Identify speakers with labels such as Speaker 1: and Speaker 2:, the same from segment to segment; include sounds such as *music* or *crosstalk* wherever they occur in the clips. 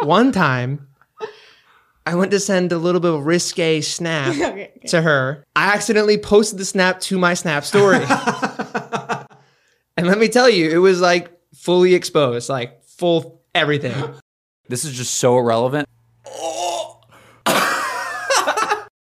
Speaker 1: one time, I went to send a little bit of risque snap
Speaker 2: *laughs* Okay, okay.
Speaker 1: to her. I accidentally posted the snap to my snap story. and let me tell you, it was like fully exposed, like full everything.
Speaker 3: This is just so irrelevant.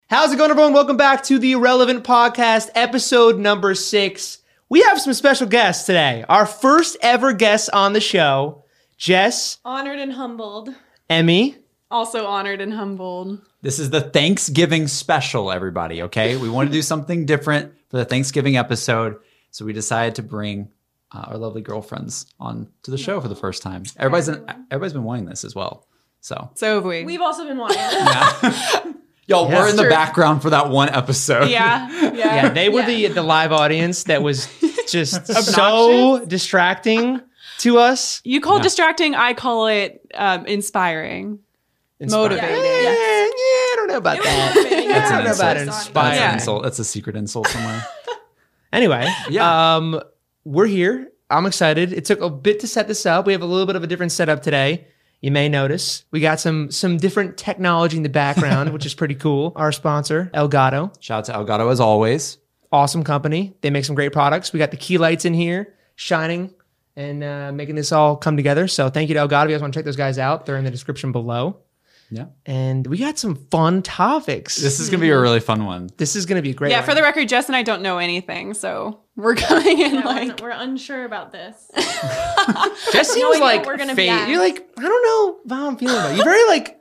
Speaker 1: How's it going, everyone? Welcome back to the Irrelevant Podcast, episode number six. We have some special guests today. Our first ever guest on the show, Jess,
Speaker 2: Honored and humbled.
Speaker 1: Emmy.
Speaker 2: Also honored and humbled.
Speaker 3: This is the Thanksgiving special, everybody, okay? We want to do something different for the Thanksgiving episode. So we decided to bring uh, our lovely girlfriends on to the show for the first time. Everybody's, everybody's been wanting this as well.
Speaker 4: *laughs*
Speaker 3: So,
Speaker 4: So have we.
Speaker 2: We've also been *laughs* wanting. it.
Speaker 3: *laughs* y'all,
Speaker 1: Yeah.
Speaker 3: we're in the
Speaker 4: True.
Speaker 3: background for that one episode.
Speaker 4: yeah.
Speaker 2: *laughs*
Speaker 1: Yeah, they were the the live audience that was just so distracting to us.
Speaker 4: *laughs* You call it distracting. I call it um, inspiring.
Speaker 1: Inspiring.
Speaker 4: Motivating.
Speaker 1: Yeah, yeah, I don't know about that.
Speaker 3: That's
Speaker 1: I
Speaker 3: an
Speaker 1: don't know about
Speaker 3: insult. That's
Speaker 1: inspiring.
Speaker 3: an insult. That's a secret insult somewhere.
Speaker 1: Anyway,
Speaker 3: Yeah.
Speaker 1: um, we're here. I'm excited. It took a bit to set this up. We have a little bit of a different setup today. You may notice we got some some different technology in the background, which is pretty cool. Our sponsor, Elgato,
Speaker 3: Shout out to Elgato as always.
Speaker 1: awesome company. They make some great products. We got the key lights in here shining and uh, making this all come together. So thank you to Elgato. If you guys want to check those guys out, they're in the description below.
Speaker 3: Yeah.
Speaker 1: And we got some fun topics. This,
Speaker 3: This is going to be a really fun one.
Speaker 1: is going to be a great.
Speaker 4: Yeah.
Speaker 1: one.
Speaker 4: For the record, Jess and I don't know anything, so we're *laughs* coming in
Speaker 2: Yeah, we're,
Speaker 4: like
Speaker 2: we're unsure about this.
Speaker 1: Jess
Speaker 2: No
Speaker 1: seems
Speaker 2: idea
Speaker 1: like
Speaker 2: what we're gonna
Speaker 1: fate.
Speaker 2: be at.
Speaker 1: You're like I don't know how I'm feeling about it. You're very like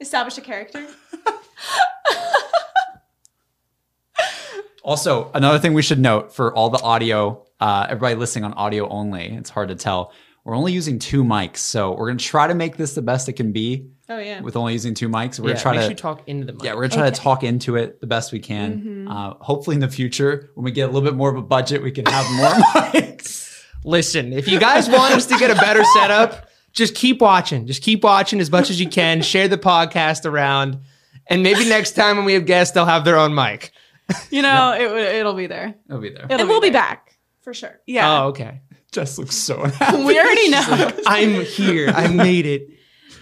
Speaker 2: Establish a character.
Speaker 3: Also, another thing we should note for all the audio, uh, everybody listening on audio only, it's hard to tell. We're only using two mics, so we're gonna try to make this the best it can be
Speaker 2: Oh yeah.
Speaker 3: with only using two mics. *laughs* We're
Speaker 1: yeah,
Speaker 3: gonna try
Speaker 1: make
Speaker 3: to
Speaker 1: sure you talk into the mic.
Speaker 3: yeah, we're gonna try to talk into it the best we can. Uh, hopefully, in the future, when we get a little bit more of a budget, we can have more *laughs* mics.
Speaker 1: Listen, if you guys want us to get a
Speaker 3: *laughs*
Speaker 1: better setup, just keep watching. Just keep watching as much as you can. Share the podcast around, and maybe next time when we have guests, they'll have their own mic.
Speaker 4: you know it it. It'll be there.
Speaker 3: It'll be there.
Speaker 2: *laughs*
Speaker 4: It'll
Speaker 2: And we'll be
Speaker 4: there.
Speaker 2: back for sure.
Speaker 4: Yeah.
Speaker 1: Oh, okay.
Speaker 3: Jess looks so
Speaker 4: *laughs*
Speaker 1: Oh.
Speaker 3: unhappy.
Speaker 4: We
Speaker 1: *laughs*
Speaker 4: already know.
Speaker 1: I'm here. I made it.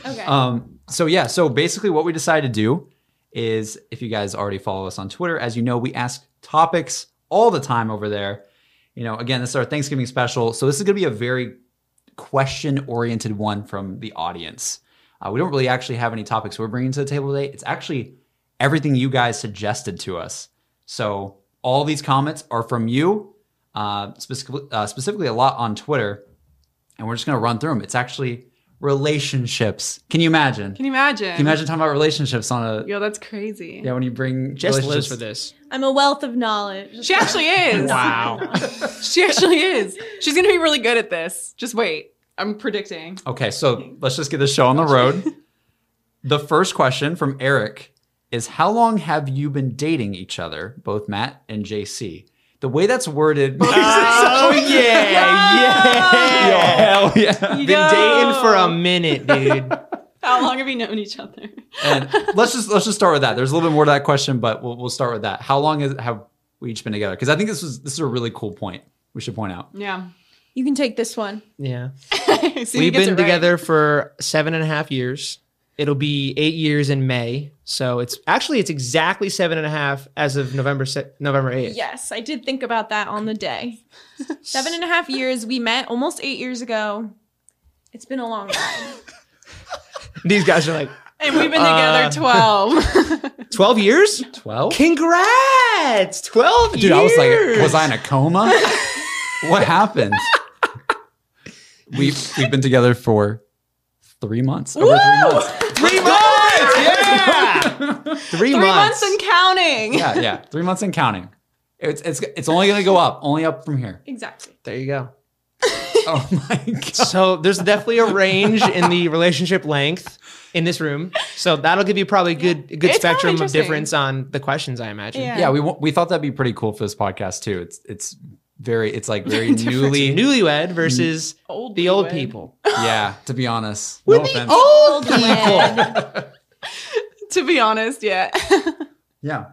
Speaker 2: Okay.
Speaker 3: Um, so yeah, so basically what we decided to do is if you guys already follow us on Twitter, as you know, we ask topics all the time over there. You know, again, this is our Thanksgiving special. So this is gonna be a very question oriented one from the audience. Uh, we don't really actually have any topics we're bringing to the table today. It's actually everything you guys suggested to us. So all these comments are from you, uh, specifically, uh, specifically a lot on Twitter, and we're just gonna run through them. It's actually relationships. Can you imagine?
Speaker 4: Can you imagine?
Speaker 3: Can you imagine talking about relationships on a
Speaker 4: Yo, that's crazy.
Speaker 3: yeah? When you bring
Speaker 1: Jess lives
Speaker 3: relationships-
Speaker 1: for this.
Speaker 2: I'm a wealth of knowledge.
Speaker 4: She actually is.
Speaker 1: Wow. *laughs*
Speaker 4: She actually is. She's gonna be really good at this. Just wait. I'm predicting.
Speaker 3: Okay, so let's just get the show on
Speaker 1: *laughs*
Speaker 3: the road. the first question from Eric is How long have you been dating each other, both Matt and JC? The way that's worded. *laughs*
Speaker 1: oh *laughs* yeah, yeah.
Speaker 3: Hell
Speaker 1: *laughs*
Speaker 3: yeah.
Speaker 1: Been dating for a minute, dude.
Speaker 4: How long have you known each other?
Speaker 3: And let's just let's just start with that. There's a little bit more to that question, but we'll, we'll start with that. How long is, have we each been together? Because I think this was this is a really cool point. We should point out.
Speaker 4: Yeah.
Speaker 2: You can take this one.
Speaker 1: Yeah.
Speaker 4: *laughs* See, he
Speaker 1: We've
Speaker 4: gets
Speaker 1: been
Speaker 4: it right.
Speaker 1: together for seven and a half years. It'll be eight years in May. So it's actually it's exactly seven and a half as of November se- November eighth.
Speaker 2: Yes, I did think about that on the day. *laughs* Seven and a half years. We met almost eight years ago. It's been a long *laughs* ride.
Speaker 1: These guys are like
Speaker 4: And we've been
Speaker 1: Uh,
Speaker 4: together
Speaker 1: *laughs*
Speaker 4: *laughs* 12.
Speaker 1: twelve years.
Speaker 3: 12?
Speaker 1: Congrats, twelve
Speaker 3: Dude,
Speaker 1: years.
Speaker 3: I was like, was I in a coma?
Speaker 1: *laughs*
Speaker 3: what happened? We've we've been together for three months. Over three months.
Speaker 1: three months? Yeah, three,
Speaker 4: Three
Speaker 1: months.
Speaker 4: months and
Speaker 3: *laughs*
Speaker 4: counting.
Speaker 3: Yeah, yeah. Three months and counting. It's it's it's only gonna go up, only up from
Speaker 1: *laughs*
Speaker 3: here.
Speaker 2: exactly.
Speaker 1: there you go.
Speaker 3: Oh my god.
Speaker 1: So there's definitely a range in the relationship length in this room. So that'll give you probably a good a good
Speaker 4: It's kinda
Speaker 1: spectrum of
Speaker 4: interesting.
Speaker 1: difference on the questions, I imagine.
Speaker 4: Yeah.
Speaker 3: Yeah, we wa- we thought that'd be pretty cool for this podcast too. It's it's very
Speaker 1: *laughs*
Speaker 3: it's like very newly
Speaker 1: Newlywed versus
Speaker 4: Old
Speaker 1: the old
Speaker 4: Mm. newlywed.
Speaker 1: people.
Speaker 3: yeah. To be honest,
Speaker 1: With
Speaker 3: no
Speaker 1: the
Speaker 3: offense.
Speaker 1: old people. *laughs*
Speaker 4: To be honest, yeah.
Speaker 3: Yeah.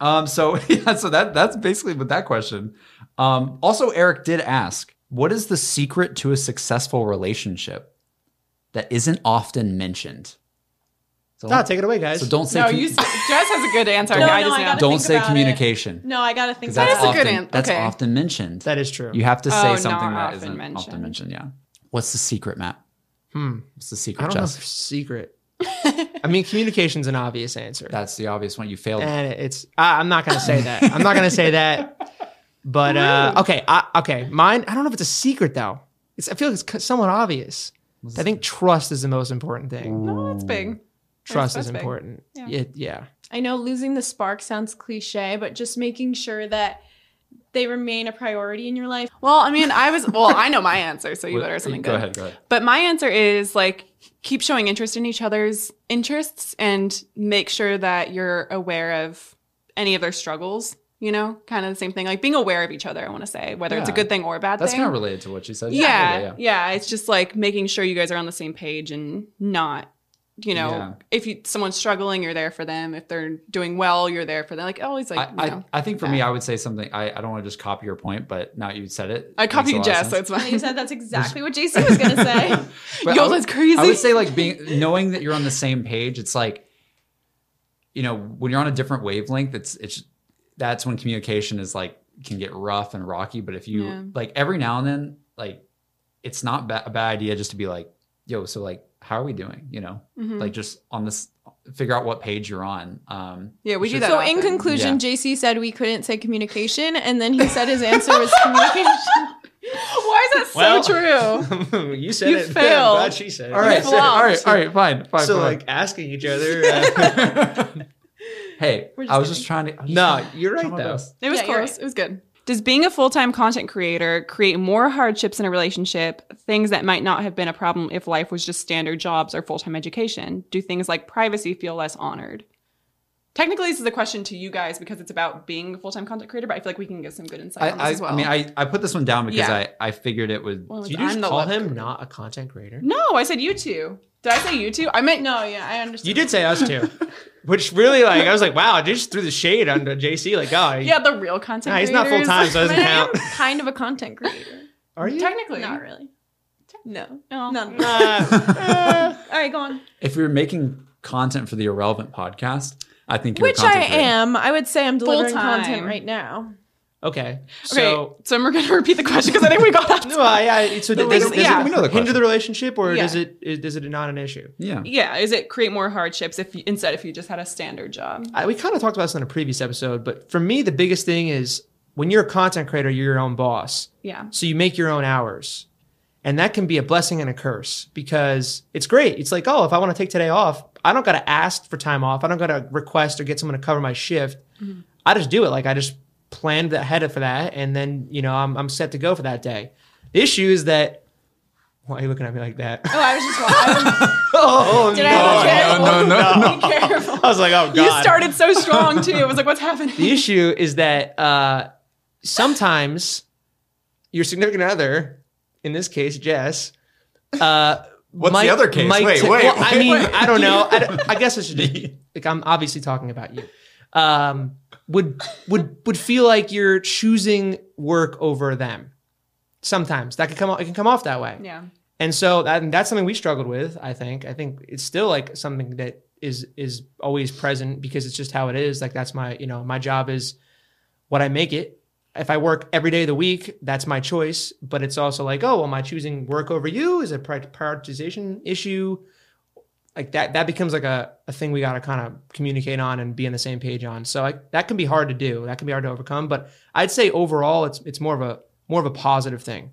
Speaker 3: Um, so *laughs* yeah, so that that's basically with that question. Um, also, Eric did ask, what is the secret to a successful relationship? that isn't often mentioned. So,
Speaker 1: Ah, take it away, guys.
Speaker 3: so don't say
Speaker 4: No,
Speaker 3: com-
Speaker 4: you. s- Jess has a good answer.
Speaker 2: No,
Speaker 4: I
Speaker 2: no,
Speaker 4: just
Speaker 2: I
Speaker 4: know.
Speaker 2: gotta
Speaker 3: don't
Speaker 2: think
Speaker 3: say
Speaker 2: about it.
Speaker 3: communication.
Speaker 2: No, I gotta think.
Speaker 3: Because that's,
Speaker 2: about
Speaker 4: a
Speaker 3: often,
Speaker 4: good
Speaker 2: it.
Speaker 4: an-
Speaker 3: that's
Speaker 4: okay.
Speaker 3: often mentioned.
Speaker 1: that is true.
Speaker 3: you have to say
Speaker 4: Oh,
Speaker 3: something
Speaker 4: not
Speaker 3: that
Speaker 4: often
Speaker 3: isn't often
Speaker 4: mentioned.
Speaker 3: mentioned. Yeah. What's the secret, Matt?
Speaker 1: Hmm.
Speaker 3: What's the
Speaker 1: I
Speaker 3: secret,
Speaker 1: don't know
Speaker 3: Jess?
Speaker 1: if secret. I mean, communication's an obvious answer.
Speaker 3: That's the obvious one. You failed.
Speaker 1: and it's I, I'm not gonna say that. I'm not gonna
Speaker 3: *laughs*
Speaker 1: say that. But uh, okay, I, okay, mine. I don't know if it's a secret though. It's I feel like it's co- somewhat obvious. I think trust is the most important thing.
Speaker 4: No, that's big.
Speaker 1: Trust
Speaker 4: that's
Speaker 1: is
Speaker 4: big.
Speaker 1: important.
Speaker 4: Yeah.
Speaker 1: It- yeah.
Speaker 2: I know losing the spark sounds cliche, but just making sure that they remain a priority in your life.
Speaker 4: Well, I mean, I was. Well, I know my answer, so you better have something
Speaker 3: Go
Speaker 4: good.
Speaker 3: ahead. Go ahead.
Speaker 4: But my answer is like keep showing interest in each other's interests and make sure that you're aware of any of their struggles. You know, kind of the same thing. Like being aware of each other. I want to say whether it's a
Speaker 3: Yeah.
Speaker 4: good thing or a bad
Speaker 3: That's
Speaker 4: thing.
Speaker 3: kind of related to what you said.
Speaker 4: yeah, yeah, It's just like making sure you guys are on the same page and not, you know,
Speaker 3: Yeah.
Speaker 4: if you someone's struggling, you're there for them. If they're doing well, you're there for them. Like always, like
Speaker 3: I,
Speaker 4: you know.
Speaker 3: I, I think for me, I would say something. I, I don't want to just copy your point, but now you said it.
Speaker 4: I,
Speaker 3: Makes a
Speaker 4: copy
Speaker 3: lot
Speaker 4: copied
Speaker 3: of
Speaker 4: Jess, so
Speaker 3: sense.
Speaker 4: it's
Speaker 2: You
Speaker 4: fine.
Speaker 2: said that's exactly what JC was gonna
Speaker 3: *laughs*
Speaker 4: *laughs*
Speaker 2: say.
Speaker 3: But
Speaker 4: Yo,
Speaker 3: I would-
Speaker 4: that's crazy.
Speaker 3: I would say like being knowing that you're on the same page. It's like, you know, when you're on a different wavelength, it's it's that's when communication is like can get rough and rocky. But if you
Speaker 4: Yeah.
Speaker 3: like every now and then, like it's not ba- a bad idea just to be like, yo, so like how are we doing? You know,
Speaker 4: Mhm.
Speaker 3: like just on this, figure out what page you're on. Um,
Speaker 4: yeah, we
Speaker 3: it's
Speaker 4: do that.
Speaker 3: just-
Speaker 2: So
Speaker 4: often.
Speaker 2: in conclusion, JC said we couldn't say communication, and then he said his answer was communication.
Speaker 4: *laughs* why is that so
Speaker 1: Well-
Speaker 4: true?
Speaker 1: *laughs* you said
Speaker 4: You
Speaker 1: it.
Speaker 4: failed.
Speaker 1: Yeah, I'm glad she said it.
Speaker 3: all right,
Speaker 4: flopped.
Speaker 3: all right, all right, fine, fine.
Speaker 1: So
Speaker 3: fine.
Speaker 1: like asking each other. uh,
Speaker 3: *laughs* hey,
Speaker 2: We're just
Speaker 3: I was
Speaker 2: kidding.
Speaker 3: just trying to. I was just
Speaker 1: no,
Speaker 3: trying to-
Speaker 1: you're
Speaker 3: trying
Speaker 1: right
Speaker 3: my
Speaker 1: though.
Speaker 3: best.
Speaker 4: It was
Speaker 2: Yeah, you're
Speaker 4: close. It was good. Does being a full time content creator create more hardships in a relationship, things that might not have been a problem if life was just standard jobs or full time education? Do things like privacy feel less honored? Technically, this is a question to you guys because it's about being a full time content creator, but I feel like we can get some good insight
Speaker 3: I,
Speaker 4: on this
Speaker 3: I,
Speaker 4: as well.
Speaker 3: I mean, I, I put this one down because
Speaker 4: Yeah.
Speaker 3: I, I figured it would.
Speaker 4: Well,
Speaker 1: Did
Speaker 4: it's-
Speaker 1: you just
Speaker 4: I'm the
Speaker 1: call
Speaker 4: left
Speaker 1: him
Speaker 4: group.
Speaker 1: not a content creator?
Speaker 4: No, I said you two. Did I say you two? I meant no.
Speaker 2: No, yeah, I understand.
Speaker 1: You did say us too, *laughs* which really like I was like, wow, you just threw the shade onto JC. Like, oh,
Speaker 4: Yeah, the real content
Speaker 1: Nah, he's
Speaker 4: creators.
Speaker 1: not full-time, so it
Speaker 2: But
Speaker 1: doesn't
Speaker 2: I am
Speaker 1: count.
Speaker 2: kind of a content creator.
Speaker 1: Are you?
Speaker 4: Technically.
Speaker 2: Not really. No.
Speaker 4: No.
Speaker 2: None.
Speaker 1: Uh,
Speaker 2: Oh. All right, go on.
Speaker 3: if you're making content for the irrelevant podcast, I think you're a
Speaker 2: Which I
Speaker 3: content creator.
Speaker 2: am. I would say I'm delivering
Speaker 4: Full-time.
Speaker 2: content right now.
Speaker 1: okay.
Speaker 4: Okay,
Speaker 1: So
Speaker 4: so, we're going to *laughs* repeat the question because I think we got
Speaker 1: *laughs*
Speaker 4: that.
Speaker 1: No, I, I, so
Speaker 3: No,
Speaker 1: does,
Speaker 4: we-
Speaker 1: does
Speaker 4: yeah.
Speaker 1: it
Speaker 3: we know the
Speaker 1: hinder
Speaker 3: question.
Speaker 1: the relationship, or
Speaker 4: Yeah.
Speaker 1: does it is, is it not an issue?
Speaker 3: Yeah.
Speaker 4: *laughs* Yeah, is it create more hardships if you, instead if you just had a standard job?
Speaker 1: I, we kind of talked about this in a previous episode, but for me, the biggest thing is when you're a content creator, you're your own boss,
Speaker 4: Yeah.
Speaker 1: so you make your own hours, and that can be a blessing and a curse because it's great. It's like, oh, if I want to take today off, I don't got to ask for time off. I don't got to request or get someone to cover my shift. I just do it. Like I just planned ahead for that, and then you know I'm I'm set to go for that day. The issue is that. Why are you looking at me like that?
Speaker 2: Oh, I was just. I
Speaker 1: *laughs* Oh,
Speaker 2: Did I have
Speaker 3: No, no, no, no.
Speaker 4: *laughs* Be careful.
Speaker 1: I was like, oh god.
Speaker 4: You started so strong too. It was like, what's happening?
Speaker 1: *laughs* The issue is that uh, sometimes your significant other, in this case, Jess. Uh,
Speaker 3: *laughs* What's
Speaker 1: might-
Speaker 3: the other case?
Speaker 1: might
Speaker 3: Wait,
Speaker 1: ta-
Speaker 3: wait,
Speaker 1: well, I
Speaker 3: wait,
Speaker 1: mean,
Speaker 3: wait.
Speaker 1: I don't know. I, don't- I guess I should.
Speaker 3: *laughs*
Speaker 1: Just, like, I'm obviously talking about you. Um, would would would feel like you're choosing work over them. Sometimes that could come. o- It can come off that way.
Speaker 4: yeah.
Speaker 1: And so that, and that's something we struggled with. I think. I think it's still like something that is is always present because it's just how it is. Like that's my you know my job is what I make it. If I work every day of the week, that's my choice. But it's also like, oh, am I choosing work over you? Is it a pri- prioritization issue? Like that that becomes like a, a thing we gotta kind of communicate on and be on the same page on. So like that can be hard to do. That can be hard to overcome. But I'd say overall, it's it's more of a more of a positive thing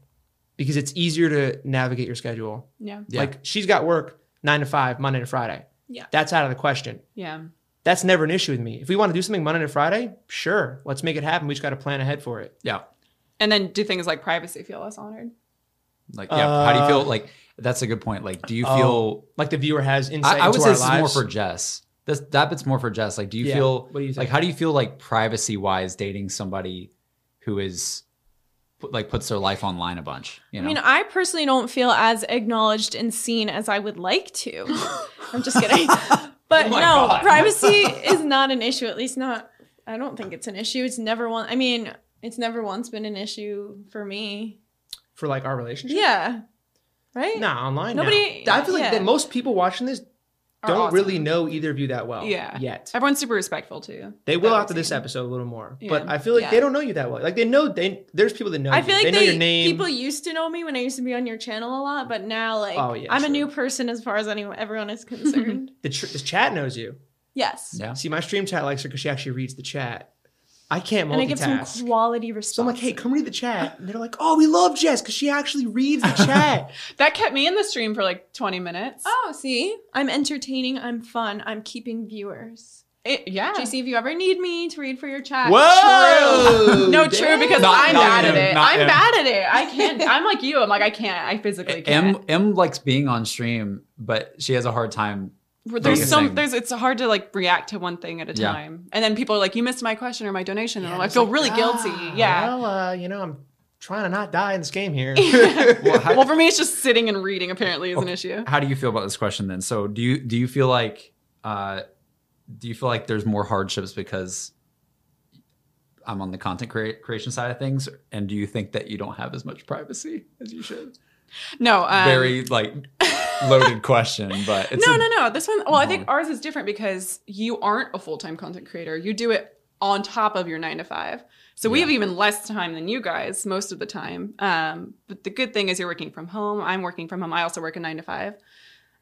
Speaker 1: because it's easier to navigate your schedule.
Speaker 4: Yeah.
Speaker 3: Yeah.
Speaker 1: Like she's got work nine to five, Monday to Friday.
Speaker 2: Yeah.
Speaker 1: That's out of the question.
Speaker 4: Yeah.
Speaker 1: That's never an issue with me. If we want to do something Monday to Friday, sure, let's make it happen. We just got to plan ahead for it.
Speaker 3: Yeah.
Speaker 4: And then do things like privacy feel less honored?
Speaker 3: Like, yeah. How do you
Speaker 1: Uh,
Speaker 3: feel? Like, that's a good point. Like, do you
Speaker 1: Oh,
Speaker 3: feel?
Speaker 1: Like the viewer has
Speaker 3: I,
Speaker 1: insight
Speaker 3: I would
Speaker 1: into
Speaker 3: say
Speaker 1: our
Speaker 3: this is more
Speaker 1: lives.
Speaker 3: for Jess. This that bit's more for Jess. Like, do you
Speaker 1: Yeah.
Speaker 3: feel?
Speaker 1: What do you think?
Speaker 3: Like, how do you feel? Like, privacy wise, dating somebody who is put- like puts their life online a bunch. You
Speaker 2: I
Speaker 3: know.
Speaker 2: mean, I personally don't feel as acknowledged and seen as I would like
Speaker 1: *laughs*
Speaker 2: to. I'm just kidding. But
Speaker 3: Oh
Speaker 2: no,
Speaker 3: my God.
Speaker 2: privacy is not an issue. At least not. I don't think it's an issue. It's never one. I mean, it's never once been an issue for me.
Speaker 1: for like our relationship.
Speaker 2: Yeah. right?
Speaker 1: Nah, online.
Speaker 2: Nobody-
Speaker 1: Now. I feel like
Speaker 2: yeah.
Speaker 1: that most people watching this
Speaker 4: Are
Speaker 1: don't
Speaker 4: awesome.
Speaker 1: really know either of you that well.
Speaker 4: Yeah.
Speaker 1: Yet
Speaker 4: Everyone's super respectful too.
Speaker 1: they will
Speaker 4: That
Speaker 1: after this
Speaker 4: routine.
Speaker 1: episode a little more,
Speaker 4: Yeah.
Speaker 1: but I feel like
Speaker 2: Yeah.
Speaker 1: they don't know you that well. Like they know they there's people that know.
Speaker 2: I
Speaker 1: you.
Speaker 2: feel like
Speaker 1: they,
Speaker 2: they,
Speaker 1: know your name.
Speaker 2: people used to know me when I used to be on your channel a lot, but now like
Speaker 1: Oh, yeah,
Speaker 2: I'm a
Speaker 1: sure.
Speaker 2: new person as far as anyone everyone
Speaker 1: *laughs*
Speaker 2: is concerned.
Speaker 1: The, tr- the chat knows you.
Speaker 2: yes.
Speaker 3: Yeah.
Speaker 1: See, my stream chat likes her because she actually reads the chat. I can't multitask.
Speaker 2: And I give some quality response.
Speaker 1: so I'm like, hey, come read the
Speaker 4: Uh-huh.
Speaker 1: chat. And they're like, oh, we love Jess because she actually reads
Speaker 4: *laughs*
Speaker 1: the chat.
Speaker 4: That kept me in the stream for like 20 minutes.
Speaker 2: Oh, see? I'm entertaining, I'm fun, I'm keeping viewers.
Speaker 4: It- yeah.
Speaker 2: JC, if you ever need me to read for your chat,
Speaker 1: Whoa!
Speaker 4: Oh! No, true, because
Speaker 3: Not-
Speaker 4: I'm
Speaker 3: not
Speaker 4: bad
Speaker 3: him,
Speaker 4: at it.
Speaker 3: not
Speaker 4: I'm
Speaker 3: him.
Speaker 4: bad at it. I can't. I'm like you. I'm like, I can't. I physically can't.
Speaker 3: M M likes being on stream, but she has a hard time.
Speaker 4: there's some
Speaker 3: Amazing.
Speaker 4: there's it's hard to like react to one thing at a
Speaker 3: Yeah.
Speaker 4: time and then people are like you missed my question or my donation and
Speaker 1: Yeah,
Speaker 4: I'm like, i
Speaker 1: it's
Speaker 4: feel
Speaker 1: like,
Speaker 4: really
Speaker 1: ah,
Speaker 4: guilty yeah
Speaker 1: Well, uh, you know, I'm trying to not die in this game
Speaker 4: *laughs*
Speaker 1: here.
Speaker 3: *laughs* Well, how, Oh.
Speaker 4: well for me it's just sitting and reading apparently is an issue
Speaker 3: how do you feel about this question then? So do you do you feel like uh, do you feel like there's more hardships because I'm on the content crea- creation side of things, and do you think that you don't have as much privacy as you should?
Speaker 4: no um,
Speaker 3: Very like loaded question, but it's
Speaker 4: no
Speaker 3: a-
Speaker 4: no no this one well i think
Speaker 3: Mhm.
Speaker 4: ours is different because you aren't a full-time content creator you do it on top of your nine to five so we
Speaker 3: Yeah.
Speaker 4: have even less time than you guys most of the time um, but the good thing is you're working from home i'm working from home i also work a nine to five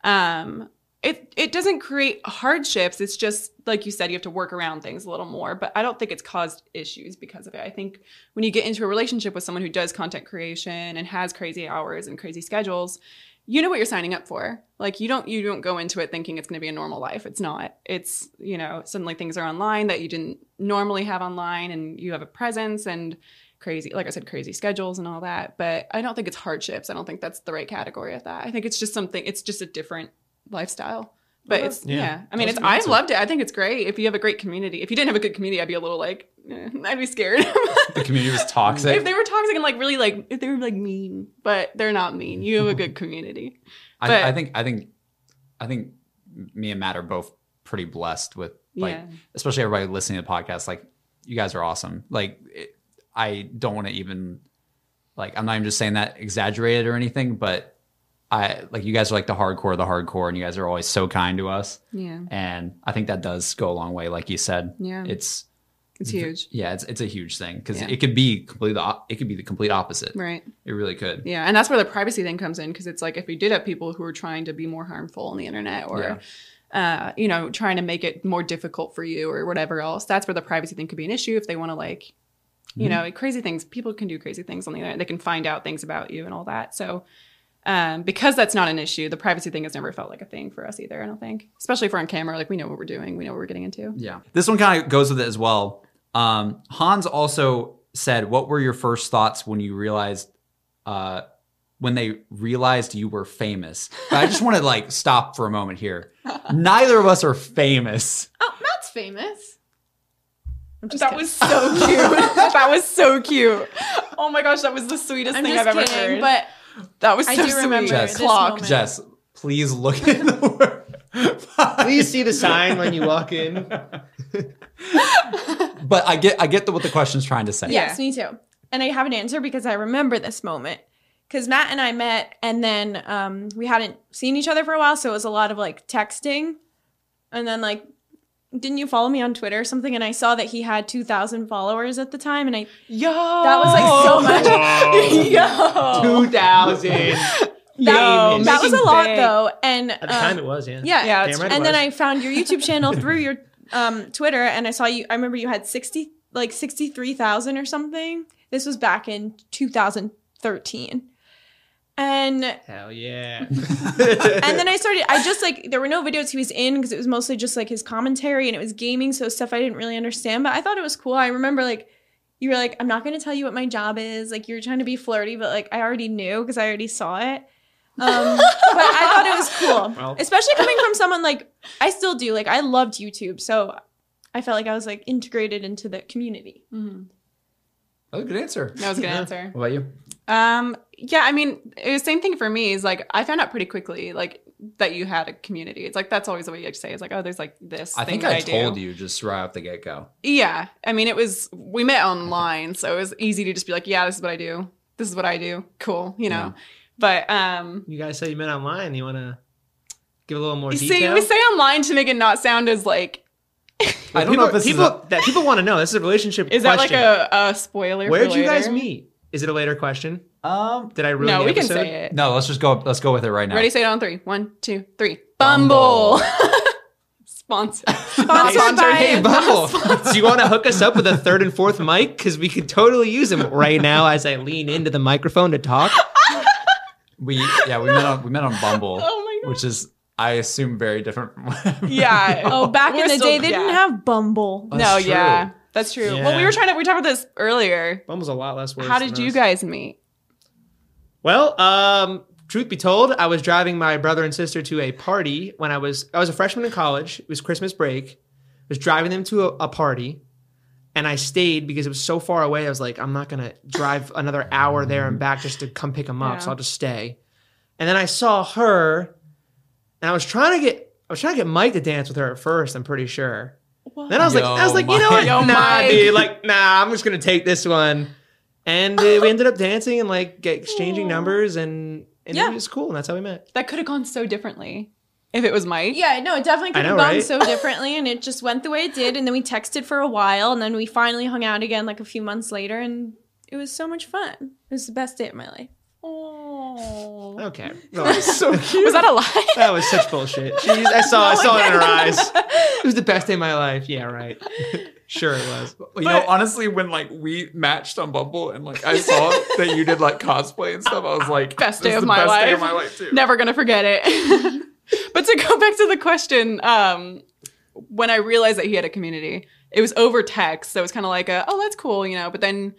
Speaker 4: um, it it doesn't create hardships. It's just like you said, you have to work around things a little more. But I don't think it's caused issues because of it. I think when you get into a relationship with someone who does content creation and has crazy hours and crazy schedules, you know what you're signing up for. Like you don't you don't go into it thinking it's going to be a normal life. It's not. It's you know suddenly things are online that you didn't normally have online, and you have a presence and crazy like i said crazy schedules and all that but i don't think it's hardships i don't think that's the right category of that i think it's just something it's just a different lifestyle but
Speaker 2: Okay.
Speaker 4: it's
Speaker 1: Yeah.
Speaker 4: yeah, i mean
Speaker 1: That's
Speaker 4: it's
Speaker 1: a good
Speaker 4: i've
Speaker 1: answer.
Speaker 4: loved it i think it's great if you have a great community if you didn't have a good community i'd be a little like eh, i'd be scared *laughs*
Speaker 3: the community was
Speaker 4: if
Speaker 3: toxic.
Speaker 4: they were toxic and like really like if they were like mean but they're not mean you have a good community but-
Speaker 3: I, I think I think I think me and Matt are both pretty blessed with like
Speaker 4: yeah
Speaker 3: especially everybody listening to the podcast, like you guys are awesome. Like it, I don't want to even like I'm not even just saying that exaggerated or anything, but I like you guys are like the hardcore, of the hardcore, and you guys are always so kind to us,
Speaker 4: yeah
Speaker 3: and I think that does go a long way. Like you said,
Speaker 4: yeah
Speaker 3: it's
Speaker 4: it's huge
Speaker 3: yeah, it's it's a huge thing because
Speaker 4: Yeah.
Speaker 3: it could be completely the op- it could be the complete opposite.
Speaker 4: right
Speaker 3: It really could.
Speaker 4: Yeah, and that's where the privacy thing comes in because it's like if you did have people who are trying to be more harmful on the internet or, uh, you know, trying to make it more difficult for you or whatever else, that's where the privacy thing could be an issue if they want to like, you
Speaker 3: Mhm.
Speaker 4: know, crazy things. People can do crazy things on the internet. They can find out things about you and all that. So. Um, because that's not an issue, the privacy thing has never felt like a thing for us either. I don't think, especially if we're on camera, like we know what we're doing, we know what we're getting into.
Speaker 3: Yeah. This one kind of goes with it as well. Um, Hans also said, What were your first thoughts when you realized, uh, when they realized you were famous? But I just want to like stop for a moment here. Neither of us are famous.
Speaker 2: Oh, Matt's famous. I'm just
Speaker 4: that
Speaker 2: kidding.
Speaker 4: was so cute. *laughs* that was so cute. Oh my gosh, that was the sweetest
Speaker 2: I'm
Speaker 4: thing
Speaker 2: just
Speaker 4: I've ever
Speaker 2: kidding,
Speaker 4: heard.
Speaker 2: but
Speaker 4: That was
Speaker 2: I
Speaker 4: so
Speaker 2: do
Speaker 4: sweet.
Speaker 2: remember
Speaker 3: Jess.
Speaker 2: this
Speaker 4: Clock.
Speaker 2: moment.
Speaker 3: Jess, please look at the word.
Speaker 1: *laughs* Please see the sign when you walk
Speaker 4: *laughs*
Speaker 1: in. *laughs*
Speaker 3: But I get I get the, what the question's trying to say.
Speaker 4: Yeah.
Speaker 2: Yes, me too. And I have an answer because I remember this moment. Because Matt and I met, and then um, we hadn't seen each other for a while, so it was a lot of like texting. And then like, didn't you follow me on Twitter or something? And I saw that he had two thousand followers at the time, and I
Speaker 4: Yo,
Speaker 2: that was like so
Speaker 4: *laughs*
Speaker 2: much.
Speaker 4: Yo,
Speaker 1: 2000.
Speaker 2: That,
Speaker 1: Yo,
Speaker 2: that was a lot
Speaker 4: big.
Speaker 2: though, and
Speaker 1: At the
Speaker 2: um,
Speaker 1: time, it was, yeah.
Speaker 2: yeah,
Speaker 4: Yeah,
Speaker 1: Damn right it
Speaker 2: and then
Speaker 1: was.
Speaker 2: I found your YouTube channel through your um, Twitter, and I saw you. I remember you had sixty, like sixty three thousand or something. This was back in two thousand thirteen, and and
Speaker 1: Hell
Speaker 4: *laughs*
Speaker 1: yeah. *laughs*
Speaker 3: *laughs*
Speaker 2: then I started. I just like there were no videos he was in because it was mostly just like his commentary and it was gaming, so stuff I didn't really understand. But I thought it was cool. I remember like. You were like, I'm not gonna tell you what my job is. Like, you're trying to be flirty, but like, I already knew because I already saw it. Um, but I thought it was cool,
Speaker 1: Well.
Speaker 2: especially coming from someone like I still do. Like I loved YouTube, so I felt like I was like integrated into the community.
Speaker 3: That was a Oh, good answer.
Speaker 4: Mm-hmm. That was a good
Speaker 1: Yeah.
Speaker 4: answer.
Speaker 3: What about you?
Speaker 4: Um, yeah, I mean, it was same thing for me. Is like I found out pretty quickly, like that you had a community. It's like that's always what you say. It's like, oh, there's like this.
Speaker 3: I
Speaker 4: thing
Speaker 3: think
Speaker 4: that
Speaker 3: I, told
Speaker 4: do.
Speaker 3: you just right off the get go.
Speaker 4: Yeah, I mean, it was we met online, so it was easy to just be like, yeah, this is what I do. This is what I do. Cool, you know. But um,
Speaker 1: You guys say you met online. You want to give a little more
Speaker 4: you see,
Speaker 1: detail?
Speaker 4: we say online to make it not sound as like.
Speaker 3: I don't
Speaker 1: people,
Speaker 3: know if this is
Speaker 1: people
Speaker 3: a-
Speaker 1: that people want to know. This is a relationship.
Speaker 4: Is that like a, a spoiler? for
Speaker 1: Where would you guys
Speaker 4: later?
Speaker 1: meet? Is it a later question?
Speaker 3: Um,
Speaker 1: Did I ruin
Speaker 4: No,
Speaker 1: the
Speaker 4: we can
Speaker 1: episode?
Speaker 4: say it.
Speaker 3: no, let's just go. Let's go with it right now.
Speaker 4: Ready, say it on three. One, two, three.
Speaker 3: Bumble.
Speaker 4: Bumble. *laughs* Sponsor.
Speaker 2: Sponsored by-
Speaker 3: Hey, Bumble.
Speaker 1: *laughs*
Speaker 3: *laughs*
Speaker 1: Do you want to hook us up with a third and fourth mic? Because we could totally use them right now as I lean into the microphone to talk.
Speaker 3: we yeah we met on we met on Bumble,
Speaker 4: *laughs* *laughs* Oh my God.
Speaker 3: which is I assume very different. From
Speaker 4: Yeah.
Speaker 2: Oh, back
Speaker 4: We're
Speaker 2: in the
Speaker 4: still-
Speaker 2: day, they didn't
Speaker 4: yeah. Uh,
Speaker 2: have Bumble.
Speaker 3: That's
Speaker 4: no,
Speaker 3: true.
Speaker 4: yeah. That's true. Well, we
Speaker 1: Yeah.
Speaker 4: were trying to, we talked about this earlier.
Speaker 1: Bumble's a lot less worse.
Speaker 4: How
Speaker 1: than
Speaker 4: did you
Speaker 1: us.
Speaker 4: guys meet?
Speaker 1: Well, um, truth be told, I was driving my brother and sister to a party when I was I was a freshman in college. It was Christmas break. I was driving them to a, a party, and I stayed because it was so far away. I was like, I'm not gonna drive another hour there and back just to come pick them up.
Speaker 4: Yeah.
Speaker 1: So I'll just stay. And then I saw her, and I was trying to get I was trying to get Mike to dance with her at first. I'm pretty sure. Then I was like, I was
Speaker 3: Yo,
Speaker 1: like, you know what?
Speaker 3: Mike. Yo,
Speaker 1: nah,
Speaker 4: Mike.
Speaker 1: dude. Like, nah, I'm just gonna take this one. And uh, we ended up dancing and like get exchanging numbers, and and
Speaker 2: Yeah.
Speaker 1: it was cool. And that's how we met.
Speaker 4: That could have gone so differently if it was Mike.
Speaker 2: Yeah, no, it definitely could
Speaker 1: I
Speaker 2: have
Speaker 1: know,
Speaker 2: gone
Speaker 1: right?
Speaker 2: so differently, and it just went the way it did. And then we texted for a while, and then we finally hung out again like a few months later, and it was so much fun. It was the best day of my life.
Speaker 4: Oh. *laughs*
Speaker 1: Okay, Relax. *laughs*
Speaker 3: so cute.
Speaker 4: Was that a lie?
Speaker 1: that was such bullshit. Jeez, I saw, I saw it in her eyes.
Speaker 4: *laughs*
Speaker 1: It was the best day of my life. Yeah, right. *laughs* sure it was.
Speaker 5: You know, honestly, when like we matched on Bumble and like I
Speaker 4: *laughs*
Speaker 5: saw that you did like cosplay and stuff, I was like,
Speaker 4: Best
Speaker 5: this
Speaker 4: day
Speaker 5: is
Speaker 4: of
Speaker 5: the
Speaker 4: my
Speaker 5: best
Speaker 4: life.
Speaker 5: day of my life too.
Speaker 4: *laughs* Never gonna forget it. *laughs* but to go back to the question, um, when I realized that he had a community, it was over text, so it was kind of like a, oh, that's cool, you know. But then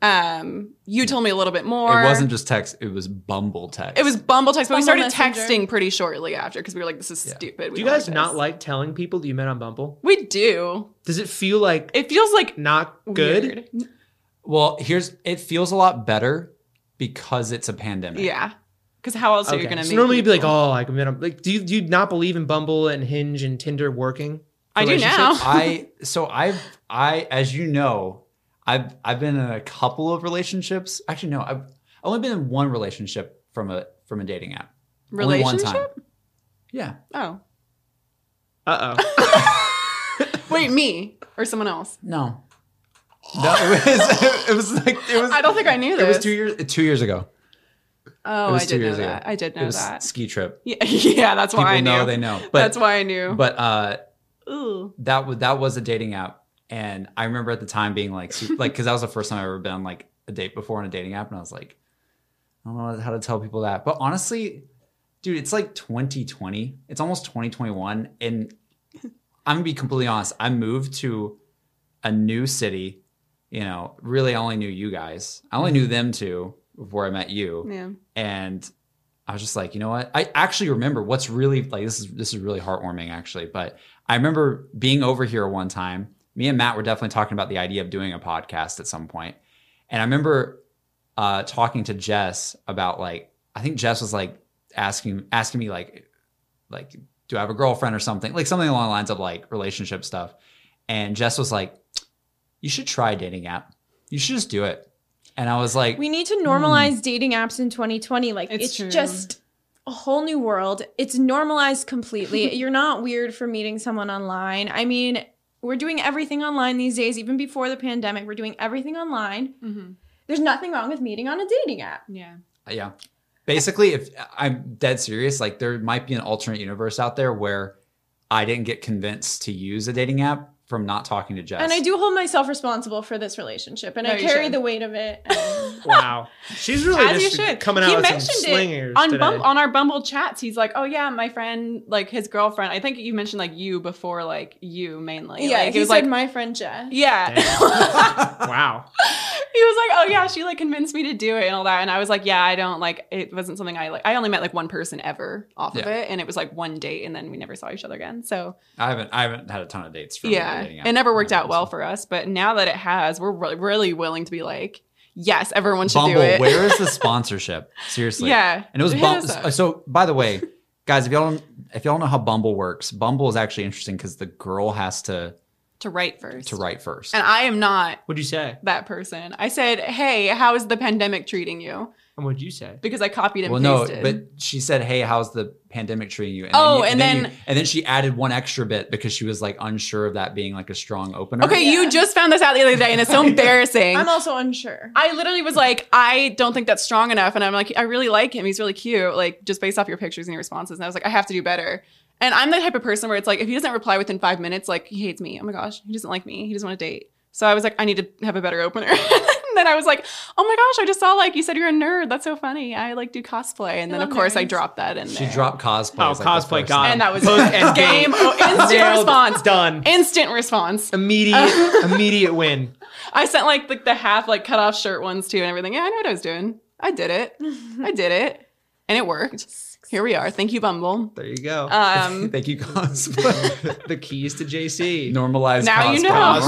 Speaker 4: um, you told me a little bit more.
Speaker 3: It wasn't just text; it was Bumble text.
Speaker 4: It was Bumble text, but we started
Speaker 2: Bumble Messenger.
Speaker 4: texting pretty shortly after because we were like, "This is stupid." We
Speaker 1: Do you
Speaker 4: don't
Speaker 1: guys not
Speaker 4: this.
Speaker 1: like telling people that you met on Bumble?
Speaker 4: We do.
Speaker 1: Does it feel like
Speaker 4: It feels like
Speaker 1: not good?
Speaker 4: weird.
Speaker 3: well. Here's it feels a lot better because it's a pandemic.
Speaker 4: Yeah, because how else are you
Speaker 1: Okay.
Speaker 4: gonna?
Speaker 1: so
Speaker 4: meet
Speaker 1: normally you'd be like,
Speaker 4: people?
Speaker 1: oh, like, met on, like, do you, do you not believe in Bumble and Hinge and Tinder working?
Speaker 4: I
Speaker 1: "Oh,
Speaker 4: do now. *laughs*
Speaker 3: I so I've I as you know, I've I've been in a couple of relationships. Actually, no, I've only been in one relationship from a from a dating app. Only one time.
Speaker 4: Relationship?
Speaker 3: Yeah.
Speaker 4: Oh,
Speaker 1: Uh oh.
Speaker 4: wait, me or someone else?
Speaker 3: No. No, it was *laughs* it was like it was
Speaker 4: I don't think I knew this.
Speaker 3: it was two years two years ago.
Speaker 4: Oh,
Speaker 3: it was
Speaker 4: I
Speaker 3: two
Speaker 4: did know
Speaker 3: years ago.
Speaker 4: that. I did
Speaker 3: it
Speaker 4: know
Speaker 3: was
Speaker 4: that. *laughs*
Speaker 3: ski trip.
Speaker 4: Yeah, yeah, that's why
Speaker 3: People
Speaker 4: I knew.
Speaker 3: know they know. But
Speaker 4: that's why I knew.
Speaker 3: but uh
Speaker 4: Ooh.
Speaker 3: that was that was a dating app and i remember at the time being like su- like because that was the first time i've ever been on like a date before on a dating app and i was like i don't know how to tell people that but honestly dude it's like 2020 it's almost 2021 and i'm gonna be completely honest i moved to a new city you know really I only knew you guys i only knew them two before i met you
Speaker 4: Yeah.
Speaker 3: and I was just like, you know what? I actually remember what's really like this is this is really heartwarming actually, but I remember being over here one time. Me and Matt were definitely talking about the idea of doing a podcast at some point. And I remember uh talking to Jess about like I think Jess was like asking asking me like like do I have a girlfriend or something? Like something along the lines of like relationship stuff. And Jess was like, you should try a dating app. You should just do it. And I was like,
Speaker 2: We need
Speaker 1: Hmm.
Speaker 2: to normalize dating apps in 2020. Like
Speaker 4: It's
Speaker 2: it's,
Speaker 4: true.
Speaker 2: just a whole new world. It's
Speaker 1: *laughs*
Speaker 2: normalized completely. You're not weird for meeting someone online. I mean, we're doing everything online these days. Even before the pandemic, we're doing everything online.
Speaker 4: Mm-hmm.
Speaker 2: There's nothing wrong with meeting on a dating app.
Speaker 4: Yeah.
Speaker 3: Yeah. Basically, if I'm dead serious, like there might be an alternate universe out there where I didn't get convinced to use a dating app from not talking to Jess.
Speaker 2: And
Speaker 3: *laughs*
Speaker 2: I do hold myself responsible for this relationship, and
Speaker 4: No,
Speaker 2: I
Speaker 4: you
Speaker 2: carry
Speaker 4: should.
Speaker 2: the weight of it.
Speaker 1: *laughs*
Speaker 2: And
Speaker 1: Wow, she's really
Speaker 4: As you
Speaker 1: just
Speaker 4: should.
Speaker 1: coming out
Speaker 4: he
Speaker 1: with some
Speaker 4: mentioned
Speaker 1: slingers
Speaker 4: it on
Speaker 1: today.
Speaker 4: Bumble, on our Bumble chats. He's like, "Oh yeah, my friend, like his girlfriend." I think you mentioned like you before, like you mainly.
Speaker 2: yeah,
Speaker 4: like,
Speaker 2: he
Speaker 4: it was
Speaker 2: said
Speaker 4: like,
Speaker 2: my friend Jess.
Speaker 4: yeah. *laughs* he
Speaker 1: Damn. wow,
Speaker 4: was like, "Oh yeah, she like convinced me to do it and all that," and I was like, "Yeah, I don't like it wasn't something I like. I only met like one person ever off of
Speaker 3: Yeah.
Speaker 4: it, and it was like one date, and then we never saw each other again." So
Speaker 3: I haven't. I haven't had a ton of dates. From
Speaker 4: yeah,
Speaker 3: a dating app.
Speaker 4: it never worked out well for us, but now that it has, we're re- really willing to be like, "Yes, everyone should do
Speaker 3: Bumble,
Speaker 4: it." *laughs*
Speaker 3: where is the sponsorship? Seriously.
Speaker 4: yeah,
Speaker 3: And it was
Speaker 4: Hit
Speaker 3: Bumble.
Speaker 4: us up.
Speaker 3: So, by the way, guys, if y'all don't, if y'all don't know how Bumble works, Bumble is actually interesting because the girl has to
Speaker 4: to write first.
Speaker 3: to write first.
Speaker 4: And I am not
Speaker 1: What'd you say?
Speaker 4: that person. I said, "Hey, how is the pandemic treating you?"
Speaker 1: And what'd you say?
Speaker 4: Because I copied and
Speaker 3: Well, no,
Speaker 4: pasted.
Speaker 3: but she said, "Hey, how's the pandemic treating you?" And
Speaker 4: Oh,
Speaker 3: you-
Speaker 4: and
Speaker 3: you-
Speaker 4: then-
Speaker 3: and then she added one extra bit because she was like unsure of that being like a strong opener.
Speaker 4: okay,
Speaker 2: Yeah.
Speaker 4: you just found this out the other day,
Speaker 3: *laughs*
Speaker 4: and it's so embarrassing.
Speaker 2: I'm also unsure.
Speaker 4: I literally was like, I don't think that's strong enough. And I'm like, I really like him. He's really cute. Like, just based off your pictures and your responses. And I was like, I have to do better. And I'm the type of person where it's like, if he doesn't reply within five minutes, like, he hates me. Oh my gosh. He doesn't like me. He doesn't want to date. So I was like, I need to have a better opener. *laughs* and then I was like, oh my gosh, I just saw, like, you said you're a nerd. That's so funny. I like do cosplay.
Speaker 2: I
Speaker 4: And then, of
Speaker 2: love
Speaker 4: course, I
Speaker 2: nerds.
Speaker 4: dropped that in.
Speaker 3: she
Speaker 4: there.
Speaker 3: dropped cosplay.
Speaker 1: Oh,
Speaker 3: as, like, the
Speaker 1: cosplay
Speaker 3: first
Speaker 1: got
Speaker 3: thing.
Speaker 1: him.
Speaker 4: And that was
Speaker 1: Hook
Speaker 4: it.
Speaker 1: and
Speaker 4: game.
Speaker 1: bait.
Speaker 4: Oh,
Speaker 3: *laughs*
Speaker 4: instant
Speaker 1: Nailed.
Speaker 4: response.
Speaker 1: Done.
Speaker 4: Instant response. *laughs*
Speaker 1: Immediate, immediate win.
Speaker 4: I sent like the, the half like cut off shirt ones too and everything. Yeah, I know what I was doing. I did it. I did it. And it worked. Here we are. Thank you, Bumble.
Speaker 1: There you go.
Speaker 4: *laughs* Um
Speaker 3: Thank you,
Speaker 1: *laughs*
Speaker 3: cosplay.
Speaker 1: the keys to JC.
Speaker 3: Normalized
Speaker 4: Now
Speaker 3: cosplay.
Speaker 4: you know.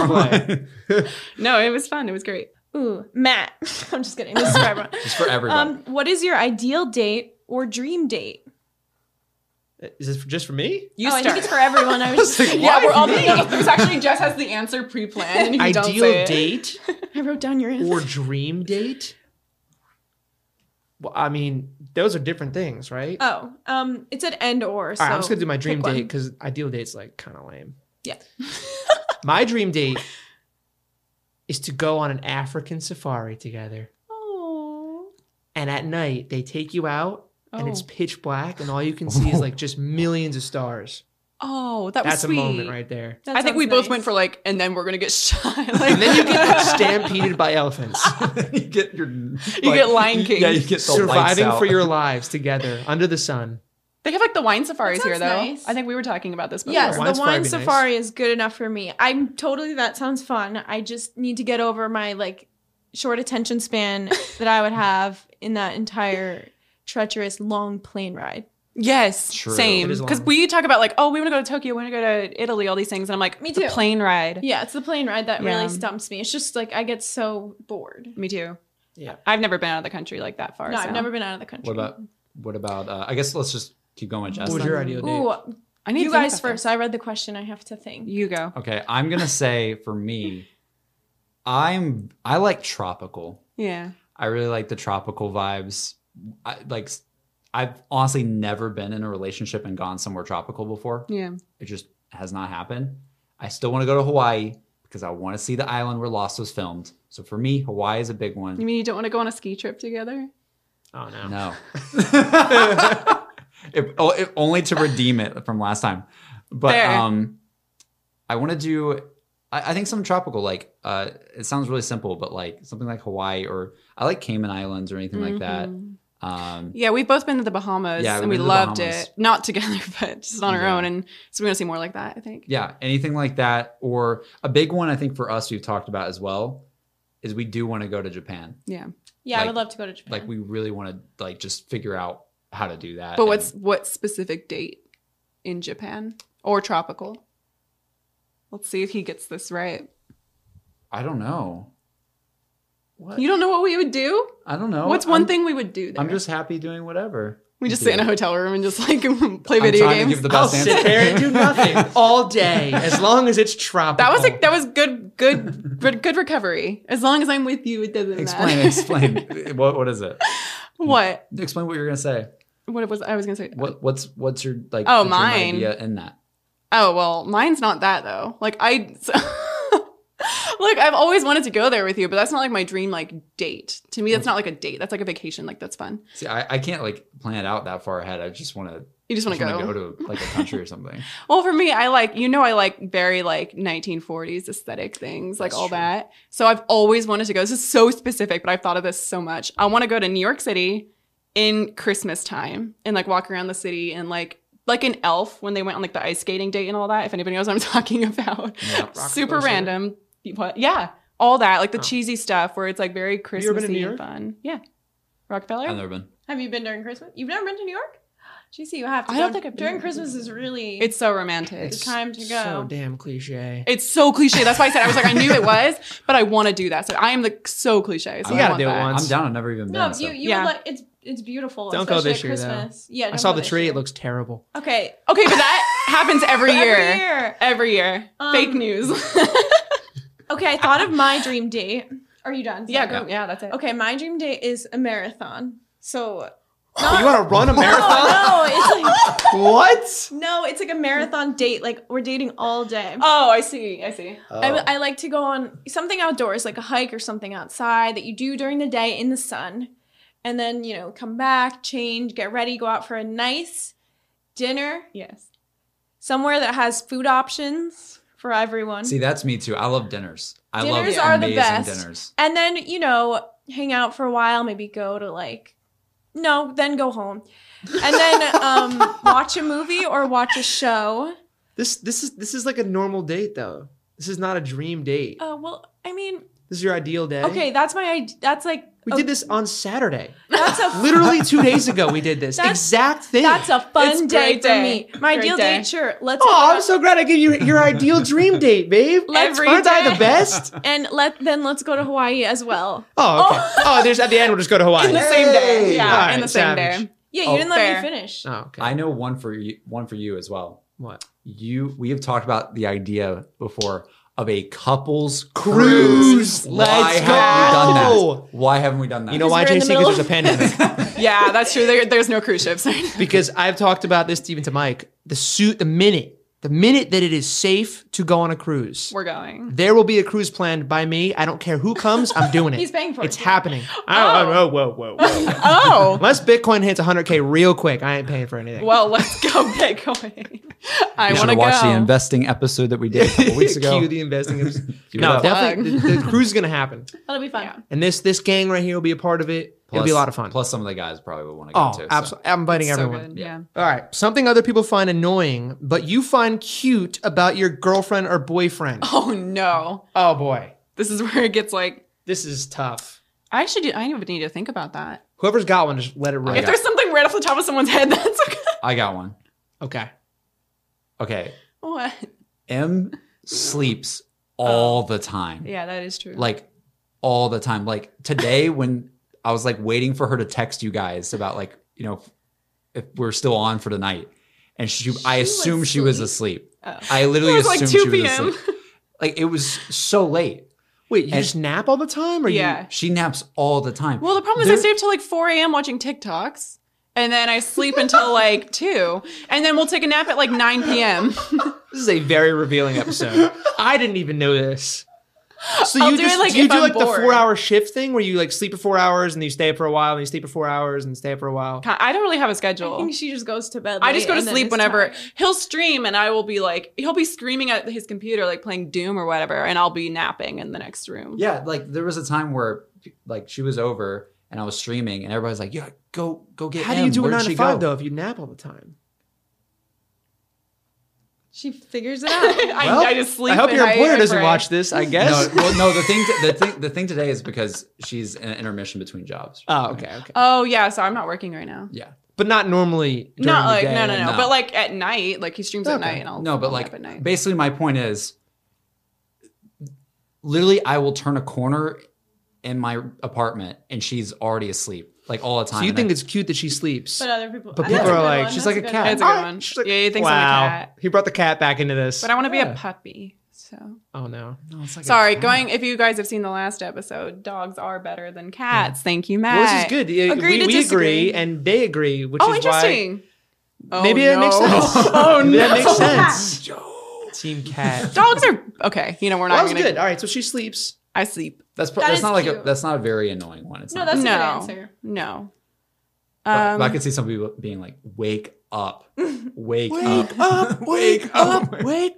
Speaker 1: Cosplay.
Speaker 4: no, it was fun. It was great.
Speaker 2: Ooh, Matt. *laughs* I'm just kidding. This is for everyone.
Speaker 3: It's for *laughs* everybody.
Speaker 2: Um, what is your ideal date or dream date?
Speaker 1: Is this just for me?
Speaker 4: You
Speaker 2: oh, I think
Speaker 4: start.
Speaker 2: it's for everyone. I was just,
Speaker 4: *laughs* yeah, *laughs* we're all thinking. There's actually Jess has the answer pre-planned. And if you don't say
Speaker 1: Ideal
Speaker 4: it-
Speaker 1: date
Speaker 4: *laughs*
Speaker 2: I wrote down your answer.
Speaker 1: or dream date? Well, I mean, those are different things, right?
Speaker 2: Oh, um, it said and or. So
Speaker 1: All right, I'm just gonna do my dream
Speaker 2: pick one.
Speaker 1: date because ideal date's like kind of lame.
Speaker 2: Yeah.
Speaker 1: *laughs* my dream date is to go on an African safari together,
Speaker 4: Oh.
Speaker 1: and at night they take you out, and it's
Speaker 4: Oh.
Speaker 1: pitch black, and all you can see is like just millions of stars.
Speaker 4: Oh, that was
Speaker 1: That's
Speaker 4: sweet.
Speaker 1: a moment right there.
Speaker 2: That
Speaker 4: I think
Speaker 2: sounds
Speaker 4: we both
Speaker 2: nice.
Speaker 4: went for like, and then we're gonna get *laughs* shot. Like,
Speaker 1: And then you
Speaker 4: *laughs*
Speaker 1: get stampeded by elephants,
Speaker 3: you get your. You
Speaker 4: get Lion King.
Speaker 3: Yeah, you get *laughs* the lights
Speaker 1: surviving
Speaker 3: out.
Speaker 1: for your lives together under the sun.
Speaker 4: They have like the wine safaris
Speaker 2: That
Speaker 4: here, though.
Speaker 2: sounds nice.
Speaker 4: I think we were talking about this before.
Speaker 2: Yes,
Speaker 1: Wine's
Speaker 2: the
Speaker 1: probably
Speaker 2: wine
Speaker 1: be nice.
Speaker 2: safari is good enough for me. I'm totally that sounds fun. I just need to get over my like short attention span that I would have in that entire treacherous long plane ride.
Speaker 4: Yes,
Speaker 3: True.
Speaker 4: same.
Speaker 1: It is
Speaker 4: Because
Speaker 1: long.
Speaker 4: we talk about like, oh, we want to go to Tokyo, we want to go to Italy, all these things, and I'm like,
Speaker 2: Me
Speaker 4: the
Speaker 2: too.
Speaker 4: plane ride.
Speaker 2: Yeah, it's the plane ride that
Speaker 4: Yeah.
Speaker 2: really stumps me. It's just like I get so bored.
Speaker 4: Me too.
Speaker 1: Yeah.
Speaker 4: I've never been out of the country like that far.
Speaker 2: No,
Speaker 4: so.
Speaker 2: I've never been out of the country.
Speaker 3: What about? What about? Uh, I guess let's just keep going with Jess.
Speaker 1: What was
Speaker 3: then.
Speaker 1: your ideal date?
Speaker 2: Ooh,
Speaker 4: I need
Speaker 2: you
Speaker 4: to think
Speaker 2: guys
Speaker 4: about
Speaker 2: first. I read the question. I have to
Speaker 4: this.
Speaker 2: think.
Speaker 4: You go.
Speaker 3: Okay, I'm gonna say for me, I'm I like tropical.
Speaker 4: Yeah.
Speaker 3: I really like the tropical vibes. I, like s- I've honestly never been in a relationship and gone somewhere tropical before.
Speaker 4: Yeah.
Speaker 3: It just has not happened. I still want to go to Hawaii because I want to see the island where Lost was filmed. So for me, Hawaii is a big
Speaker 4: You
Speaker 3: one.
Speaker 4: mean you don't want to go on a ski trip together?
Speaker 1: Oh no.
Speaker 3: No. *laughs* If- oh, if- only to redeem it from last time. But
Speaker 4: Fair.
Speaker 3: um I want to do I, I think something tropical like uh it sounds really simple but like something like Hawaii or I like Cayman Islands or anything like that.
Speaker 4: Mhm.
Speaker 3: Um
Speaker 4: Yeah, we've both been to the Bahamas
Speaker 3: Yeah, we've
Speaker 4: and we
Speaker 3: been to the
Speaker 4: loved
Speaker 3: Bahamas.
Speaker 4: it. Not together, *laughs* but just on our
Speaker 3: Yeah.
Speaker 4: own. And so we're going to see more like that, I think.
Speaker 3: yeah, anything like that or a big one I think for us we've talked about as well is we do want to go to Japan.
Speaker 4: Yeah.
Speaker 2: Yeah, I
Speaker 3: Like-
Speaker 2: would love to go to Japan.
Speaker 3: Like we really want to like just figure out how to do that.
Speaker 4: But
Speaker 3: and-
Speaker 4: what's what specific date in Japan or tropical? Let's see if he gets this right.
Speaker 3: I don't know.
Speaker 1: What?
Speaker 4: You don't know what we would do?
Speaker 3: I don't know.
Speaker 4: What's one
Speaker 3: I'm-
Speaker 4: thing we would do there?
Speaker 3: I'm just happy doing whatever.
Speaker 4: we just
Speaker 3: Yeah.
Speaker 4: sit in a hotel room and just like *laughs* play
Speaker 3: I'm
Speaker 4: video
Speaker 3: trying to
Speaker 4: games. Oh,
Speaker 3: give the
Speaker 1: I'll
Speaker 3: best answer.
Speaker 1: sit there and do
Speaker 3: *laughs*
Speaker 4: *laughs*
Speaker 1: nothing all day as long as it's tropical.
Speaker 4: that was like that was good,
Speaker 3: *laughs*
Speaker 4: good, good, good recovery. As long as I'm with you, it doesn't
Speaker 3: Explain,
Speaker 4: matter.
Speaker 3: explain. *laughs* what what is it?
Speaker 4: *laughs* what?
Speaker 3: Explain what you're gonna say.
Speaker 4: What was I was gonna say?
Speaker 3: What what's what's your like?
Speaker 4: Oh,
Speaker 3: dream
Speaker 4: mine.
Speaker 3: idea in that.
Speaker 4: Oh well, mine's not that though. Like I, so, *laughs* look, I've always wanted to go there with you, but that's not like my dream like date. To me, that's not like a date. That's like a vacation. Like that's fun.
Speaker 3: See, I, I can't like plan it out that far ahead. I just want to
Speaker 4: You just want to go.
Speaker 3: go to like a country or something.
Speaker 4: Well, for me, I like you know I like very like 1940s aesthetic things, like
Speaker 3: That's
Speaker 4: all
Speaker 3: true.
Speaker 4: that. So I've always wanted to go. This is so specific, but I've thought of this so much. I want to go to New York City in Christmas time and like walk around the city and like like an elf when they went on like the ice skating date and all that. If anybody knows what I'm *laughs* talking about,
Speaker 3: Yeah.
Speaker 1: Center.
Speaker 4: super random. What? Yeah, all that like the
Speaker 1: Oh.
Speaker 4: cheesy stuff where it's like very
Speaker 1: you ever been to
Speaker 4: Christmassy
Speaker 1: New
Speaker 4: and
Speaker 1: York?
Speaker 4: fun. Yeah,
Speaker 3: I've
Speaker 4: Rockefeller.
Speaker 3: never been.
Speaker 2: have you been during Christmas? You've never been to New York? GC, you have to.
Speaker 4: I don't
Speaker 2: go.
Speaker 4: think I've been.
Speaker 2: during Christmas is really
Speaker 4: It's so romantic.
Speaker 2: It's time to go.
Speaker 1: So damn cliche.
Speaker 4: It's so cliche. That's why I said I was like I knew it was, but I want to do that. So I am like so cliche. So
Speaker 1: You
Speaker 4: I
Speaker 1: gotta
Speaker 4: want
Speaker 1: do it
Speaker 4: that.
Speaker 1: once.
Speaker 3: I'm down. I've never even been.
Speaker 2: no,
Speaker 3: so.
Speaker 2: you you
Speaker 4: Yeah.
Speaker 2: would like it's it's beautiful.
Speaker 1: Don't go
Speaker 2: especially
Speaker 1: this
Speaker 2: at
Speaker 1: year, though.
Speaker 2: Christmas. Yeah,
Speaker 1: I
Speaker 2: don't
Speaker 1: saw
Speaker 2: go
Speaker 1: the
Speaker 2: this
Speaker 1: tree.
Speaker 2: year.
Speaker 1: It looks terrible.
Speaker 2: okay.
Speaker 4: Okay, but *laughs* that happens every year.
Speaker 2: Every year.
Speaker 4: Every year.
Speaker 2: Um, *laughs*
Speaker 4: Fake news.
Speaker 2: Okay, I thought of
Speaker 4: *laughs*
Speaker 2: my dream date. Are you done?
Speaker 4: yeah,
Speaker 2: Zach?
Speaker 4: go, yeah, that's it.
Speaker 2: Okay, my dream date is a marathon. So
Speaker 1: *gasps* you
Speaker 2: *gasps*
Speaker 1: want to run
Speaker 2: *laughs*
Speaker 1: a marathon? *laughs*
Speaker 2: no, it's like
Speaker 1: what?
Speaker 2: no, it's like a marathon date. Like we're dating all day.
Speaker 4: Oh, I see. I see.
Speaker 2: I, I like to go on something outdoors, like a hike or something outside that you do during the day in the sun, and then you know come back, change, get ready, go out for a nice dinner
Speaker 4: Yes.
Speaker 2: somewhere that has food options for everyone.
Speaker 3: See, that's me too. I love dinners. I
Speaker 2: Dinners
Speaker 3: love
Speaker 2: are the
Speaker 3: amazing
Speaker 2: best.
Speaker 3: dinners.
Speaker 2: And then, you know, hang out for a while, maybe go to like no, then go home. And then um watch a movie or watch a show.
Speaker 1: This this is this is like a normal date though. This is not a dream date.
Speaker 2: Uh well, I mean,
Speaker 1: This is your ideal day.
Speaker 2: okay, that's my id- that's like
Speaker 1: We
Speaker 2: a-
Speaker 1: did this on Saturday.
Speaker 2: *laughs* that's a
Speaker 1: Literally two days ago, we did this
Speaker 2: That's-
Speaker 1: exact thing.
Speaker 2: that's a
Speaker 4: It's
Speaker 2: fun day
Speaker 4: great
Speaker 2: for
Speaker 4: day.
Speaker 2: me. My
Speaker 4: Great
Speaker 2: ideal
Speaker 4: day.
Speaker 2: date, sure. Let's
Speaker 1: Oh, I'm so glad I gave you your ideal dream date,
Speaker 2: *laughs*
Speaker 1: babe.
Speaker 2: Let's
Speaker 1: Aren't I
Speaker 2: pretend-
Speaker 1: the
Speaker 2: *laughs*
Speaker 1: best?
Speaker 2: and let then let's go to Hawaii as well.
Speaker 1: Oh, okay. Oh, there's at the end we'll just go to Hawaii.
Speaker 4: In the same day.
Speaker 3: Hey!
Speaker 4: Yeah,
Speaker 1: All
Speaker 4: in
Speaker 1: right,
Speaker 4: the same
Speaker 1: savage.
Speaker 4: day.
Speaker 2: Yeah, you
Speaker 3: Oh,
Speaker 2: didn't let
Speaker 4: fair.
Speaker 2: me finish.
Speaker 1: oh, okay.
Speaker 3: I know one for you, one for you as well.
Speaker 1: what?
Speaker 3: You, we have talked about the idea before of a couples
Speaker 1: Cruise.
Speaker 3: cruise. Why
Speaker 1: Let's
Speaker 3: haven't we
Speaker 1: go.
Speaker 3: done that? Why haven't we done that?
Speaker 1: You know
Speaker 2: Because
Speaker 1: why,
Speaker 2: we're in
Speaker 1: JC?
Speaker 2: the
Speaker 1: Because there's a
Speaker 2: middle. *laughs*
Speaker 1: pandemic.
Speaker 4: Yeah, that's true. There, there's no cruise ships. *laughs*
Speaker 1: because I've talked about this to even to Mike. The suit, the minute, the minute that it is safe to go on a cruise,
Speaker 4: We're going.
Speaker 1: there will be a cruise planned by me. I don't care who comes. I'm
Speaker 2: *laughs*
Speaker 1: doing it.
Speaker 2: He's paying for it, Oh.
Speaker 1: It's
Speaker 2: too. *laughs*
Speaker 1: happening. Oh, I don't know. Whoa, whoa, whoa.
Speaker 4: Oh.
Speaker 1: oh, Unless Bitcoin hits 100k real quick, I ain't paying for anything.
Speaker 4: *laughs* Well, let's go get going. I
Speaker 3: you
Speaker 4: want
Speaker 3: should
Speaker 4: to go.
Speaker 3: watch the investing episode that we did a
Speaker 1: *laughs*
Speaker 2: *laughs*
Speaker 3: couple weeks ago.
Speaker 1: Cue the investing. *laughs*
Speaker 3: it
Speaker 1: no,
Speaker 3: up.
Speaker 1: definitely the, the cruise is gonna happen,
Speaker 2: That'll be fun.
Speaker 4: Yeah.
Speaker 1: and this this gang right here will be a part of it. It'll be a lot of fun.
Speaker 3: Plus, some of the guys probably would want to go
Speaker 1: oh,
Speaker 3: too. so.
Speaker 1: absolutely! I'm inviting
Speaker 4: So
Speaker 1: everyone.
Speaker 4: good. Yeah.
Speaker 1: All right, something other people find annoying, but you find cute about your girlfriend or boyfriend.
Speaker 4: Oh no.
Speaker 1: Oh boy,
Speaker 4: This is where it gets like.
Speaker 1: this is tough.
Speaker 4: I actually, do, I don't even need to think about that.
Speaker 1: Whoever's got one, just let it
Speaker 3: Oh
Speaker 4: if
Speaker 1: rip.
Speaker 4: there's something right off the top of someone's head, *laughs* that's okay.
Speaker 3: I got one.
Speaker 1: Okay.
Speaker 3: Okay,
Speaker 4: What?
Speaker 3: M sleeps
Speaker 2: Oh.
Speaker 3: all the time.
Speaker 4: Yeah, that is true.
Speaker 3: like all the time. Like today *laughs* when I was like waiting for her to text you guys about like, you know, if we're still on for tonight. And she, I
Speaker 2: was
Speaker 3: assume she was asleep.
Speaker 4: Oh.
Speaker 3: I literally
Speaker 4: It was, like,
Speaker 3: assumed
Speaker 4: 2
Speaker 3: she was
Speaker 4: p.m..
Speaker 3: asleep. Like it was so late.
Speaker 1: Wait, you
Speaker 3: And-
Speaker 1: just nap all the time, or
Speaker 4: yeah.
Speaker 3: She naps all the time.
Speaker 4: Well, the problem is I stay up till like 4 a.m. watching TikToks, and then I sleep
Speaker 3: *laughs*
Speaker 4: until like 2, and then we'll take a nap at like 9 *laughs* p.m.
Speaker 1: you? This is a very revealing episode. *laughs* I didn't even know this. So
Speaker 4: I'll
Speaker 1: you
Speaker 4: do it,
Speaker 1: just
Speaker 4: like,
Speaker 1: do you
Speaker 4: if
Speaker 1: do
Speaker 4: I'm
Speaker 1: like the
Speaker 4: bored.
Speaker 1: four hour shift thing where you like sleep for four hours and you stay up for a while and you sleep for four hours and stay up for a while.
Speaker 4: I don't really have a
Speaker 2: I
Speaker 4: schedule.
Speaker 2: think she just goes to bed.
Speaker 4: I just
Speaker 2: late
Speaker 4: go to
Speaker 2: and then
Speaker 4: sleep
Speaker 2: it's
Speaker 4: whenever
Speaker 2: tired.
Speaker 4: he'll stream, and I will be like, he'll be screaming at his computer, like playing Doom or whatever, and I'll be napping in the next room.
Speaker 3: yeah, like there was a time where like she was over and I was streaming and everybody's like, yeah, go, go get
Speaker 1: How do you
Speaker 3: M.
Speaker 1: do a
Speaker 3: Where'd
Speaker 1: nine to
Speaker 3: she
Speaker 1: five
Speaker 3: go?
Speaker 1: though if you nap all the time?
Speaker 2: she figures it out.
Speaker 4: *laughs* I,
Speaker 1: Well,
Speaker 4: I just sleep.
Speaker 1: I hope
Speaker 4: and
Speaker 1: your employer
Speaker 4: I
Speaker 1: doesn't
Speaker 4: pray.
Speaker 1: watch this.
Speaker 4: *laughs*
Speaker 1: I guess.
Speaker 3: No, well, no. The thing, the thing, the thing today is because she's in an intermission between jobs.
Speaker 1: Oh, okay, okay.
Speaker 4: Oh yeah, so I'm not working right now.
Speaker 3: Yeah.
Speaker 1: But not normally. during
Speaker 4: Not
Speaker 1: the
Speaker 4: like
Speaker 1: day,
Speaker 4: no, no, no,
Speaker 3: no.
Speaker 4: But like at night, like he streams
Speaker 1: Okay.
Speaker 4: at night, and I'll
Speaker 3: No, but
Speaker 4: I'll nap
Speaker 3: like
Speaker 4: at night.
Speaker 3: basically my point is literally I will turn a corner in my apartment and she's already asleep like all the time.
Speaker 1: So you
Speaker 3: And
Speaker 1: think
Speaker 3: I-
Speaker 1: it's cute that she sleeps?
Speaker 2: But other people,
Speaker 1: But
Speaker 2: that's
Speaker 1: people
Speaker 2: a
Speaker 1: are
Speaker 2: good
Speaker 1: like,
Speaker 2: one.
Speaker 1: she's
Speaker 2: That's
Speaker 1: like a
Speaker 2: good
Speaker 1: cat.
Speaker 4: That's a
Speaker 1: Ah,
Speaker 4: good one.
Speaker 1: she's like,
Speaker 4: Yeah, he thinks I'm a
Speaker 1: wow.
Speaker 4: cat.
Speaker 1: He brought the cat back into this.
Speaker 4: But I want to be
Speaker 1: Yeah.
Speaker 4: a puppy. So
Speaker 1: oh no.
Speaker 3: No, it's like a
Speaker 4: sorry,
Speaker 3: cat. *laughs*
Speaker 4: going. If *laughs* you guys have seen the last episode, dogs are better than cats. Thank you, Matt.
Speaker 1: Well, this is good. Yeah,
Speaker 4: Agree
Speaker 1: we
Speaker 4: to
Speaker 1: we
Speaker 4: disagree.
Speaker 1: agree and they agree, which
Speaker 4: Oh,
Speaker 1: is why
Speaker 4: interesting. Oh,
Speaker 1: maybe that makes
Speaker 4: no.
Speaker 1: sense.
Speaker 4: oh
Speaker 1: maybe
Speaker 4: no,
Speaker 1: that makes sense. Team
Speaker 4: *laughs*
Speaker 1: cat.
Speaker 4: *laughs* dogs are okay. You know we're not
Speaker 1: that was
Speaker 4: gonna.
Speaker 1: good. All right, so she sleeps.
Speaker 4: I sleep.
Speaker 3: That's pro-
Speaker 2: That
Speaker 3: that's
Speaker 2: is
Speaker 3: not like a,
Speaker 2: cute.
Speaker 3: that's not a very annoying one. It's
Speaker 2: No,
Speaker 3: not.
Speaker 2: that's a
Speaker 4: no,
Speaker 2: good answer.
Speaker 4: No.
Speaker 3: But- but I
Speaker 4: Um,
Speaker 3: could see some people being like, "Wake up, wake, up." *laughs*
Speaker 1: up, wake up, wake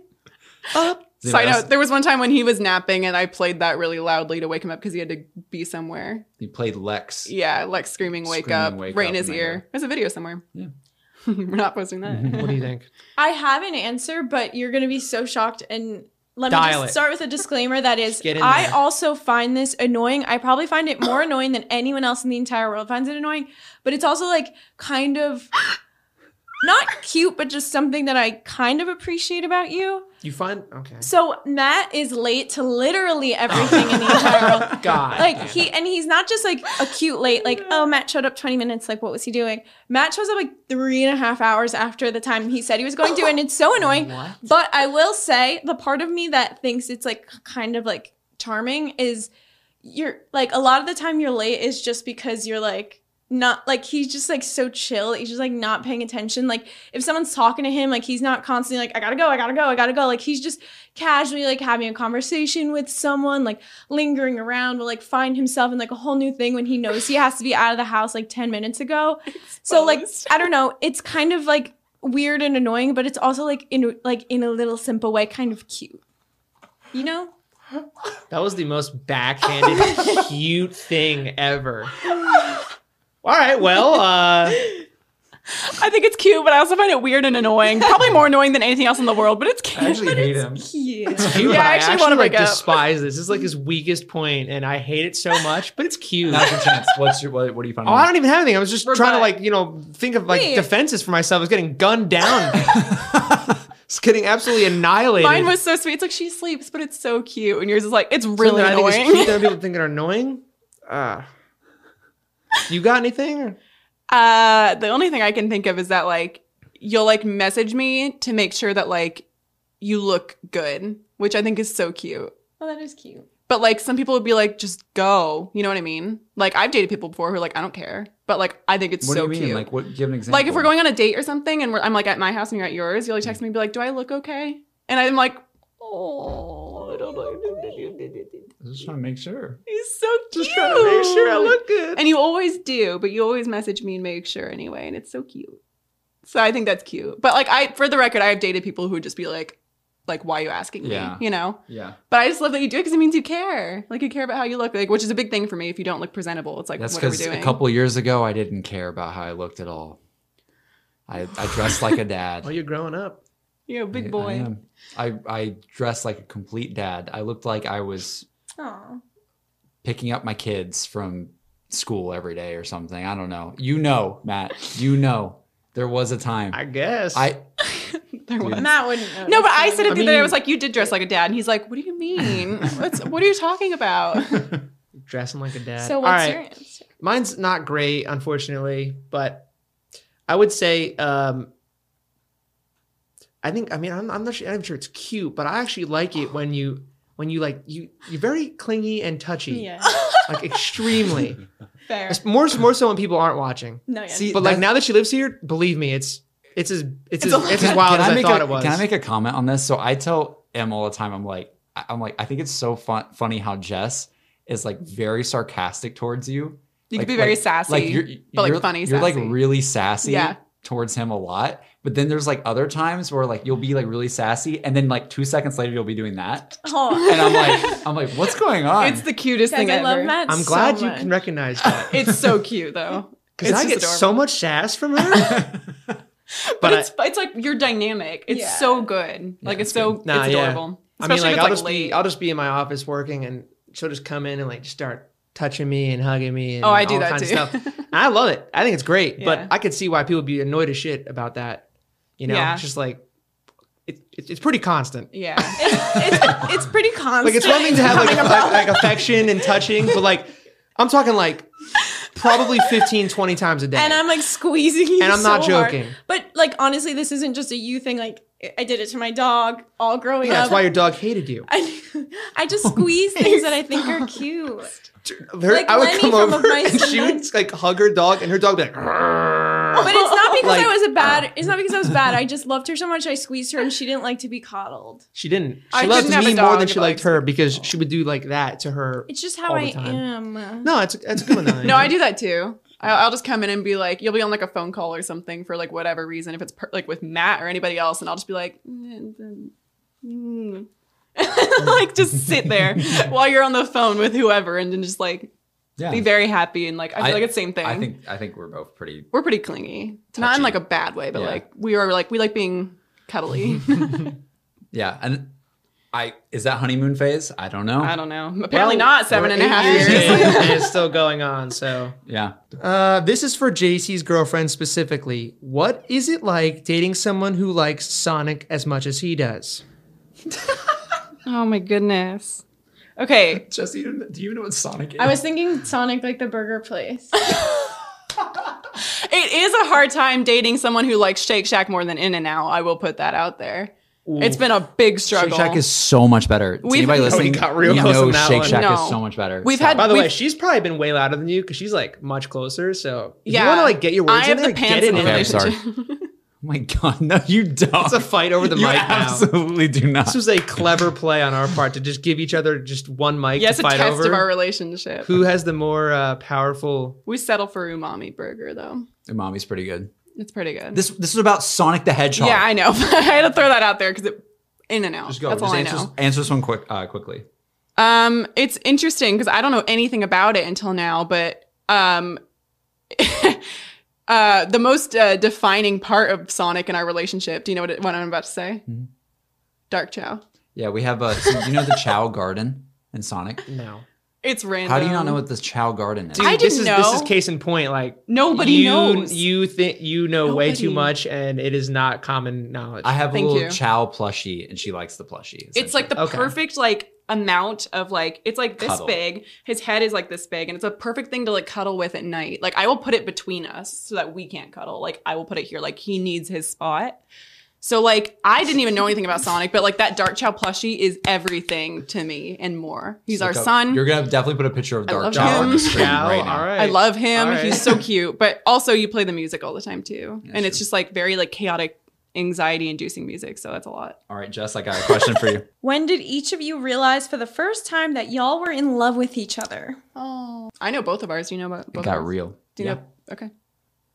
Speaker 1: up.
Speaker 3: You
Speaker 4: so I know
Speaker 3: that's-
Speaker 4: there was one time when he was napping and I played that really loudly to wake him up because he had to be somewhere.
Speaker 3: You played Lex.
Speaker 4: *laughs* Yeah, like screaming, "Wake
Speaker 3: Screaming,
Speaker 4: up!"
Speaker 3: "Wake
Speaker 4: right
Speaker 3: up,"
Speaker 4: in his
Speaker 3: in my
Speaker 4: ear.
Speaker 3: ear.
Speaker 4: There's a video somewhere.
Speaker 3: Yeah.
Speaker 4: *laughs* we're not posting that.
Speaker 1: What do you think?
Speaker 2: I have an answer, but you're going to be so shocked. And let me
Speaker 1: Dial
Speaker 2: just
Speaker 1: it.
Speaker 2: start with a disclaimer that is,
Speaker 1: Get in
Speaker 2: I
Speaker 1: there.
Speaker 2: also find this annoying. I probably find it
Speaker 1: *gasps*
Speaker 2: more annoying than anyone else in the entire world finds it annoying. But it's also like kind of not cute, but just something that I kind of appreciate about you.
Speaker 1: You find
Speaker 4: *laughs*
Speaker 1: okay.
Speaker 2: So Matt is late to literally everything in the entire
Speaker 1: *laughs*
Speaker 2: world.
Speaker 1: God.
Speaker 2: Like he and he's not just like a cute late, like, oh Matt showed up 20 minutes, like what was he doing? Matt shows up like three and a half hours after the time he said he was going to, and
Speaker 1: *laughs*
Speaker 2: it's so annoying.
Speaker 1: What?
Speaker 2: But I will say the part of me that thinks it's like kind of like charming is you're like a lot of the time you're late is just because you're like not like he's just like so chill. He's just like not paying attention. Like if someone's talking to him, like he's not constantly like, I gotta go, I gotta go, I gotta go. Like he's just casually like having a conversation with someone, like lingering around, will like find himself in like a whole new thing when he knows he has to be out of the house like 10 minutes ago.
Speaker 4: *laughs*
Speaker 2: So like
Speaker 4: Exposed.
Speaker 2: I don't know, it's kind of like weird and annoying, but it's also like in like in a little simple way, kind of cute. You know?
Speaker 1: That was the most
Speaker 4: *laughs*
Speaker 1: backhanded, cute thing ever. All right, well,
Speaker 4: *laughs*
Speaker 1: uh,
Speaker 4: I think it's cute, but I also find it weird and annoying. Probably more annoying than anything else in the world, but it's
Speaker 3: I
Speaker 4: cute.
Speaker 3: actually hate him.
Speaker 1: cute,
Speaker 2: Cute.
Speaker 4: Yeah,
Speaker 1: but
Speaker 4: I
Speaker 1: I
Speaker 4: actually
Speaker 1: actually,
Speaker 4: wanna
Speaker 1: like
Speaker 4: break up.
Speaker 1: despise this. This is like his weakest point, and I hate it so much, but it's cute.
Speaker 3: Now's your chance. What's your what, what do you find?
Speaker 1: Oh, I don't even have anything. I was just trying to
Speaker 4: back.
Speaker 1: like, you know, think of like
Speaker 2: Wait.
Speaker 1: defenses for myself. I was getting gunned down.
Speaker 4: *laughs*
Speaker 3: *laughs*
Speaker 1: It's getting absolutely annihilated.
Speaker 4: Mine was so sweet. It's like she sleeps, but it's so cute. And yours is like, it's
Speaker 1: Something
Speaker 4: really
Speaker 1: that I think is
Speaker 4: annoying.
Speaker 1: cute that people think are annoying. Uh, you got anything?
Speaker 4: *laughs* Uh, the only thing I can think of is that like you'll like message me to make sure that like you look good, which I think is so cute.
Speaker 2: *laughs* Oh, that is cute.
Speaker 4: But like some people would be like, just go. You know what I mean? Like I've dated people before who are like, I don't care. But like I think it's
Speaker 3: What
Speaker 4: so
Speaker 3: do you mean?
Speaker 4: cute.
Speaker 3: Like what? Give an example.
Speaker 4: Like, if we're going on a date or something and we're, I'm like at my house and you're at yours, you'll like text me and be like, Do I look okay? And I'm like, Oh, I don't know.
Speaker 3: I'm just trying to make sure.
Speaker 4: He's so cute.
Speaker 1: Just trying to make sure I look good.
Speaker 4: And you always do, but you always message me and make sure anyway, and it's so cute. So I think that's cute. But like I for the record, I have dated people who would just be like, like, why are you asking
Speaker 3: Yeah.
Speaker 4: me? You know?
Speaker 3: Yeah,
Speaker 4: But I just love that you do it because it means you care. Like you care about how you look, like which is a big thing for me if you don't look presentable. It's like
Speaker 3: that's
Speaker 4: what are we
Speaker 3: because
Speaker 4: doing?
Speaker 3: a couple years ago I didn't care about how I looked at all. I I dressed like a dad.
Speaker 1: *laughs* Oh, you're growing up.
Speaker 4: You're a big
Speaker 3: I, I,
Speaker 4: boy.
Speaker 3: am. I I dressed like a complete dad. I looked like I was
Speaker 2: Aw.
Speaker 3: picking up my kids from school every day or something. I don't know. You know, Matt. You know, there was a time.
Speaker 1: I guess.
Speaker 3: I
Speaker 4: there was.
Speaker 2: Matt wouldn't know.
Speaker 4: No, but I said it the
Speaker 1: I
Speaker 4: other day. I
Speaker 1: mean-
Speaker 4: was like, "You did dress like a dad," and he's like, "What do you mean? What's, what are you talking about?"
Speaker 1: dressing like a dad.
Speaker 2: So
Speaker 1: All
Speaker 2: what's
Speaker 1: right.
Speaker 2: your answer?
Speaker 1: Mine's not great, unfortunately, but I would say um, I think I mean I'm, I'm not sure, I'm sure it's cute, but I actually like it when you when you like you you're very clingy and touchy,
Speaker 2: *laughs* Yeah.
Speaker 1: like extremely.
Speaker 2: *laughs* *laughs* Fair.
Speaker 1: It's more more so when people aren't watching.
Speaker 2: No, yeah.
Speaker 3: See,
Speaker 1: But like
Speaker 3: That's-
Speaker 1: now that she lives here, believe me, it's it's as it's
Speaker 4: It's
Speaker 1: as,
Speaker 4: a-
Speaker 1: it's as
Speaker 3: Can-
Speaker 1: wild
Speaker 3: can
Speaker 1: as I,
Speaker 3: make
Speaker 1: thought
Speaker 3: a-
Speaker 1: it was.
Speaker 3: Can I make a comment on this? So I tell Em all the time, I'm like, I- I'm like, I think it's so fun, funny how Jess is like very sarcastic towards you.
Speaker 4: You
Speaker 3: Like-
Speaker 4: could be very
Speaker 3: like-
Speaker 4: sassy,
Speaker 3: like you're,
Speaker 4: but like
Speaker 3: you're-
Speaker 4: funny.
Speaker 3: You're
Speaker 4: sassy.
Speaker 3: like really sassy
Speaker 4: Yeah.
Speaker 3: towards him a lot. But then there's like other times where like you'll be like really sassy, and then like two seconds later you'll be doing that,
Speaker 2: Oh,
Speaker 3: and I'm
Speaker 4: *laughs*
Speaker 3: like, I'm like, what's going on?
Speaker 4: It's the cutest
Speaker 2: guys,
Speaker 4: thing
Speaker 2: I
Speaker 4: ever.
Speaker 2: love Matt.
Speaker 1: I'm
Speaker 2: so
Speaker 1: glad you
Speaker 2: much.
Speaker 1: can recognize that
Speaker 4: *laughs* It's so cute though.
Speaker 1: because
Speaker 4: *laughs* It's
Speaker 1: I
Speaker 4: just
Speaker 1: get so
Speaker 4: adorable.
Speaker 1: much sass from her.
Speaker 3: *laughs*
Speaker 4: but,
Speaker 1: but I-
Speaker 4: it's it's like you're dynamic. It's
Speaker 2: Yeah.
Speaker 4: so good. Like it's so
Speaker 1: Nah,
Speaker 4: it's
Speaker 1: yeah.
Speaker 4: adorable.
Speaker 1: I mean,
Speaker 4: Especially
Speaker 1: like
Speaker 4: if
Speaker 1: I'll
Speaker 4: it's
Speaker 1: just
Speaker 4: like late.
Speaker 1: be I'll just be in my office working, and she'll just come in and like just start touching me and hugging me. And
Speaker 4: Oh, I do
Speaker 1: all
Speaker 4: that
Speaker 1: kinds Of
Speaker 4: too.
Speaker 1: stuff.
Speaker 4: *laughs*
Speaker 1: And I love it. I think it's great,
Speaker 4: Yeah.
Speaker 1: but I could see why people would be annoyed as shit about that. You know,
Speaker 4: Yeah.
Speaker 1: it's just like it, it, it's pretty constant.
Speaker 2: *laughs*
Speaker 4: yeah.
Speaker 2: *laughs*
Speaker 4: *laughs*
Speaker 2: It's, it's, it's pretty constant.
Speaker 1: Like it's one thing to have like, affe- like affection and touching, but like I'm talking like probably 15, 20 times a day.
Speaker 2: and I'm like squeezing you.
Speaker 1: And I'm not
Speaker 2: so hard.
Speaker 1: joking.
Speaker 2: But like honestly, this isn't just a you thing. Like I did it to my dog all growing
Speaker 1: Yeah,
Speaker 2: up.
Speaker 1: that's
Speaker 2: *laughs*
Speaker 1: why your dog hated you.
Speaker 2: I, I just squeeze things that I think are cute.
Speaker 1: Her-
Speaker 2: Like
Speaker 1: I would
Speaker 2: Lenny
Speaker 1: come
Speaker 2: from
Speaker 1: over
Speaker 2: A Mice
Speaker 1: and
Speaker 2: and
Speaker 1: she
Speaker 2: Men.
Speaker 1: would like hug her dog, and her dog would be like.
Speaker 2: *laughs* But it's not because
Speaker 1: Like-
Speaker 2: I was a *laughs* bad. It's not because I was bad. I just loved her so much. I squeezed her, and she didn't like to be coddled.
Speaker 1: She didn't. She
Speaker 4: I
Speaker 1: loved
Speaker 4: couldn't have a
Speaker 1: me more
Speaker 4: dog
Speaker 1: than
Speaker 4: if
Speaker 1: she
Speaker 4: I
Speaker 1: liked
Speaker 4: was-
Speaker 1: her because she would do like that to her.
Speaker 2: It's just how
Speaker 1: All
Speaker 2: I
Speaker 1: the time.
Speaker 2: am.
Speaker 1: No, it's that's a good one. though.
Speaker 4: No, I do that too. I'll, I'll just come in and be like, you'll be on like a phone call or something for like whatever reason, if it's per- like with Matt or anybody else, and I'll just be like, *laughs* mm, mm, mm." like just
Speaker 3: *laughs*
Speaker 4: sit there while you're on the phone with whoever, and then just like
Speaker 3: yeah.
Speaker 4: be very happy and like I feel
Speaker 3: I-
Speaker 4: like it's the same thing.
Speaker 3: I think I think we're both pretty.
Speaker 4: we're pretty clingy, not in
Speaker 3: Touchy.
Speaker 4: like a bad way, but
Speaker 3: Yeah. *laughs*
Speaker 4: like we are like we like being cuddly.
Speaker 3: Yeah, and I is that honeymoon phase? I don't know.
Speaker 4: *laughs* I don't know. Apparently not seven
Speaker 1: We're
Speaker 4: and a
Speaker 1: eight
Speaker 4: half
Speaker 1: years
Speaker 4: years.
Speaker 1: in,
Speaker 4: *laughs*
Speaker 1: *laughs* and it's still going on. So
Speaker 3: yeah.
Speaker 1: Uh, this is for JC's girlfriend specifically. What is it like dating someone who likes Sonic as much as he does?
Speaker 4: oh my goodness. Okay.
Speaker 5: Jesse, do you know what Sonic is?
Speaker 2: I was thinking Sonic, like the burger place.
Speaker 4: It is a hard time dating someone who likes Shake Shack more than In and Out. I will put that out there. It's been a big struggle.
Speaker 3: Shake Shack is so much better. Does
Speaker 4: We've-
Speaker 3: anybody
Speaker 4: Oh, he
Speaker 3: listening
Speaker 1: got real
Speaker 3: you
Speaker 1: close
Speaker 3: know
Speaker 1: on that
Speaker 3: Shake
Speaker 1: one.
Speaker 3: Shack
Speaker 4: No.
Speaker 3: is so much better.
Speaker 4: We've
Speaker 3: Stop.
Speaker 4: had-
Speaker 1: By the way,
Speaker 4: We've-
Speaker 1: she's probably been way louder than you because she's like much closer. So if
Speaker 4: Yeah.
Speaker 1: you want to like get your words
Speaker 4: I
Speaker 1: in
Speaker 4: have
Speaker 1: there,
Speaker 4: the pants
Speaker 1: get it
Speaker 4: in
Speaker 1: in
Speaker 4: the
Speaker 3: okay, I'm
Speaker 1: there.
Speaker 3: sorry. oh
Speaker 1: *laughs*
Speaker 3: my god, *laughs* no, you don't.
Speaker 1: It's a fight over the
Speaker 3: you
Speaker 1: mic now.
Speaker 3: absolutely do not.
Speaker 1: This was a clever play on our part to just give each other just one mic
Speaker 4: yes,
Speaker 1: to
Speaker 4: a
Speaker 1: fight
Speaker 4: test
Speaker 1: over.
Speaker 4: of our relationship.
Speaker 1: Who has the more uh, powerful?
Speaker 4: We settle for umami burger though.
Speaker 3: Mommy's pretty good.
Speaker 4: It's pretty good.
Speaker 3: This this is about Sonic the Hedgehog.
Speaker 4: yeah, I know. *laughs* I had to throw that out there because it in and out.
Speaker 3: just go.
Speaker 4: That's
Speaker 3: just
Speaker 4: all
Speaker 3: answer,
Speaker 4: I know.
Speaker 3: answer this one quick uh, quickly.
Speaker 4: Um, it's interesting because I don't know anything about it until now, but um, *laughs* uh, the most uh, defining part of Sonic in our relationship. Do you know what, it, what I'm about to say?
Speaker 3: Mm-hmm.
Speaker 4: Dark Chow.
Speaker 3: Yeah, we have a. So, do you know the Chow Garden in Sonic?
Speaker 1: No,
Speaker 4: It's random.
Speaker 3: How do you not know what the Chow Garden is?
Speaker 1: Dude,
Speaker 4: um, I
Speaker 1: this is
Speaker 4: didn't
Speaker 1: this is
Speaker 4: know.
Speaker 1: case in point. Like
Speaker 4: Nobody
Speaker 1: you,
Speaker 4: knows.
Speaker 1: You think you know way too
Speaker 4: Nobody.
Speaker 1: much, and it is not common knowledge.
Speaker 3: I have a
Speaker 4: Thank
Speaker 3: little
Speaker 4: you.
Speaker 3: Chow plushie, and she likes the plushie.
Speaker 4: it's like the
Speaker 1: Okay.
Speaker 4: perfect like amount of like it's like this
Speaker 3: Cuddle.
Speaker 4: big. His head is like this big, and it's a perfect thing to like cuddle with at night. Like I will put it between us so that we can't cuddle. Like I will put it here. Like he needs his spot. So like I didn't even know anything about Sonic, but like that Dark Chow plushie is everything to me and more. He's our
Speaker 3: Look up-
Speaker 4: son.
Speaker 3: You're gonna have definitely put a picture of
Speaker 4: I
Speaker 3: Dark
Speaker 4: love
Speaker 3: Chow on
Speaker 4: him.
Speaker 1: *laughs*
Speaker 3: the screen
Speaker 1: Chow,
Speaker 3: right now.
Speaker 1: all right.
Speaker 4: I love him.
Speaker 1: All right.
Speaker 4: He's so cute. But also you play the music all the time too.
Speaker 3: Yeah,
Speaker 4: and it's
Speaker 3: sure.
Speaker 4: just like very like chaotic anxiety inducing music. So that's a lot.
Speaker 3: All right, Jess, I got a question for you.
Speaker 2: when did each of you realize for the first time that y'all were in love with each other?
Speaker 4: Oh. I know both of ours. You know about both
Speaker 3: It
Speaker 4: of
Speaker 3: got
Speaker 4: ours?
Speaker 3: real.
Speaker 4: Do you
Speaker 3: yeah.
Speaker 4: know okay.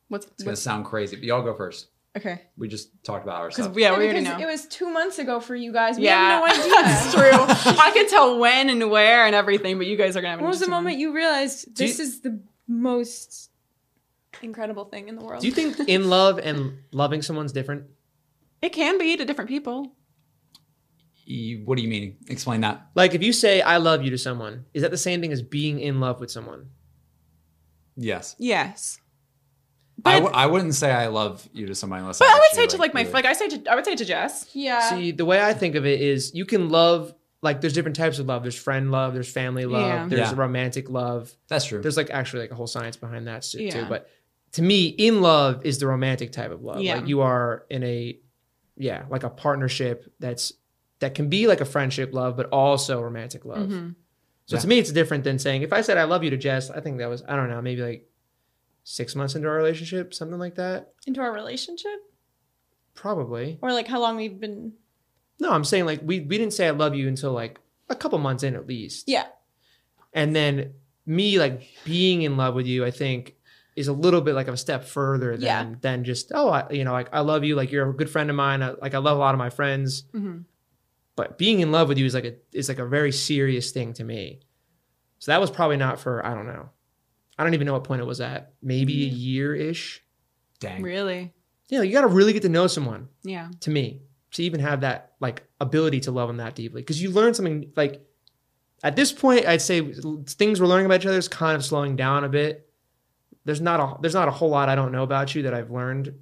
Speaker 4: What's,
Speaker 3: It's gonna
Speaker 4: what's
Speaker 3: sound crazy, but y'all go first.
Speaker 4: okay.
Speaker 3: We just talked about
Speaker 4: Because
Speaker 3: ourselves.
Speaker 4: yeah, we already
Speaker 2: because
Speaker 4: know.
Speaker 2: It was two months ago for you guys. We
Speaker 4: *laughs* yeah,
Speaker 2: have no idea.
Speaker 4: that's true. I can tell when and where and everything, but you guys are gonna have. an
Speaker 2: When was the
Speaker 4: interesting
Speaker 2: moment you realized
Speaker 1: Do you-
Speaker 2: this is the most incredible thing in the world?
Speaker 1: Do you think in love and loving someone's different?
Speaker 4: one. *laughs* It can be to different people.
Speaker 3: You- E, what do you mean? Explain that.
Speaker 1: Like if you say I love you to someone, is that the same thing as being in love with someone?
Speaker 3: Yes.
Speaker 4: Yes,
Speaker 3: I
Speaker 4: but
Speaker 3: w- I wouldn't say I love you to somebody unless.
Speaker 4: but I would say
Speaker 3: actually,
Speaker 4: to like my
Speaker 3: really-
Speaker 4: like I say to I would say to Jess.
Speaker 2: yeah.
Speaker 1: See, the way I think of it is you can love like there's different types of love. There's friend love, there's family love,
Speaker 4: Yeah.
Speaker 1: there's
Speaker 3: Yeah.
Speaker 1: romantic love.
Speaker 3: That's true.
Speaker 1: There's like actually like a whole science behind that shit too.
Speaker 4: Yeah.
Speaker 1: But to me, in love is the romantic type of love.
Speaker 4: Yeah.
Speaker 1: Like you are in a yeah, like a partnership that's that can be like a friendship love, but also romantic love.
Speaker 4: Mhm.
Speaker 1: So to me, it's different than saying if I said I love you to Jess. I think that was I don't know maybe like six months into our relationship, something like that.
Speaker 2: Into our relationship?
Speaker 1: Probably.
Speaker 2: Or like how long we've been
Speaker 1: No, I'm saying like we we didn't say I love you until like a couple months in at least.
Speaker 2: Yeah.
Speaker 1: And then me like being in love with you, I think is a little bit like of a step further than
Speaker 2: Yeah.
Speaker 1: than just oh I, you know like I love you like you're a good friend of mine I, like I love a lot of my friends
Speaker 4: Mhm.
Speaker 1: but being in love with you is like a is like a very serious thing to me. So that was probably not for I don't know. I don't even know what point it was at. Maybe a
Speaker 2: Mm-hmm.
Speaker 1: year ish.
Speaker 3: Dang.
Speaker 4: Really?
Speaker 1: Yeah, you got to really get to know someone
Speaker 4: Yeah.
Speaker 1: to me to even have that like ability to love them that deeply because you learn something like at this point I'd say things we're learning about each other is kind of slowing down a bit. There's not a there's not a whole lot I don't know about you that I've learned,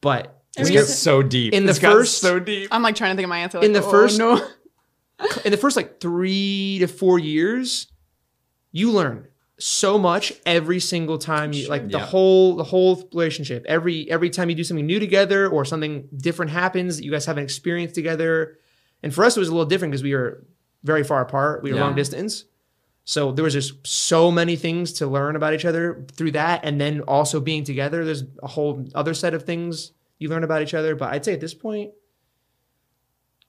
Speaker 1: but
Speaker 5: This
Speaker 2: It's Reason-
Speaker 5: gets so deep.
Speaker 1: In the
Speaker 5: This got
Speaker 1: first-
Speaker 5: so deep.
Speaker 4: I'm like trying to think of my answer.
Speaker 1: In
Speaker 4: like,
Speaker 1: the
Speaker 4: oh,
Speaker 1: first-
Speaker 4: no.
Speaker 1: in the first like three to four years, you learn so much every single time you like the
Speaker 3: Yeah.
Speaker 1: whole the whole relationship. Every every time you do something new together or something different happens that you guys haven't experienced together. And for us it was a little different because we were very far apart. We were
Speaker 3: Yeah.
Speaker 1: long distance. So there was just so many things to learn about each other through that and then also being together. There's a whole other set of things you learn about each other. But I'd say at this point,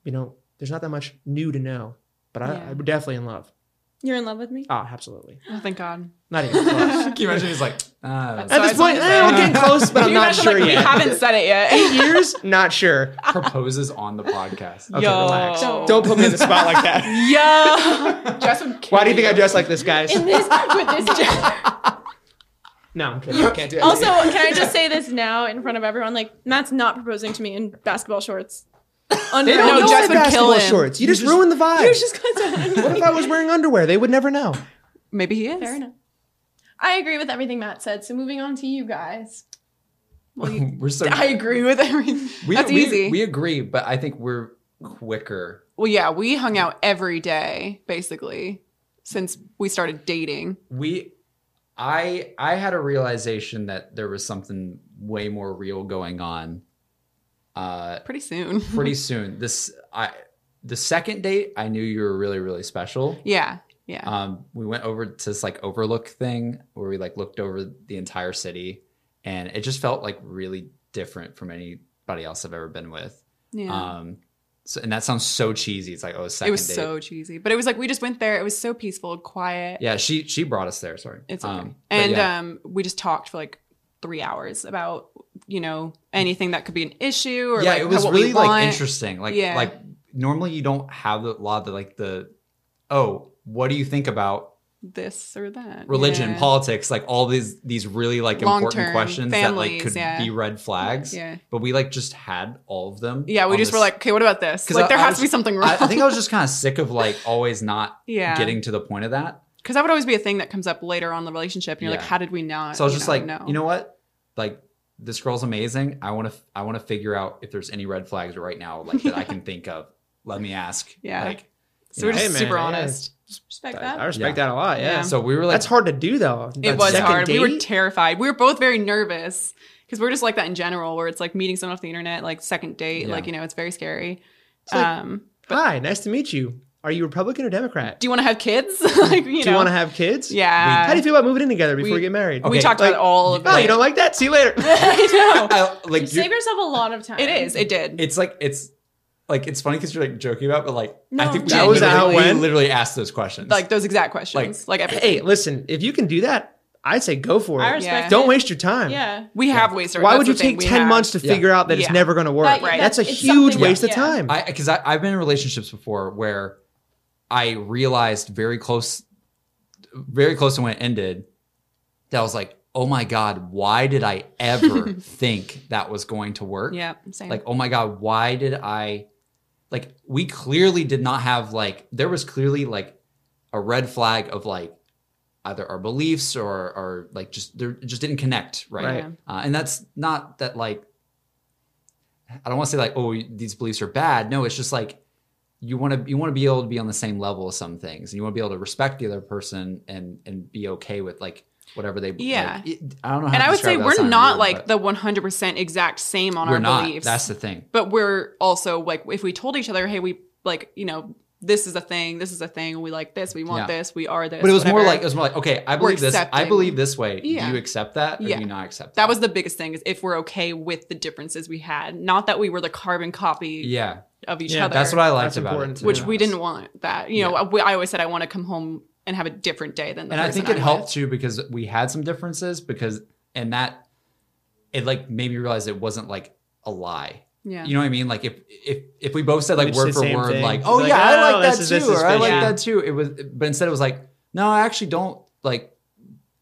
Speaker 1: you know, there's not that much new to know. But I,
Speaker 4: Yeah.
Speaker 1: I'm definitely in love.
Speaker 2: You're in love with me?
Speaker 1: Oh, absolutely.
Speaker 4: *laughs* Oh, thank God.
Speaker 1: Not even
Speaker 4: *laughs*
Speaker 1: close.
Speaker 3: Can you imagine? *laughs* He's like, ah,
Speaker 1: At
Speaker 4: I
Speaker 1: this
Speaker 4: was
Speaker 1: point,
Speaker 4: gonna
Speaker 1: eh, we're
Speaker 4: say.
Speaker 1: getting close, but I'm
Speaker 4: you
Speaker 1: not
Speaker 4: guys are
Speaker 1: sure
Speaker 4: like,
Speaker 1: *laughs*
Speaker 4: We
Speaker 1: yet.
Speaker 4: haven't said it yet.
Speaker 1: Eight years? Not sure.
Speaker 3: proposes on the *laughs* podcast.
Speaker 1: Okay,
Speaker 4: Yo.
Speaker 1: relax.
Speaker 4: Don't-
Speaker 1: Don't put me in the spot like
Speaker 4: *laughs*
Speaker 1: that. *laughs*
Speaker 4: Yo. Jess would kill
Speaker 1: Why do you think I dress like this, guys?
Speaker 2: *laughs* In this with *laughs* this
Speaker 1: No, I'm kidding. I can't do it.
Speaker 2: *laughs* Also, can I just say this now in front of everyone? Like Matt's not proposing to me in basketball shorts. Under-
Speaker 1: They don't
Speaker 4: No,
Speaker 1: no,
Speaker 4: Jess
Speaker 1: wear
Speaker 2: *laughs*
Speaker 4: would kill
Speaker 1: basketball
Speaker 4: him.
Speaker 1: shorts. You, just, ruined the vibe.
Speaker 2: You just got *laughs* to-
Speaker 1: what if I was wearing underwear? They would never know.
Speaker 4: Maybe he is.
Speaker 2: Fair enough. I agree with everything Matt said. So moving on to you *laughs* guys. Well, you,
Speaker 3: *laughs* we're so
Speaker 4: *laughs* I agree with everything.
Speaker 3: we,
Speaker 4: That's
Speaker 3: we-
Speaker 4: easy.
Speaker 3: We agree, but I think we're quicker.
Speaker 4: well, yeah, we hung out every day basically since we started dating.
Speaker 3: We, I, I had a realization that there was something way more real going on. Uh,
Speaker 4: Pretty soon. *laughs*
Speaker 3: pretty soon. This, I, the second date, I knew you were really, really special.
Speaker 4: yeah, yeah.
Speaker 3: Um, we went over to this like overlook thing where we like looked over the entire city, and it just felt like really different from anybody else I've ever been with.
Speaker 4: yeah.
Speaker 3: Um, so, and that sounds so cheesy. It's like oh, second
Speaker 4: it was
Speaker 3: date.
Speaker 4: so cheesy, but it was like we just went there. It was so peaceful, quiet.
Speaker 3: Yeah, she she brought us there. Sorry,
Speaker 4: It's okay.
Speaker 3: Um, but
Speaker 4: and
Speaker 3: yeah,
Speaker 4: um, we just talked for like three hours about you know anything that could be an issue or
Speaker 3: yeah,
Speaker 4: like
Speaker 3: it was
Speaker 4: what
Speaker 3: really
Speaker 4: we want.
Speaker 3: like interesting. Like
Speaker 4: Yeah.
Speaker 3: like normally you don't have a lot of the, like the oh, what do you think about
Speaker 4: This or that
Speaker 3: religion,
Speaker 4: yeah.
Speaker 3: politics, like all these these really like important
Speaker 4: Long-term
Speaker 3: questions that like
Speaker 4: families,
Speaker 3: could
Speaker 4: yeah.
Speaker 3: be red flags.
Speaker 4: Yeah,
Speaker 3: But we like just had all of them.
Speaker 4: yeah. We
Speaker 3: on
Speaker 4: just were
Speaker 3: this-
Speaker 4: like, okay, what about this?
Speaker 3: 'Cause
Speaker 4: Like
Speaker 3: I-
Speaker 4: there
Speaker 3: I
Speaker 4: has
Speaker 3: was-
Speaker 4: to be something wrong.
Speaker 3: I, I think I was just kind of sick of like always not
Speaker 4: *laughs* yeah,
Speaker 3: getting to the point of that.
Speaker 4: because that would always be a thing that comes up later on in the relationship, and you're
Speaker 3: Yeah.
Speaker 4: like, how did we not?
Speaker 3: So I was
Speaker 4: you
Speaker 3: just
Speaker 4: know,
Speaker 3: like,
Speaker 4: know?
Speaker 3: you know what? Like this girl's amazing. I want to I want to figure out if there's any red flags right now like that I
Speaker 4: *laughs*
Speaker 3: can think of. Let me ask.
Speaker 4: Yeah.
Speaker 3: Like
Speaker 4: So we're
Speaker 3: Yeah.
Speaker 4: just
Speaker 1: Hey, man,
Speaker 4: super
Speaker 1: yeah.
Speaker 4: honest.
Speaker 2: respect
Speaker 1: I
Speaker 2: that.
Speaker 1: respect that a lot. Yeah.
Speaker 4: Yeah.
Speaker 3: so we were like
Speaker 1: That's hard to do though.
Speaker 4: It
Speaker 1: That
Speaker 4: was
Speaker 1: second
Speaker 4: hard. We were
Speaker 1: date?
Speaker 4: terrified. We were both very nervous because we're just like that in general, where it's like meeting someone off the internet, like second date,
Speaker 3: Yeah.
Speaker 4: like you know, it's very scary.
Speaker 1: It's like,
Speaker 4: um,
Speaker 1: Hi, nice to meet you. Are you Republican or Democrat?
Speaker 4: do you want to have kids? *laughs* like you
Speaker 1: Do you,
Speaker 4: know,
Speaker 1: want to have kids?
Speaker 4: yeah.
Speaker 1: How do you feel about moving in together before
Speaker 4: We-
Speaker 1: you get married?
Speaker 4: we
Speaker 3: Okay,
Speaker 4: talked
Speaker 1: like-
Speaker 4: about all of
Speaker 1: Oh,
Speaker 4: that.
Speaker 1: you don't like that? See you
Speaker 2: *laughs*
Speaker 1: later.
Speaker 4: *laughs* I know.
Speaker 3: *laughs* I,
Speaker 2: you
Speaker 3: like you
Speaker 2: save yourself a lot of time.
Speaker 4: It is. It
Speaker 3: *laughs*
Speaker 4: did.
Speaker 3: it's like it's like it's funny because you're like joking about, but like I
Speaker 2: No,
Speaker 3: think we
Speaker 1: That was
Speaker 3: literally,
Speaker 1: how it
Speaker 3: we
Speaker 1: went?
Speaker 3: literally asked those questions.
Speaker 4: like those exact questions. Like, every-
Speaker 1: hey, listen, if you can do that, I'd say go for
Speaker 2: I
Speaker 1: it.
Speaker 2: respect
Speaker 4: Yeah.
Speaker 2: it.
Speaker 1: Don't waste your time.
Speaker 2: Yeah.
Speaker 4: we have wasted.
Speaker 1: Why
Speaker 4: That's
Speaker 1: would
Speaker 4: the
Speaker 1: you
Speaker 4: thing,
Speaker 1: take
Speaker 4: we
Speaker 1: 10
Speaker 4: have-
Speaker 1: months to
Speaker 3: Yeah.
Speaker 1: figure out that it's
Speaker 4: Yeah.
Speaker 1: never going to work?
Speaker 2: That-
Speaker 4: Right.
Speaker 1: That's a
Speaker 2: that's- it's
Speaker 1: huge
Speaker 2: something-
Speaker 1: waste of
Speaker 2: yeah.
Speaker 1: time.
Speaker 3: I because I, I've been in relationships before where I realized very close, very close to when it ended, that I was like, oh my god, why did I ever think that was going to work?
Speaker 4: Yeah, same.
Speaker 3: Like, oh my god, why did I? Like, we clearly did not have like there was clearly like a red flag of like either our beliefs or or like just there it just didn't connect right.
Speaker 1: Right.
Speaker 3: Uh, and that's not that like I don't want to say like oh these beliefs are bad. No, it's just like you want to you want to be able to be on the same level as some things, and you want to be able to respect the other person and and be okay with like whatever they.
Speaker 4: Yeah.
Speaker 3: like, it- I don't know. How
Speaker 4: and
Speaker 3: to
Speaker 4: I would say
Speaker 3: describe that.
Speaker 4: we're
Speaker 3: Sounds
Speaker 4: not
Speaker 3: weird,
Speaker 4: like
Speaker 3: but
Speaker 4: the 100% exact same on
Speaker 3: we're
Speaker 4: our
Speaker 3: not.
Speaker 4: beliefs.
Speaker 3: That's the thing.
Speaker 4: but we're also like if we told each other, hey, we like you know this is a thing, this is a thing, we like this, we want
Speaker 3: Yeah.
Speaker 4: this, we are this.
Speaker 3: But it was more
Speaker 4: whatever.
Speaker 3: like it was more like okay, I believe this. I
Speaker 4: accepting.
Speaker 3: believe this way.
Speaker 4: Yeah.
Speaker 3: Do you accept that or
Speaker 4: Yeah.
Speaker 3: do you not accept that?
Speaker 4: that was the biggest thing is if we're okay with the differences we had, not that we were the carbon copy
Speaker 3: yeah.
Speaker 4: of each
Speaker 1: Yeah,
Speaker 4: other.
Speaker 3: That's what I liked
Speaker 1: That's
Speaker 3: about
Speaker 1: important to
Speaker 3: it, to
Speaker 4: which
Speaker 3: be
Speaker 4: we
Speaker 3: honest.
Speaker 4: didn't want that. You know, we, I always said I want to come home and have a different day than the
Speaker 3: and I
Speaker 4: person
Speaker 3: think it
Speaker 4: I'm
Speaker 3: helped
Speaker 4: with.
Speaker 3: too because we had some differences because and that it like made me realize it wasn't like a lie.
Speaker 4: Yeah.
Speaker 3: You know what I mean? Like if if if we both said like
Speaker 1: We'd say
Speaker 3: word for
Speaker 1: same
Speaker 3: word,
Speaker 1: thing.
Speaker 3: like oh
Speaker 1: Like,
Speaker 3: yeah, I
Speaker 1: oh,
Speaker 3: like
Speaker 1: this
Speaker 3: that
Speaker 1: is- this
Speaker 3: too,
Speaker 1: is
Speaker 3: or I like
Speaker 4: fishy.
Speaker 3: that too. It was, but instead it was like no, I actually don't like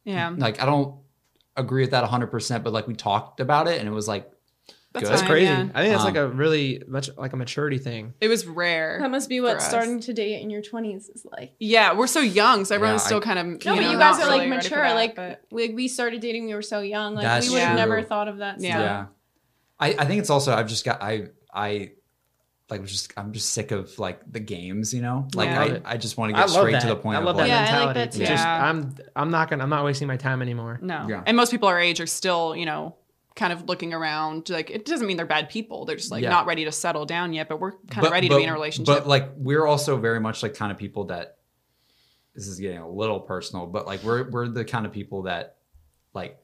Speaker 4: yeah.
Speaker 3: like I don't agree with that 100. percent But like we talked about it and it was like good.
Speaker 1: That's
Speaker 4: fine,
Speaker 1: crazy.
Speaker 4: yeah.
Speaker 1: I think that's like
Speaker 3: Um,
Speaker 1: a really much like a maturity thing.
Speaker 4: It was
Speaker 2: That
Speaker 4: rare.
Speaker 2: must be
Speaker 4: For
Speaker 2: what
Speaker 4: us.
Speaker 2: starting to date in your 20s is like.
Speaker 4: Yeah, we're so young, so everyone's
Speaker 3: Yeah,
Speaker 4: still
Speaker 3: I-
Speaker 4: kind of.
Speaker 2: No,
Speaker 4: you
Speaker 2: but
Speaker 4: know,
Speaker 2: you
Speaker 4: not
Speaker 2: guys are like
Speaker 4: really ready for
Speaker 2: mature.
Speaker 4: that,
Speaker 2: like
Speaker 4: but-
Speaker 2: we, we started dating, we were so young. Like
Speaker 3: That's
Speaker 2: we would have
Speaker 4: true.
Speaker 2: never thought of that.
Speaker 4: Yeah.
Speaker 3: yeah.
Speaker 2: Stuff.
Speaker 3: I, I think it's also I've just got I I like was just I'm just sick of like the games, you know? Like
Speaker 4: Yeah.
Speaker 1: Love it.
Speaker 3: I, I just want to
Speaker 1: I
Speaker 3: get
Speaker 1: love
Speaker 3: straight
Speaker 1: that.
Speaker 3: to the point
Speaker 1: I love
Speaker 3: of
Speaker 1: that
Speaker 2: Yeah, I
Speaker 3: like
Speaker 2: like
Speaker 1: mentality.
Speaker 2: that
Speaker 1: It's
Speaker 4: too.
Speaker 1: Just
Speaker 4: Yeah.
Speaker 1: I'm I'm not gonna I'm not wasting my time
Speaker 2: *laughs*
Speaker 1: anymore. *laughs*
Speaker 4: No.
Speaker 3: Yeah.
Speaker 4: And most people our age are still, you know, kind of looking around. Like, it doesn't mean they're bad people. They're just like
Speaker 3: Yeah.
Speaker 4: not ready to settle down yet, but we're kind
Speaker 3: but-
Speaker 4: of ready
Speaker 3: but-
Speaker 4: to be in a relationship.
Speaker 3: But like we're also very much like kind of people that this is getting a little personal, but like we're we're the kind of people that like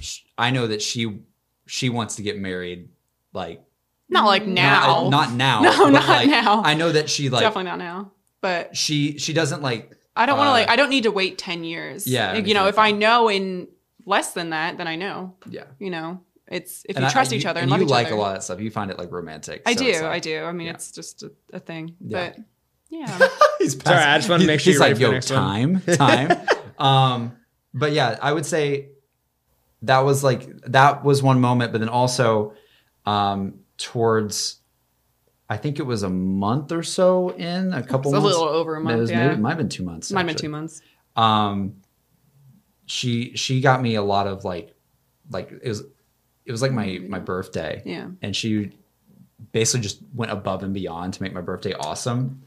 Speaker 3: sh- I know that she she wants to get married like
Speaker 4: not like now. *laughs*
Speaker 3: not, not now.
Speaker 4: No,
Speaker 3: but,
Speaker 4: not
Speaker 3: like,
Speaker 4: now.
Speaker 3: I know that she like
Speaker 4: Definitely not now. But
Speaker 3: she she doesn't like
Speaker 4: I don't want to
Speaker 3: Uh,
Speaker 4: like. I don't need to wait ten years.
Speaker 3: Yeah,
Speaker 4: Like, you know, if
Speaker 3: exactly.
Speaker 4: I know in less than that, then I know.
Speaker 3: yeah.
Speaker 4: You know, it's if
Speaker 3: And
Speaker 4: you
Speaker 3: I-
Speaker 4: trust each other and,
Speaker 3: you
Speaker 4: love each
Speaker 3: like
Speaker 4: other.
Speaker 3: a lot of that stuff. You find it like romantic.
Speaker 4: I
Speaker 3: so
Speaker 4: do.
Speaker 3: it's, like-
Speaker 4: I do. I mean,
Speaker 3: yeah.
Speaker 4: it's just a, a thing.
Speaker 3: Yeah.
Speaker 4: But yeah,
Speaker 3: He's
Speaker 1: Sorry, I just wanted to
Speaker 3: he-
Speaker 1: make sure
Speaker 3: he's
Speaker 1: you're
Speaker 3: like,
Speaker 1: ready for the
Speaker 3: yo,
Speaker 1: next
Speaker 3: time,
Speaker 1: *laughs*
Speaker 3: time. um, but yeah, I would say that was like that was one moment, but then also um, towards I think it was a month or so in, a couple
Speaker 4: It's a
Speaker 3: months.
Speaker 4: little over a
Speaker 3: No, it
Speaker 4: month.
Speaker 3: was
Speaker 4: Yeah.
Speaker 3: maybe, it might have been two months.
Speaker 4: Might have been
Speaker 3: actually.
Speaker 4: two months.
Speaker 3: um she she got me a lot of like like it was it was like my my birthday
Speaker 4: Yeah.
Speaker 3: and she basically just went above and beyond to make my birthday awesome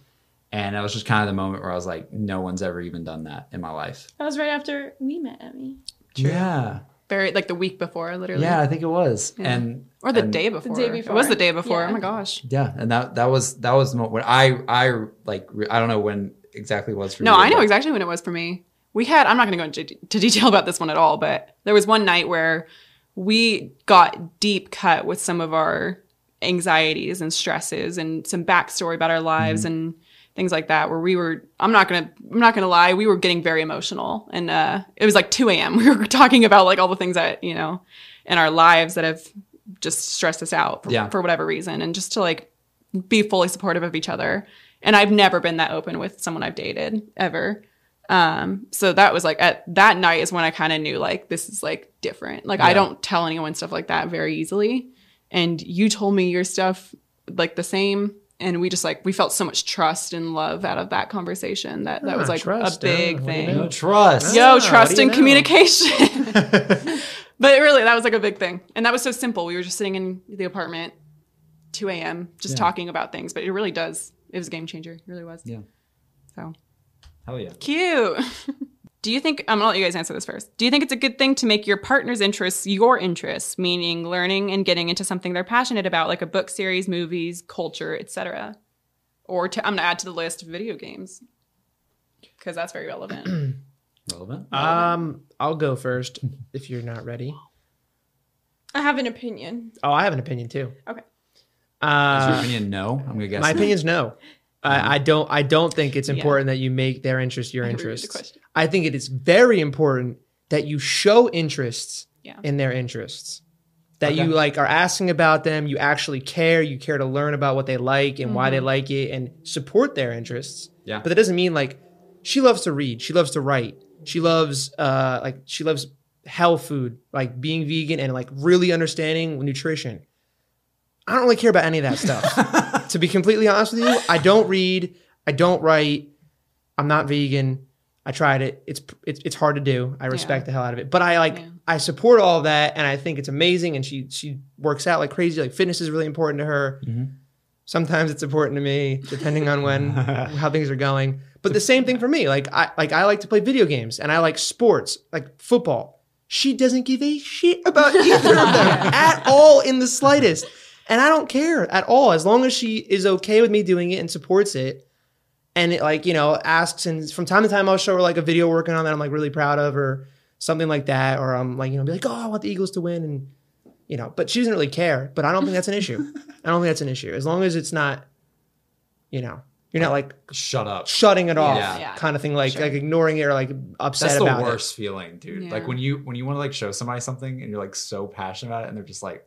Speaker 3: and that was just kind of the moment where i was like no one's ever even done that in my life
Speaker 2: That was right after we met, Emmy.
Speaker 3: yeah
Speaker 4: Very like the week before, literally.
Speaker 3: yeah i think it was
Speaker 4: Yeah.
Speaker 3: and
Speaker 4: Or the
Speaker 3: and-
Speaker 4: day before.
Speaker 2: day
Speaker 4: It was
Speaker 2: before.
Speaker 4: the day before.
Speaker 2: Yeah.
Speaker 4: Oh my gosh.
Speaker 3: yeah and that that was that was the moment when i i like re- i don't know when exactly it was for
Speaker 4: No,
Speaker 3: you,
Speaker 4: I know
Speaker 3: but-
Speaker 4: exactly when it was for me. We had, I'm not going to go into de- to detail about this one at all, but there was one night where we got deep cut with some of our anxieties and stresses and some backstory about our lives and things like that where we were i'm not gonna i'm not gonna lie we were getting very emotional and uh it was like 2 a.m *laughs* we were talking about like all the things that you know in our lives that have just stressed us out for,
Speaker 3: Yeah.
Speaker 4: for whatever reason and just to like be fully supportive of each other and i've never been that open with someone i've dated ever um so that was like at that night is when i kind of knew like this is like different like i
Speaker 3: Yeah.
Speaker 4: don't tell anyone stuff like that very easily and you told me your stuff like the same and we just like we felt so much trust and love out of that conversation that that
Speaker 1: Ah,
Speaker 4: was like
Speaker 1: trust,
Speaker 4: a big
Speaker 1: huh? What do you
Speaker 4: thing
Speaker 1: know?
Speaker 3: no trust
Speaker 1: Yeah. Ah,
Speaker 4: yo
Speaker 1: what do
Speaker 4: trust
Speaker 1: you
Speaker 4: and
Speaker 1: know?
Speaker 4: communication
Speaker 1: *laughs*
Speaker 4: but really that was like a big thing and that was so simple we were just sitting in the apartment 2 a.m just
Speaker 3: Yeah.
Speaker 4: talking about things but it really does it was a game changer it really was
Speaker 3: Yeah.
Speaker 4: so
Speaker 3: hell yeah
Speaker 4: Cute. *laughs* Do you think I'm gonna let you guys answer this first? Do you think it's a good thing to make your partner's interests your interests, meaning learning and getting into something they're passionate about, like a book series, movies, culture, etc.? Or to, I'm gonna add to the list video games because that's very relevant.
Speaker 3: relevant
Speaker 1: Um, I'll go first if you're not ready.
Speaker 2: I have an opinion.
Speaker 1: Oh, I have an opinion too.
Speaker 2: Okay.
Speaker 3: is your
Speaker 1: Uh,
Speaker 3: opinion no i'm gonna guess
Speaker 1: my
Speaker 3: no.
Speaker 1: opinion's no. I, I don't. I don't think it's
Speaker 4: Mm-hmm. Yeah.
Speaker 1: important that you make their interest your
Speaker 4: I agree with the
Speaker 1: interest.
Speaker 4: question.
Speaker 1: I think it is very important that you show interests
Speaker 4: Yeah.
Speaker 1: in their interests. That
Speaker 3: Okay.
Speaker 1: you like are asking about them. You actually care. You care to learn about what they like and why they
Speaker 4: Mm-hmm.
Speaker 1: like it, and support their interests.
Speaker 3: Yeah.
Speaker 1: But that doesn't mean like she loves to read. She loves to write. She loves uh like she loves health food, like being vegan and like really understanding nutrition. I don't really care about any of that stuff. to be completely honest with you, I don't read. I don't write. I'm not vegan. I tried it. It's it's, it's hard to do. I respect the hell out of it. But I like
Speaker 4: Yeah.
Speaker 1: I support all that and I think it's amazing and she she works out like crazy. Like fitness is really important to her. Sometimes it's important to me depending on when how things are going. But the same thing for me. Like I like I like to play video games and I like sports, like football. She doesn't give a shit about either of them at all in the slightest. And I don't care at all as long as she is okay with me doing it and supports it and it like you know asks and from time to time I'll show her like a video working on that I'm like really proud of or something like that or I'm like you know be like oh I want the Eagles to win and you know but she doesn't really care but I don't think that's an issue I don't think that's an issue as long as it's not you know you're not like
Speaker 3: *laughs* shut up
Speaker 1: shutting it off
Speaker 3: Yeah.
Speaker 4: Yeah.
Speaker 1: kind of thing like like ignoring it or like upset
Speaker 3: That's the
Speaker 1: about it
Speaker 3: worst feeling, dude. Like
Speaker 4: Yeah.
Speaker 3: when you when you want to like show somebody something and you're like so passionate about it and they're just like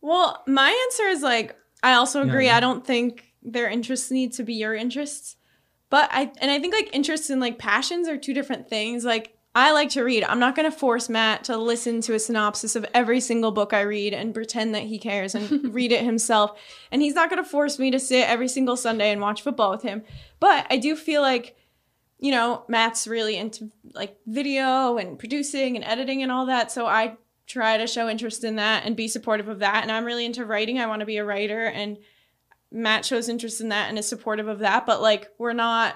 Speaker 2: Well, my answer is like I also
Speaker 3: Yeah,
Speaker 2: agree.
Speaker 3: yeah.
Speaker 2: I don't think their interests need to be your interests, but I and I think like interests and like passions are two different things. Like I like to read. I'm not going to force Matt to listen to a synopsis of every single book I read and pretend that he cares
Speaker 3: *laughs*
Speaker 2: and read it himself. And he's not going to force me to sit every single Sunday and watch football with him. But I do feel like you know, Matt's really into like video and producing and editing and all that. So I try to show interest in that and be supportive of that. And I'm really into writing. I want to be a writer. And Matt shows interest in that and is supportive of that. But like, we're not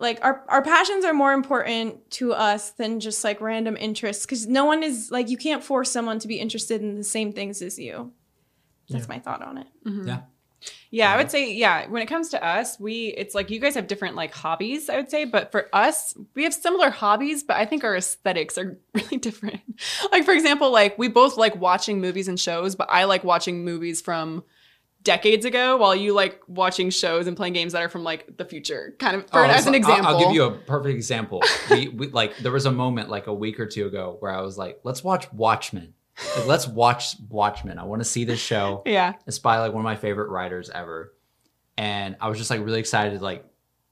Speaker 2: like our, our passions are more important to us than just like random interests because no one is like, you can't force someone to be interested in the same things as you. That's my thought on it.
Speaker 3: Yeah.
Speaker 4: Mm-hmm. Yeah, I would say yeah. When it comes to us, we it's like you guys have different like hobbies. I would say, but for us, we have similar hobbies, but I think our aesthetics are *laughs* really different. like for example, like we both like watching movies and shows, but I like watching movies from decades ago, while you like watching shows and playing games that are from like the future. Kind of for,
Speaker 3: Oh,
Speaker 4: as
Speaker 3: so I'll-
Speaker 4: an example,
Speaker 3: I'll, give you a perfect example. we, we like there was a moment like a week or two ago where I was like, let's watch Watchmen. Like, let's watch Watchmen. I want to see this show.
Speaker 4: yeah,
Speaker 3: It's by like one of my favorite writers ever. And I was just like really excited to like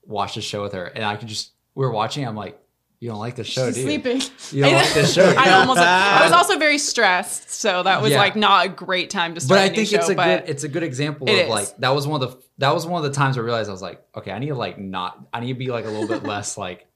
Speaker 3: watch the show with her. And I could just we were watching, I'm like, You don't like the show,
Speaker 2: She's
Speaker 3: do you?
Speaker 2: sleeping.
Speaker 3: You don't like
Speaker 4: *laughs*
Speaker 3: this show.
Speaker 4: I almost.
Speaker 3: *laughs*
Speaker 4: I was also very stressed, so that was
Speaker 3: Yeah.
Speaker 4: like not a great time to
Speaker 3: but
Speaker 4: start.
Speaker 3: I
Speaker 4: a new
Speaker 3: think
Speaker 4: show,
Speaker 3: it's a
Speaker 4: but
Speaker 3: good it's a good example
Speaker 4: It
Speaker 3: of
Speaker 4: is.
Speaker 3: like that was one of the that was one of the times I realized I was like, okay, I need to like not I need to be like a little bit less like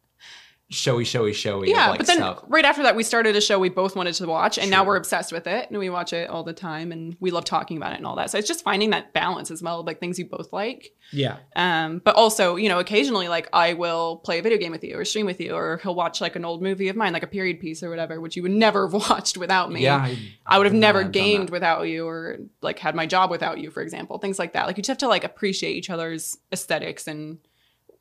Speaker 3: showy, showy, showy.
Speaker 4: yeah.
Speaker 3: of, like,
Speaker 4: but then
Speaker 3: stuff.
Speaker 4: right after that, we started a show we both wanted to watch, and now
Speaker 3: Sure.
Speaker 4: we're obsessed with it, and we watch it all the time, and we love talking about it and all that. So it's just finding that balance as well, like things you both like.
Speaker 1: Yeah.
Speaker 4: Um, but also, you know, occasionally, like I will play a video game with you or stream with you, or he'll watch like an old movie of mine, like a period piece or whatever, which you would never have *laughs* watched without me.
Speaker 3: yeah, I,
Speaker 4: I would have
Speaker 3: wouldn't
Speaker 4: never
Speaker 3: done that.
Speaker 4: gamed without you or like had my job without you, for example, things like that. Like you just have to like appreciate each other's aesthetics and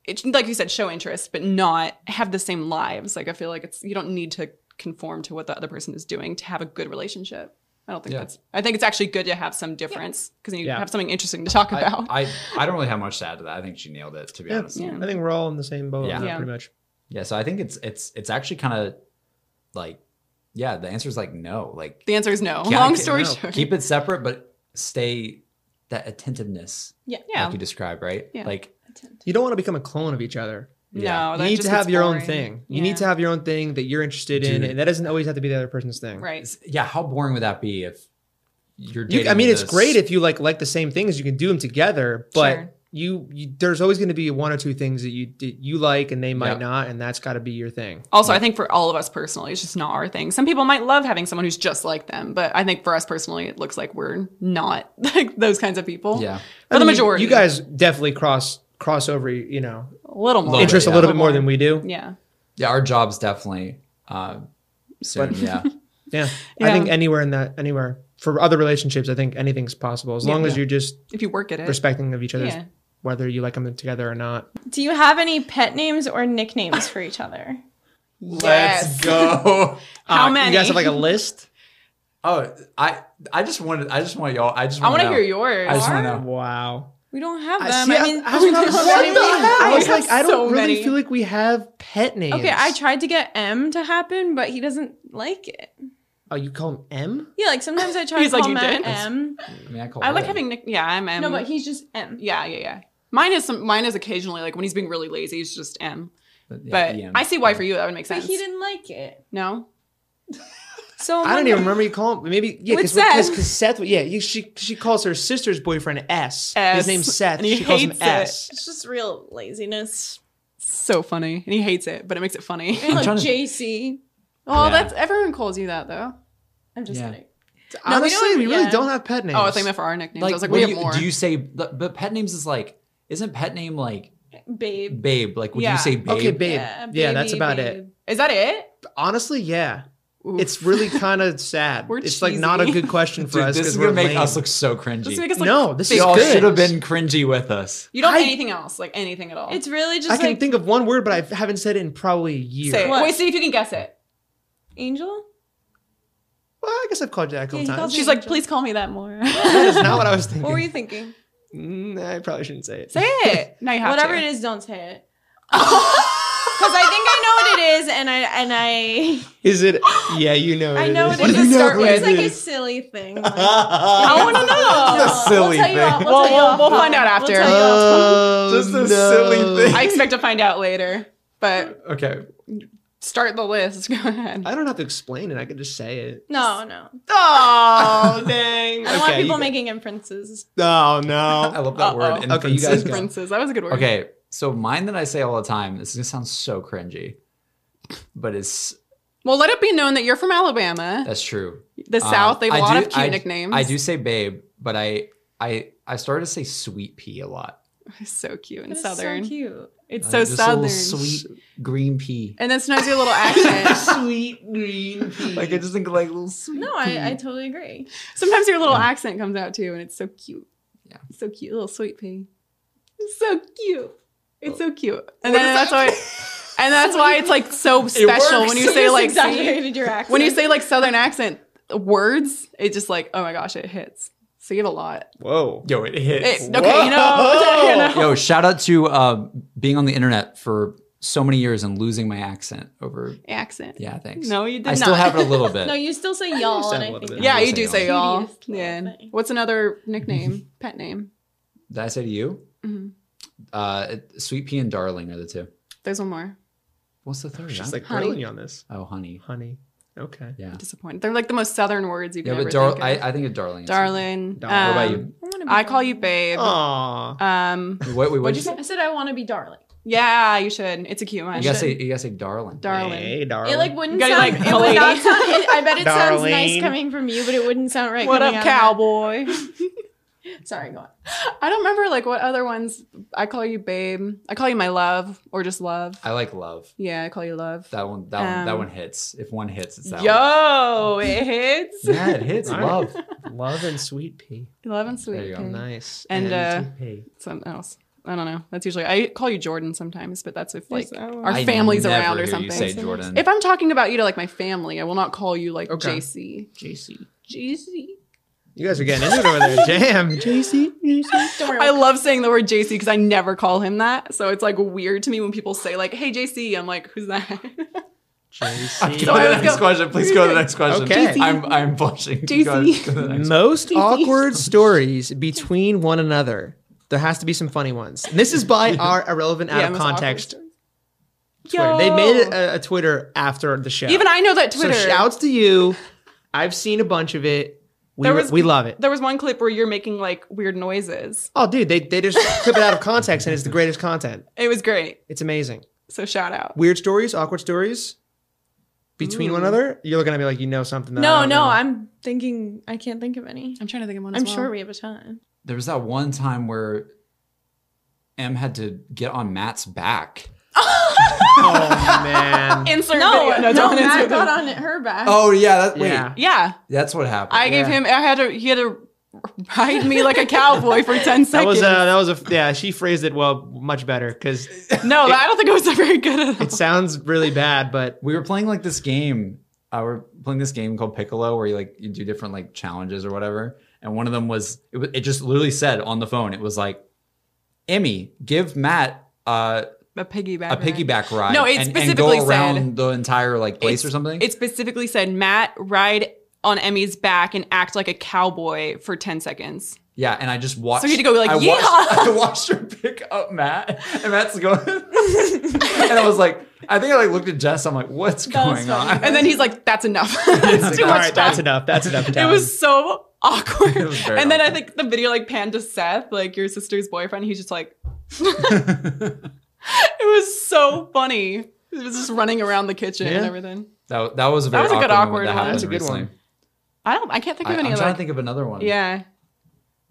Speaker 4: it, like you said, show interest, but not have the same lives. Like I feel like it's you don't need to conform to what the other person is doing to have a good relationship. I don't think
Speaker 3: Yeah.
Speaker 4: that's. I think it's actually good to have some difference because you
Speaker 1: Yeah.
Speaker 4: have something interesting to talk about. *laughs*
Speaker 3: I, I I don't really have much to add to that. I think she nailed it to be
Speaker 1: Yeah.
Speaker 3: honest.
Speaker 4: Yeah.
Speaker 1: I think we're all in the same boat.
Speaker 3: Yeah.
Speaker 1: on that,
Speaker 4: Yeah.
Speaker 1: Pretty much.
Speaker 3: Yeah, so I think it's it's it's actually kind of like yeah, the answer is like no. Like
Speaker 4: the answer is no.
Speaker 3: Yeah, I
Speaker 4: Long
Speaker 3: can't-
Speaker 4: story
Speaker 1: no.
Speaker 4: short,
Speaker 3: keep it separate but stay that attentiveness
Speaker 4: yeah, yeah,
Speaker 3: like you described, right?
Speaker 4: Yeah.
Speaker 3: Like
Speaker 1: You don't. want to become a clone of each other.
Speaker 3: yeah.
Speaker 4: no.
Speaker 1: you
Speaker 4: Oh, that
Speaker 1: need
Speaker 4: just
Speaker 1: to have
Speaker 4: gets
Speaker 1: your own
Speaker 4: boring.
Speaker 1: thing. You
Speaker 4: Yeah.
Speaker 1: need to have your own thing that you're interested in,
Speaker 3: Dude.
Speaker 1: and that doesn't always have to be the other person's thing.
Speaker 4: right.
Speaker 3: yeah, how boring would that be if you're
Speaker 1: You,
Speaker 3: dating
Speaker 1: I mean, it's
Speaker 3: this-
Speaker 1: great if you like like the same things. You can do them together, but
Speaker 4: Sure.
Speaker 1: you, you there's always going to be one or two things that you that you like and they might
Speaker 3: Yeah.
Speaker 1: not, and that's got to be your thing.
Speaker 4: Also, I think for all of us personally, it's just not our thing. Some people might love having someone who's just like them, but I think for us personally, it looks like we're not *laughs* like those kinds of people.
Speaker 3: Yeah.
Speaker 4: For
Speaker 1: I mean,
Speaker 4: the
Speaker 1: you-
Speaker 4: majority.
Speaker 1: you, guys definitely cross cross over. You know,
Speaker 4: a little more
Speaker 3: bit,
Speaker 1: interest
Speaker 3: yeah.
Speaker 1: a little bit more than we do.
Speaker 4: Yeah.
Speaker 3: Yeah, our jobs definitely uh soon, *laughs* yeah.
Speaker 1: Yeah. I
Speaker 4: Yeah.
Speaker 1: think anywhere in that anywhere for other relationships, I think anything's possible as
Speaker 4: Yeah.
Speaker 1: long as
Speaker 4: Yeah.
Speaker 1: you're just
Speaker 4: If you work at it.
Speaker 1: respecting of each other's
Speaker 4: Yeah.
Speaker 1: whether you like them together or not.
Speaker 2: Do you have any pet names or nicknames for each other?
Speaker 3: Let's go.
Speaker 4: How
Speaker 1: Uh,
Speaker 4: many?
Speaker 1: You guys have like a list?
Speaker 3: Oh, I I just wanted I just want y'all I just
Speaker 4: I
Speaker 3: want
Speaker 4: want to hear yours.
Speaker 3: I just want to know.
Speaker 1: Wow.
Speaker 2: We don't have
Speaker 1: I,
Speaker 2: them.
Speaker 1: see,
Speaker 2: I
Speaker 1: I-
Speaker 2: mean,
Speaker 4: *laughs*
Speaker 1: I
Speaker 2: *laughs*
Speaker 1: was,
Speaker 2: there's
Speaker 1: not-
Speaker 2: so
Speaker 1: I was
Speaker 2: many.
Speaker 1: like, I
Speaker 4: so
Speaker 1: don't really
Speaker 4: many.
Speaker 1: feel like we have pet names.
Speaker 2: Okay, I tried to get M to happen, but he doesn't like it.
Speaker 1: Oh, you call him M?
Speaker 2: Yeah, like
Speaker 1: *laughs*
Speaker 2: sometimes I try to
Speaker 4: He's
Speaker 2: call
Speaker 4: like, "You
Speaker 2: Matt
Speaker 4: did?'t."
Speaker 2: M.
Speaker 3: I mean, I call
Speaker 4: I like
Speaker 3: her.
Speaker 4: having Nick. Yeah, I'm M.
Speaker 2: No, but he's just M.
Speaker 4: yeah, yeah, yeah. Mine is some. Mine is occasionally like when he's being really lazy, he's just M.
Speaker 3: But, yeah,
Speaker 4: But
Speaker 3: EM.
Speaker 4: I see why for you that would make
Speaker 2: But
Speaker 4: sense.
Speaker 2: he didn't like it.
Speaker 4: no,
Speaker 2: So
Speaker 1: I
Speaker 2: I'm
Speaker 1: don't even
Speaker 2: wondering-
Speaker 1: remember you call him. Maybe yeah,
Speaker 4: With
Speaker 1: because because
Speaker 4: Seth.
Speaker 1: Seth. Yeah, you, she she calls her sister's boyfriend S. His
Speaker 4: S,
Speaker 1: name's Seth.
Speaker 4: and he
Speaker 1: she calls him
Speaker 4: hates it.
Speaker 1: S.
Speaker 2: It's just real laziness.
Speaker 4: so funny, and he hates it, but it makes it funny.
Speaker 2: And like
Speaker 3: trying to-
Speaker 2: JC.
Speaker 4: Oh,
Speaker 3: Yeah.
Speaker 4: that's everyone calls you that though.
Speaker 2: I'm just
Speaker 3: Yeah.
Speaker 2: kidding.
Speaker 1: Honestly,
Speaker 2: No, we
Speaker 1: we,
Speaker 2: don't-
Speaker 1: really
Speaker 2: yeah.
Speaker 1: don't have pet names.
Speaker 4: Oh, I think meant for our nicknames. I was like,
Speaker 3: what
Speaker 4: we have
Speaker 3: do you,
Speaker 4: more.
Speaker 3: Do you say but, but pet names is like isn't pet name like
Speaker 2: Babe.
Speaker 3: babe? Like would
Speaker 4: Yeah.
Speaker 3: you say babe?
Speaker 1: Okay, babe. Yeah,
Speaker 2: Yeah,
Speaker 1: that's
Speaker 2: baby,
Speaker 1: about it.
Speaker 2: babe.
Speaker 4: Is that it?
Speaker 1: Honestly, yeah.
Speaker 4: Oof.
Speaker 1: It's
Speaker 2: *laughs*
Speaker 1: really kind of sad.
Speaker 4: We're
Speaker 1: it's like not a
Speaker 4: cheesy.
Speaker 1: good question for
Speaker 3: Dude,
Speaker 1: us.
Speaker 3: this
Speaker 1: 'cause
Speaker 3: is gonna
Speaker 1: we're
Speaker 3: make
Speaker 1: lame.
Speaker 3: us look so cringy.
Speaker 4: Let's make us look
Speaker 1: no, this is
Speaker 3: Y'all
Speaker 1: good.
Speaker 3: should have been cringy with us.
Speaker 4: You don't
Speaker 1: I-
Speaker 4: have anything else, like anything at all.
Speaker 2: It's really just
Speaker 1: Oh. I can
Speaker 2: like
Speaker 1: think of one word, but I haven't said it in probably a year.
Speaker 4: Say it.
Speaker 2: What?
Speaker 4: Wait, see if you can guess it.
Speaker 2: Angel.
Speaker 1: Well, I guess I've called you that a couple
Speaker 2: Yeah, he
Speaker 1: times.
Speaker 2: calls
Speaker 4: She's
Speaker 2: you-
Speaker 4: like, please call me that more.
Speaker 1: that is not what
Speaker 2: *laughs*
Speaker 1: I was thinking.
Speaker 2: What were you thinking?
Speaker 1: Mm, I probably shouldn't say it.
Speaker 4: *laughs* say it. No, you have
Speaker 2: Whatever
Speaker 4: to. *laughs*
Speaker 2: it is, don't say it. Because I think I know what it is, and I and I
Speaker 1: Is
Speaker 2: *gasps*
Speaker 1: it? Yeah, you know.
Speaker 2: I know what
Speaker 1: is. Oh,
Speaker 2: it is
Speaker 1: You
Speaker 2: to
Speaker 1: know
Speaker 2: start
Speaker 1: what
Speaker 2: with. It's
Speaker 1: it
Speaker 2: like
Speaker 1: *laughs*
Speaker 2: a
Speaker 1: is.
Speaker 2: silly thing. Like,
Speaker 4: I want to
Speaker 3: *laughs*
Speaker 2: No,
Speaker 4: know.
Speaker 3: Just silly
Speaker 2: we'll tell you
Speaker 3: thing.
Speaker 2: off,
Speaker 4: Oh, Well,
Speaker 2: tell you
Speaker 4: we'll-
Speaker 2: off,
Speaker 4: we'll find
Speaker 2: tell you
Speaker 4: out
Speaker 2: off,
Speaker 4: after.
Speaker 2: we'll tell you
Speaker 1: Oh,
Speaker 2: off.
Speaker 3: Just a
Speaker 1: no.
Speaker 3: silly thing.
Speaker 4: I expect to find out later, but
Speaker 3: Okay.
Speaker 4: start the list. *laughs* Go ahead.
Speaker 1: I don't have to explain it. I could just say it.
Speaker 2: No, no.
Speaker 1: *laughs* Oh dang!
Speaker 2: I don't want
Speaker 1: Okay,
Speaker 2: people
Speaker 1: you-
Speaker 2: making inferences.
Speaker 1: Oh
Speaker 3: I
Speaker 2: *laughs*
Speaker 1: no!
Speaker 3: love that word.
Speaker 4: Uh-oh.
Speaker 1: Okay, you guys
Speaker 3: inferences.
Speaker 1: go.
Speaker 4: Inferences. That was a good word.
Speaker 3: Okay, so mine that I say all the time. This is gonna sound so cringy, but it's
Speaker 4: Well, let it be known that you're from Alabama,
Speaker 3: that's
Speaker 4: *laughs*
Speaker 3: true.
Speaker 4: the
Speaker 3: Uh,
Speaker 4: South. They have
Speaker 3: I
Speaker 4: a lot
Speaker 3: do-
Speaker 4: of cute
Speaker 3: I-
Speaker 4: nicknames.
Speaker 3: I do say babe, but I I I started to say sweet pea a lot.
Speaker 4: *laughs* It's so cute and
Speaker 2: It's
Speaker 4: southern.
Speaker 2: so cute.
Speaker 4: It's
Speaker 3: Uh,
Speaker 4: so
Speaker 3: just A
Speaker 4: southern.
Speaker 3: little sweet green pea.
Speaker 4: And then sometimes your little
Speaker 1: *laughs*
Speaker 3: *laughs*
Speaker 4: accent. *laughs*
Speaker 1: Sweet green pea.
Speaker 3: Like I just think of, like little sweet.
Speaker 2: No,
Speaker 3: pea.
Speaker 2: I, I totally agree.
Speaker 4: Sometimes your little
Speaker 3: Yeah.
Speaker 4: accent comes out too, and it's so cute.
Speaker 3: Yeah.
Speaker 4: So cute, little sweet pea. It's so cute. It's so cute. And then that's why and that's why it's like *laughs* so special when you
Speaker 2: You
Speaker 4: say
Speaker 2: just
Speaker 4: like see-
Speaker 2: exaggerated your accent.
Speaker 4: when you say like southern accent words, it's just like, oh my gosh, it hits. So you have a lot.
Speaker 1: Whoa!
Speaker 3: Yo, it hits.
Speaker 4: It- okay, you know, you know.
Speaker 3: Yo, shout out to uh, being on the internet for so many years and losing my accent over.
Speaker 4: accent.
Speaker 3: Yeah, thanks.
Speaker 4: No, you did
Speaker 3: I
Speaker 4: not.
Speaker 3: still have it a
Speaker 4: *laughs*
Speaker 3: little bit.
Speaker 2: no, you still say y'all,
Speaker 1: sound
Speaker 2: and
Speaker 1: a
Speaker 2: I
Speaker 1: little
Speaker 2: think
Speaker 1: bit.
Speaker 4: yeah,
Speaker 3: I
Speaker 4: you do say y'all.
Speaker 2: Cutest little
Speaker 4: Yeah.
Speaker 2: thing.
Speaker 4: What's another
Speaker 3: *laughs*
Speaker 4: nickname? Pet name?
Speaker 3: Did I say to you?
Speaker 4: Mhm.
Speaker 3: Uh, it- sweet pea and darling are the two.
Speaker 4: There's one more.
Speaker 3: What's the third?
Speaker 1: She's
Speaker 3: I'm-
Speaker 1: like
Speaker 4: Honey. Um,
Speaker 1: grilling you on this.
Speaker 3: oh, honey.
Speaker 1: Honey. Okay.
Speaker 3: Yeah.
Speaker 4: Disappointed. They're like the most southern words you can
Speaker 3: Yeah,
Speaker 4: ever
Speaker 3: but dar-
Speaker 4: think
Speaker 3: I,
Speaker 4: of.
Speaker 3: I think of darling. is-
Speaker 4: Darling.
Speaker 1: Darling. What
Speaker 3: about
Speaker 4: um,
Speaker 3: you?
Speaker 2: I, wanna be
Speaker 4: I call you
Speaker 2: darling.
Speaker 4: babe.
Speaker 1: Aw.
Speaker 4: Um,
Speaker 3: Wait, wait, what'd
Speaker 4: you
Speaker 3: you say?
Speaker 2: I said I want to be darling.
Speaker 4: yeah, you should. It's a cute one.
Speaker 3: You
Speaker 4: You
Speaker 3: gotta say, you gotta say darling.
Speaker 4: Darling.
Speaker 1: Hey, darling.
Speaker 2: It like wouldn't
Speaker 4: You gotta,
Speaker 2: sound.
Speaker 4: like,
Speaker 2: it would not
Speaker 4: elate.
Speaker 2: sound. It, I bet it sounds nice
Speaker 1: Darling.
Speaker 2: coming from you, but it wouldn't sound right.
Speaker 4: what up,
Speaker 2: coming out of
Speaker 4: *laughs* cowboy?
Speaker 2: my- Sorry, go on.
Speaker 4: I don't remember like what other ones. I call you babe. I call you my love or just love.
Speaker 3: I like love.
Speaker 4: Yeah, I call you love.
Speaker 3: That one. That one. That
Speaker 4: Um,
Speaker 3: one hits. If one hits, it's that one.
Speaker 4: Yo, it hits.
Speaker 3: Yeah, it hits.
Speaker 1: All
Speaker 3: love.
Speaker 1: love and sweet pea.
Speaker 4: Love and
Speaker 3: There
Speaker 4: sweet.
Speaker 3: you go.
Speaker 4: pea.
Speaker 1: Nice.
Speaker 4: And, uh,
Speaker 1: sweet pea.
Speaker 4: Something else. I don't know. That's usually I call you Jordan sometimes, but that's if like
Speaker 2: Yes, I will.
Speaker 4: our
Speaker 3: I
Speaker 4: family's
Speaker 3: never
Speaker 4: around or
Speaker 3: hear
Speaker 4: something.
Speaker 3: You say Jordan.
Speaker 4: If I'm talking about you to like my family, I will not call you like
Speaker 1: Okay.
Speaker 4: JC.
Speaker 1: JC.
Speaker 4: JC.
Speaker 1: You guys are getting into it over there. Jam. *laughs* JC. JC.
Speaker 2: Don't worry.
Speaker 4: I love saying the word JC because I never call him that. So it's like weird to me when people say like, "Hey JC," I'm like, "Who's that?" *laughs*
Speaker 3: *laughs* Go to
Speaker 4: So I
Speaker 3: the
Speaker 4: was
Speaker 3: next
Speaker 4: go-
Speaker 3: question. Please go to the next question.
Speaker 1: Okay. JC.
Speaker 3: I'm I'm blushing.
Speaker 4: JC.
Speaker 3: Go ahead,
Speaker 4: *laughs*
Speaker 3: go to the next one.
Speaker 1: Most awkward stories between one another. There has to be some funny ones. And this is *laughs* by our irrelevant out
Speaker 4: Yeah,
Speaker 1: of
Speaker 4: most awkward
Speaker 1: context.
Speaker 4: stories.
Speaker 1: Twitter.
Speaker 4: Yo.
Speaker 1: They made a, a Twitter after the show.
Speaker 4: Even I know that
Speaker 1: so
Speaker 4: Twitter.
Speaker 1: shouts to you. I've seen a bunch of it. We,
Speaker 4: There was-
Speaker 1: we love it.
Speaker 4: there was one clip where you're making like weird noises.
Speaker 1: Oh, dude, they, they just clip it out of context and it's the greatest content.
Speaker 4: It was great.
Speaker 1: It's amazing.
Speaker 4: So shout out.
Speaker 1: Weird stories, awkward stories between one another. You're looking at me like you know something. That I
Speaker 2: No,
Speaker 1: don't
Speaker 2: no,
Speaker 1: know.
Speaker 2: I'm thinking. I can't think of any.
Speaker 4: I'm trying to think of one.
Speaker 2: I'm sure we have a ton.
Speaker 3: There was that one time where M had to get on Matt's back.
Speaker 1: Oh
Speaker 4: *laughs*
Speaker 1: man.
Speaker 4: insert
Speaker 2: No,
Speaker 4: video.
Speaker 2: *laughs* no,
Speaker 4: don't insert
Speaker 2: Matt
Speaker 4: video.
Speaker 2: got on her back.
Speaker 3: Oh yeah, that, wait,
Speaker 1: yeah.
Speaker 4: Yeah,
Speaker 3: that's what happened.
Speaker 4: I gave
Speaker 1: Yeah.
Speaker 4: him. I had to. He had to ride me like a cowboy for ten seconds.
Speaker 1: That was a that was a yeah. She phrased it well, much better because
Speaker 4: no, I don't think I was very good uh,
Speaker 1: it
Speaker 4: at *laughs* it.
Speaker 1: sounds really bad, but
Speaker 3: we were playing like this game. Uh, we're playing this game called Piccolo, where you like you do different like challenges or whatever. And one of them was it, wa- it just literally said on the phone. It was like, "Emmy, give Matt uh,
Speaker 4: A piggyback.
Speaker 3: a piggyback ride.
Speaker 4: No, it
Speaker 3: and,
Speaker 4: specifically
Speaker 3: and go
Speaker 4: said-
Speaker 3: around the entire like place or something."
Speaker 4: It specifically said Matt ride on Emmy's back and act like a cowboy for ten seconds.
Speaker 3: yeah, and I just watched.
Speaker 4: So he had to go, like,
Speaker 3: I watched, *laughs*
Speaker 4: "Yeehaw!"
Speaker 3: I watched her pick up Matt, and Matt's going. *laughs* and I was like, I think I like looked at Jess. I'm like, what's
Speaker 2: That was
Speaker 3: going
Speaker 2: funny.
Speaker 3: on?
Speaker 4: And then he's like, "That's enough. *laughs* That's too
Speaker 1: all
Speaker 4: much
Speaker 1: right,
Speaker 4: time."
Speaker 1: that's enough. That's enough.
Speaker 4: It
Speaker 1: Italian.
Speaker 4: was so
Speaker 3: *laughs*
Speaker 4: awkward.
Speaker 3: It was very
Speaker 4: and then I
Speaker 3: awkward.
Speaker 4: think the video like panned to Seth, like your sister's boyfriend. He's
Speaker 3: *laughs*
Speaker 4: just like, *laughs* it was so funny. It was just running around the kitchen and
Speaker 1: Yeah.
Speaker 4: everything.
Speaker 3: That, that was a very
Speaker 4: was a good
Speaker 3: awkward moment
Speaker 4: awkward
Speaker 3: that
Speaker 4: one.
Speaker 3: happened
Speaker 1: That's a good
Speaker 3: recently.
Speaker 1: one.
Speaker 4: I don't. I can't think of
Speaker 3: I, am
Speaker 4: any
Speaker 3: trying
Speaker 4: other.
Speaker 3: to think of another one.
Speaker 4: Yeah.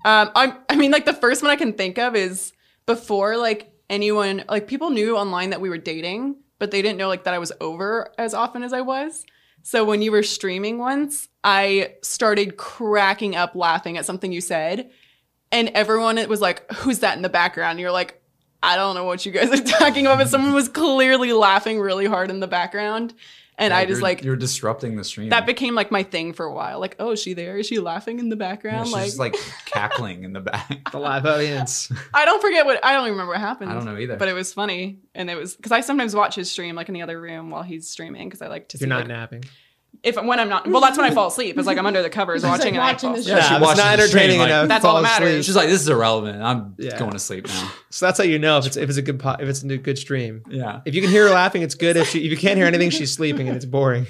Speaker 4: Um, I I mean, like the first one I can think of is before like anyone like people knew online that we were dating, but they didn't know like that I was over as often as I was. So when you were streaming once, I started cracking up laughing at something you said, and everyone it was like, "Who's that in the background?" And you're like. I don't know what you guys are *laughs* talking about, but someone was clearly laughing really hard in the background. And I just
Speaker 3: you're,
Speaker 4: like,
Speaker 3: you're disrupting the stream.
Speaker 4: that became like my thing for a while. Like, oh, is she there? Is she laughing in the
Speaker 3: yeah,
Speaker 4: background?
Speaker 3: she's
Speaker 4: like,
Speaker 3: just
Speaker 4: *laughs*
Speaker 3: like *laughs* cackling in the back.
Speaker 1: the live audience.
Speaker 4: I don't forget what I don't even remember what happened.
Speaker 3: I don't know either.
Speaker 4: but it was funny, and it was because I sometimes watch his stream like in the other room while he's streaming because I like to.
Speaker 1: If
Speaker 4: see,
Speaker 1: you're not
Speaker 4: like,
Speaker 1: napping.
Speaker 4: if when I'm not well, that's when I fall asleep. It's like I'm under the
Speaker 2: It's
Speaker 4: covers
Speaker 2: like
Speaker 4: watching.
Speaker 2: watching
Speaker 4: and I
Speaker 2: the
Speaker 4: fall
Speaker 2: show.
Speaker 4: asleep.
Speaker 1: Yeah,
Speaker 3: she
Speaker 1: if it's
Speaker 3: watches
Speaker 1: not
Speaker 3: the stream,
Speaker 1: entertaining
Speaker 3: like,
Speaker 1: enough.
Speaker 4: that's
Speaker 1: fall
Speaker 4: all that matters.
Speaker 1: asleep.
Speaker 3: she's like, this is irrelevant. I'm
Speaker 1: Yeah.
Speaker 3: going to sleep
Speaker 4: *laughs*
Speaker 3: now.
Speaker 1: So that's how you know if it's if it's a good po- if it's a good stream.
Speaker 3: Yeah.
Speaker 1: If you can hear her laughing, it's good. If, she, if you can't hear anything, she's sleeping and it's boring.